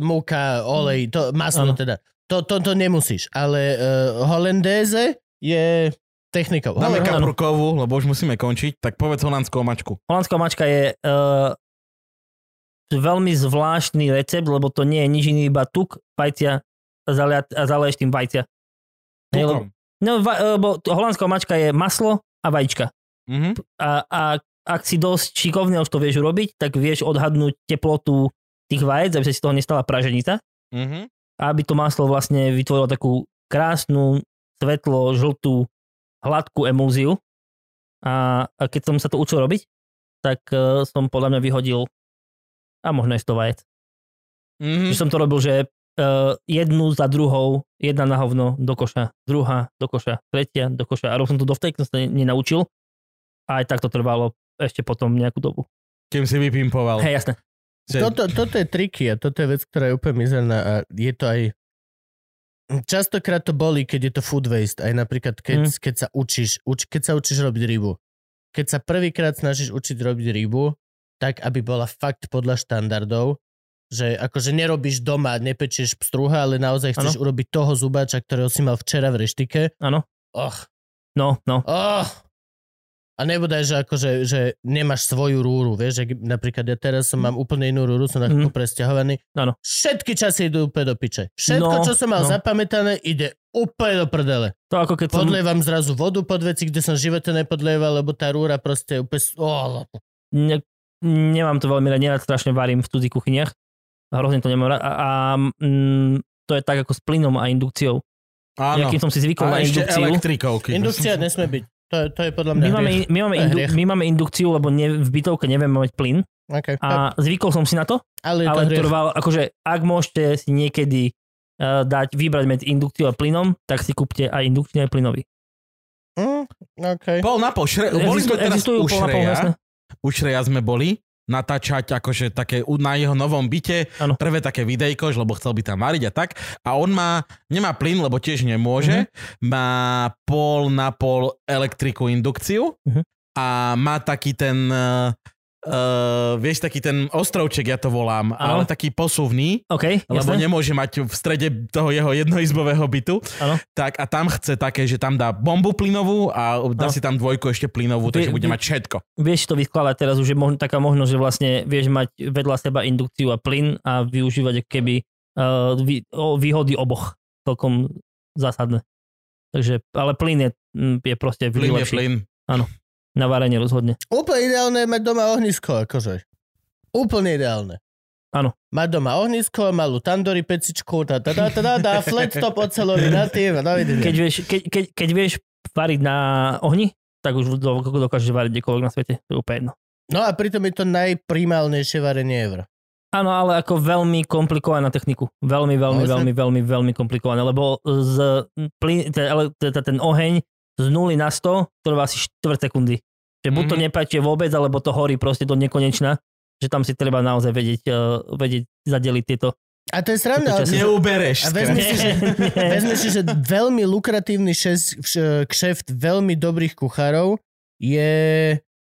múka, olej, to, maslo Áno. teda. To, to, to nemusíš, ale uh, holandéze je technikou. Dáme Holen- kaprkovú, lebo už musíme končiť, tak povedz holandskú omáčku. holandská mačka je uh, veľmi zvláštny recept, lebo to nie je nič iný, iba tuk, vajcia a zalia- a zaleješ tým vajcia. Hej, lebo- Tukom. No, va, lebo t- holandská mačka je maslo a vajíčka. Mhm. a, a ak si dosť šikovne už to vieš urobiť, tak vieš odhadnúť teplotu tých vajec, aby sa si z toho nestala praženica, Mhm. a aby to maslo vlastne vytvorilo takú krásnu, svetlo, žltú, hladkú emulziu. A, a keď som sa to učil robiť, tak eh, som podľa mňa vyhodil a možno aj 100 vajec. Mhm. Že som to robil, že eh, jednu za druhou, jedna na hovno do koša, druhá do koša, tretia do koša. A robil som to dovtedy, keď som sa ne- nenaučil. A aj tak to trvalo ešte potom nejakú dobu. Kým si vypimpoval. Hej, jasné. Že- Toto, toto je triky a toto je vec, ktorá je úplne mizerná a je to aj... Častokrát to bolí, keď je to food waste. Aj napríklad, keď, mm. keď, sa, učíš, uč, keď sa učíš robiť rybu. Keď sa prvýkrát snažíš učiť robiť rybu, tak aby bola fakt podľa štandardov, že akože nerobíš doma, nepečieš pstruha, ale naozaj chceš ano. urobiť toho zubáča, ktorého si mal včera v reštike. Áno. Och, No, no. Oh! A nebodaj, že akože, že nemáš svoju rúru, vieš, že napríklad ja teraz som mám úplne inú rúru, som ako Mm. presťahovaný. Mhm. Áno. Všetky časy idú úplne do piče. Všetko, No, čo som mal no. zapamätané, ide úplne do prdele. To ako keď som... Podlievam zrazu vodu pod veci, kde som v živote nepodlieval, lebo tá rúra proste je úplne... s- Oh, Ne, nemám to veľmi rád, nerad strašne varím v cudzích kuchyniach. Hrozne to nemám rád. A, a mm, to je tak ako s plynom a indukciou. Áno. Ja, kým som si zvykol A na ešte indukciu... elektrikovky. indukcia nesme byť. To, je- to je podľa mňa... My máme, hriech. my, máme To je indu, hriech. my máme indukciu, lebo ne, v bytovke nevieme mať plyn. okay. A zvykol som si na to, ale je to ale hriech. trval, akože ak môžete si niekedy uh, dať, vybrať medzi indukciou a plynom, tak si kúpte aj indukčný, aj plynový. Mm, okay. Pol na pol. Šre... Boli Existu- sme teraz existujú u pol na pol, jasné. Šreja. Už raz sme boli natáčať akože také u- na jeho novom byte Áno. prvé také videjko, že lebo chcel by tam variť a tak. A on má, nemá plyn, lebo tiež Mhm. nemôže, má pol na pol elektriku indukciu Mhm. a má taký ten, uh, vieš, taký ten ostrovček, ja to volám, ale Áno. taký posuvný, OK, lebo jasné. nemôže mať v strede toho jeho jednoizbového bytu. Áno. Tak a tam chce také, že tam dá bombu plynovú a dá Áno. si tam dvojku ešte plynovú, Vy- takže bude vy- mať všetko. Vieš to vykladať teraz, už je možno, taká možnosť, že vlastne vieš mať vedľa seba indukciu a plyn a využívať ako keby uh, vý, o, výhody oboch. Celkom zásadné. Takže, ale plyn je, mm, je proste vždy Plyn je lepší. plyn. Na varenie rozhodne. Úplne ideálne je mať doma ohnisko, akože. Úplne ideálne. Áno. Mať doma ohnisko, malú tandory, pecičku, tá, tá, tá, tá, tá, tá flat top ocelový natív, dovidenia. Keď vieš, keď, keď, keď vieš variť na ohni, tak už do- dokážeš variť kdekoľvek na svete. To je úplne jedno. No a pritom je to najprimálnejšie varenie ever. Áno, ale ako veľmi komplikovaná techniku. Veľmi, No, veľmi, jasné. veľmi, veľmi, veľmi komplikované, lebo z plyn, te- ale- te- te- ten oheň z 0 na 100 trvá asi 4 sekundy. Že buď to Mhm. nepáčie vôbec, alebo to horí proste do nekonečna, že tam si treba naozaj vedieť, eh, vedieť zadeliť tieto. A to je sranda. Toto ale- časy. Neubereš. A vezmi skrátka. si, že, Nie. vezmi si, že veľmi lukratívny šes, vš- kšeft veľmi dobrých kuchárov je,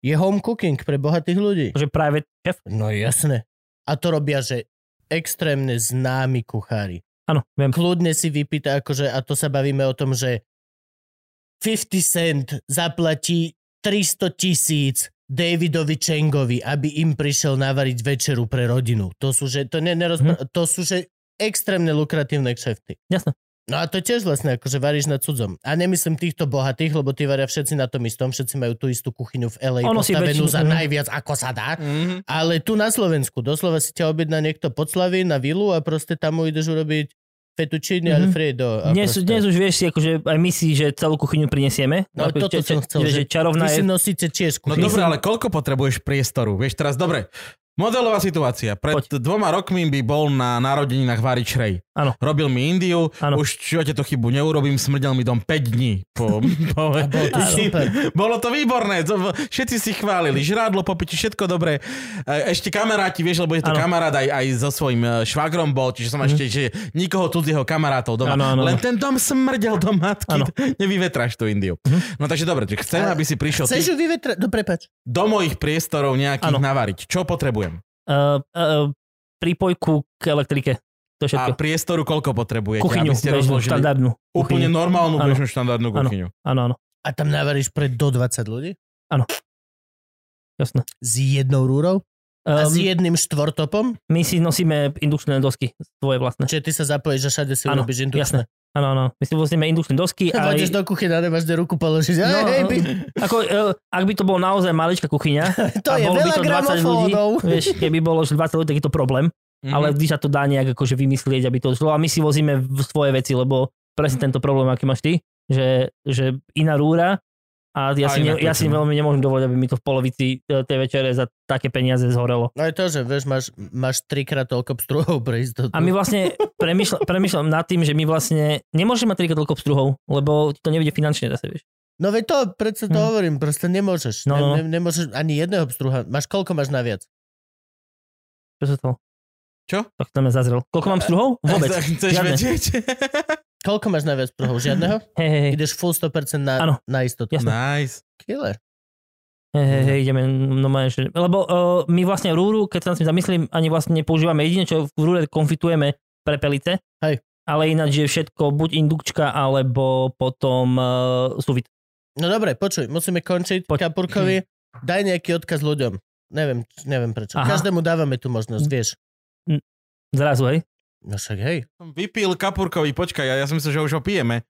je home cooking pre bohatých ľudí. Že private chef? No jasné. A to robia, že extrémne známi kuchári. Áno, viem. Kľudne si vypýta, akože, a to sa bavíme o tom, že 50 Cent zaplatí 300 tisíc Davidovi Čengovi, aby im prišiel navariť večeru pre rodinu. To sú, že, to, ne, nerozpr- to sú, že extrémne lukratívne kšefty. Mhm. Jasné. No a to tiež vlastne akože varíš na cudzom. A nemyslím týchto bohatých, lebo tí varia všetci na tom istom, všetci majú tú istú kuchyňu v LA Ono si postavenú väčšinu- za Mhm. najviac, ako sa dá. Mhm. Ale tu na Slovensku, doslova si ťa objedná niekto pod Slavy na vilu a proste tam mu ideš urobiť fettuccine Mhm. mm-hmm. alfredo. A Dnes, proste... dnes už vieš si, akože aj my si, že celú kuchyňu prinesieme. No, Ako, toto som chcel, že, že že Vy čarovná si je... eh, nosíte tiež No kuchyňu. dobre, ale koľko potrebuješ priestoru? Vieš teraz, dobre, modelová situácia. Pred Poď. dvoma rokmi by bol na narodeninách Varič Rej. Áno. Robil mi Indiu, Áno. už čo ja tú chybu neurobím, smrdel mi dom 5 dní. Po, po, bolo to super. bolo to výborné, to, všetci si chválili, žrádlo, popiti, všetko dobré. E, Ešte kamaráti, vieš, lebo je to Áno. Mhm. kamarát aj, aj so svojím e, švagrom bol, čiže som ešte, že nikoho cudzieho kamarátov doma. Áno, áno, Len áno. ten dom smrdel do matky, Áno. Mhm. nevyvetráš tú Indiu. No takže dobre, že chcem, A- aby si prišiel... ty- Chceš ju vyvetrať? No prepač. do mojich priestorov nejakých Áno. ano. navariť. Čo potrebujem? Uh, uh, pripojku k elektrike. To je A všetko. priestoru koľko potrebujete, aby kuchyňu, ste bežnú, rozložili štandardnú. úplne no- kuchyňu. normálnu, Áno. bežnú štandardnú Áno. kuchyňu. Áno, áno, A tam navaríš pre do 20 ľudí? jasné. S jednou rúrou? A s Um, jedným štvortopom? my si nosíme indukčné dosky, svoje vlastné. Čiže ty sa zapojíš a všade si Áno, urobíš indukčné. Áno, áno, my si nosíme indukčné dosky. Aj... Vôjdeš do kuchyne a nemáš kde ruku položiť. No, No, hej, by... ako, uh, ak by to bolo naozaj maličká kuchyňa, To a je bolo by veľa to 20 ľudí, gramofónov. vieš, keby bolo že 20 ľudí, tak je to problém. Mhm. ale vždy sa to dá nejak akože vymyslieť, aby to šlo. A my si vozíme v- svoje veci, Mhm. lebo presne tento problém, aký máš ty, že, že iná rúra a ja, A si, iná ne, ja si kuchyňa. veľmi nemôžem dovoliť, aby mi to v polovici e, tej večere za také peniaze zhorelo. No je to, že vieš, máš, máš trikrát toľko pstruhov pre istotu. A my vlastne premyšľam, premyšľam nad tým, že my vlastne nemôžeme mať trikrát toľko pstruhov, lebo ti to nevidie finančne zase, vieš. No veď to, predsa to Hm. hovorím, proste nemôžeš. No, no. No, ne, ne, nemôžeš ani jedného pstruha. Máš koľko máš naviac? Čo sa stalo? Čo? Tak tam je zazrel. Koľko mám pstruhov? Vôbec. Chceš Žiadne. vedieť? Koľko máš naviac pstruhov? Žiadneho? Hej, hej, hej, Ideš full 100% na, Áno. na istotu. Jasné. nice. Killer. hej, hej, hej, ideme, no máš, lebo uh, my vlastne rúru, keď sa nad tým zamyslím, ani vlastne nepoužívame jedine, čo v rúre konfitujeme prepelice. Hej. Ale ináč je všetko buď indukčka, alebo potom uh, suvit. No dobre, počuj, musíme končiť. Poď. Mhm. Poď. Kapurkovi, daj nejaký odkaz ľuďom. Neviem, neviem prečo. Aha. Mhm. Aha. Každému dávame tú možnosť, vieš. Zrazu, hej? No však hej. Som Vypil kapurkovi, počkaj, ja, ja som myslel, že už ho pijeme.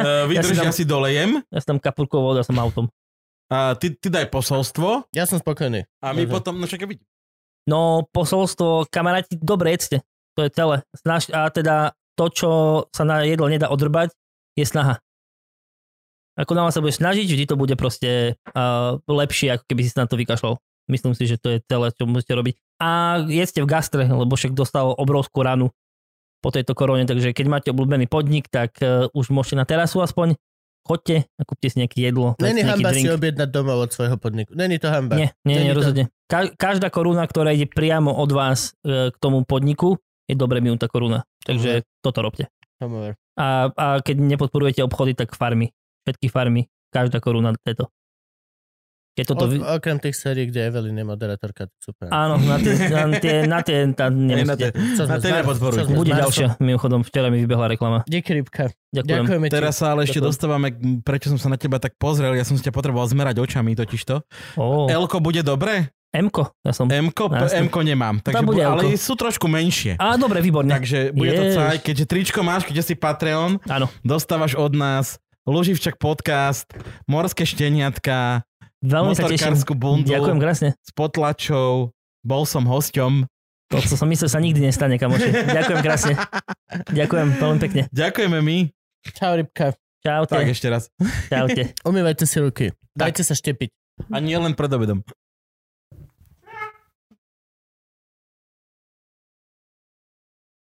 Uh, Ja vydrž, si dám- ja si dolejem. Ja som tam kapurkou voda, som autom. A ty, ty daj posolstvo. Ja som spokojný. A my Dobre. potom, no čakaj, vidím. No, posolstvo, kamaráti, dobre jedzte. To je celé. Snaž, a teda to, čo sa na jedlo nedá odrbať, je snaha. Ako náhle sa budeš snažiť, vždy to bude proste uh, lepšie, ako keby si sa na to vykašľal. Myslím si, že to je celé, čo musíte robiť. A jedzte v gastre, lebo však dostal obrovskú ranu e, po tejto korone, takže keď máte obľúbený podnik, tak uh, už môžete na terasu aspoň Chodte a kúpte si nejaké jedlo. Není dajte si nejaký hamba si drink. objednať domov od svojho podniku. Není to hamba. Nie, nie, Není nie, to- rozhodne. Ka- každá koruna, ktorá ide priamo od vás e, k tomu podniku, je dobre minúta koruna. Takže toto robte. Homer. A, a keď nepodporujete obchody, tak farmy. Všetky farmy. Každá koruna tieto. Keď toto... vy- O, okrem tých sérií, kde Evelyn je moderátorka, super. Áno, na tie, na tie, na tie tam nemusíte. Čo sme na tebe zmar- podporuj. čo sme Bude zmar- ďalšia, mimochodom, včera mi vybehla reklama. Díky, Rybka. Ďakujem. Ďakujeme ti. Teraz sa ale ešte Ďakujem. dostávame, k- prečo som sa na teba tak pozrel, ja som si ťa potreboval zmerať očami totižto. Ó, Elko bude dobre? M-ko. Ja som... M-ko, Jasne. M-ko nemám. Takže, No, bude bu- ale sú Elko. trošku menšie. Á, dobre, výborne. Takže bude to Jež. caj, keďže tričko máš, keďže si Patreon, Áno. dostávaš od nás Luživčak podcast, Morské šteniatka, Veľmi sa teším. Motorkársku bundu. Ďakujem krásne. s potlačou, bol som hosťom. To, čo som myslel, sa nikdy nestane, kamoši. Ďakujem krásne. Ďakujem veľmi pekne. Ďakujeme my. Čau, Rybka. Čaute, Tak ešte raz. čaute. Umývajte si ruky. Dajte sa štepiť. A nie len pred obedom.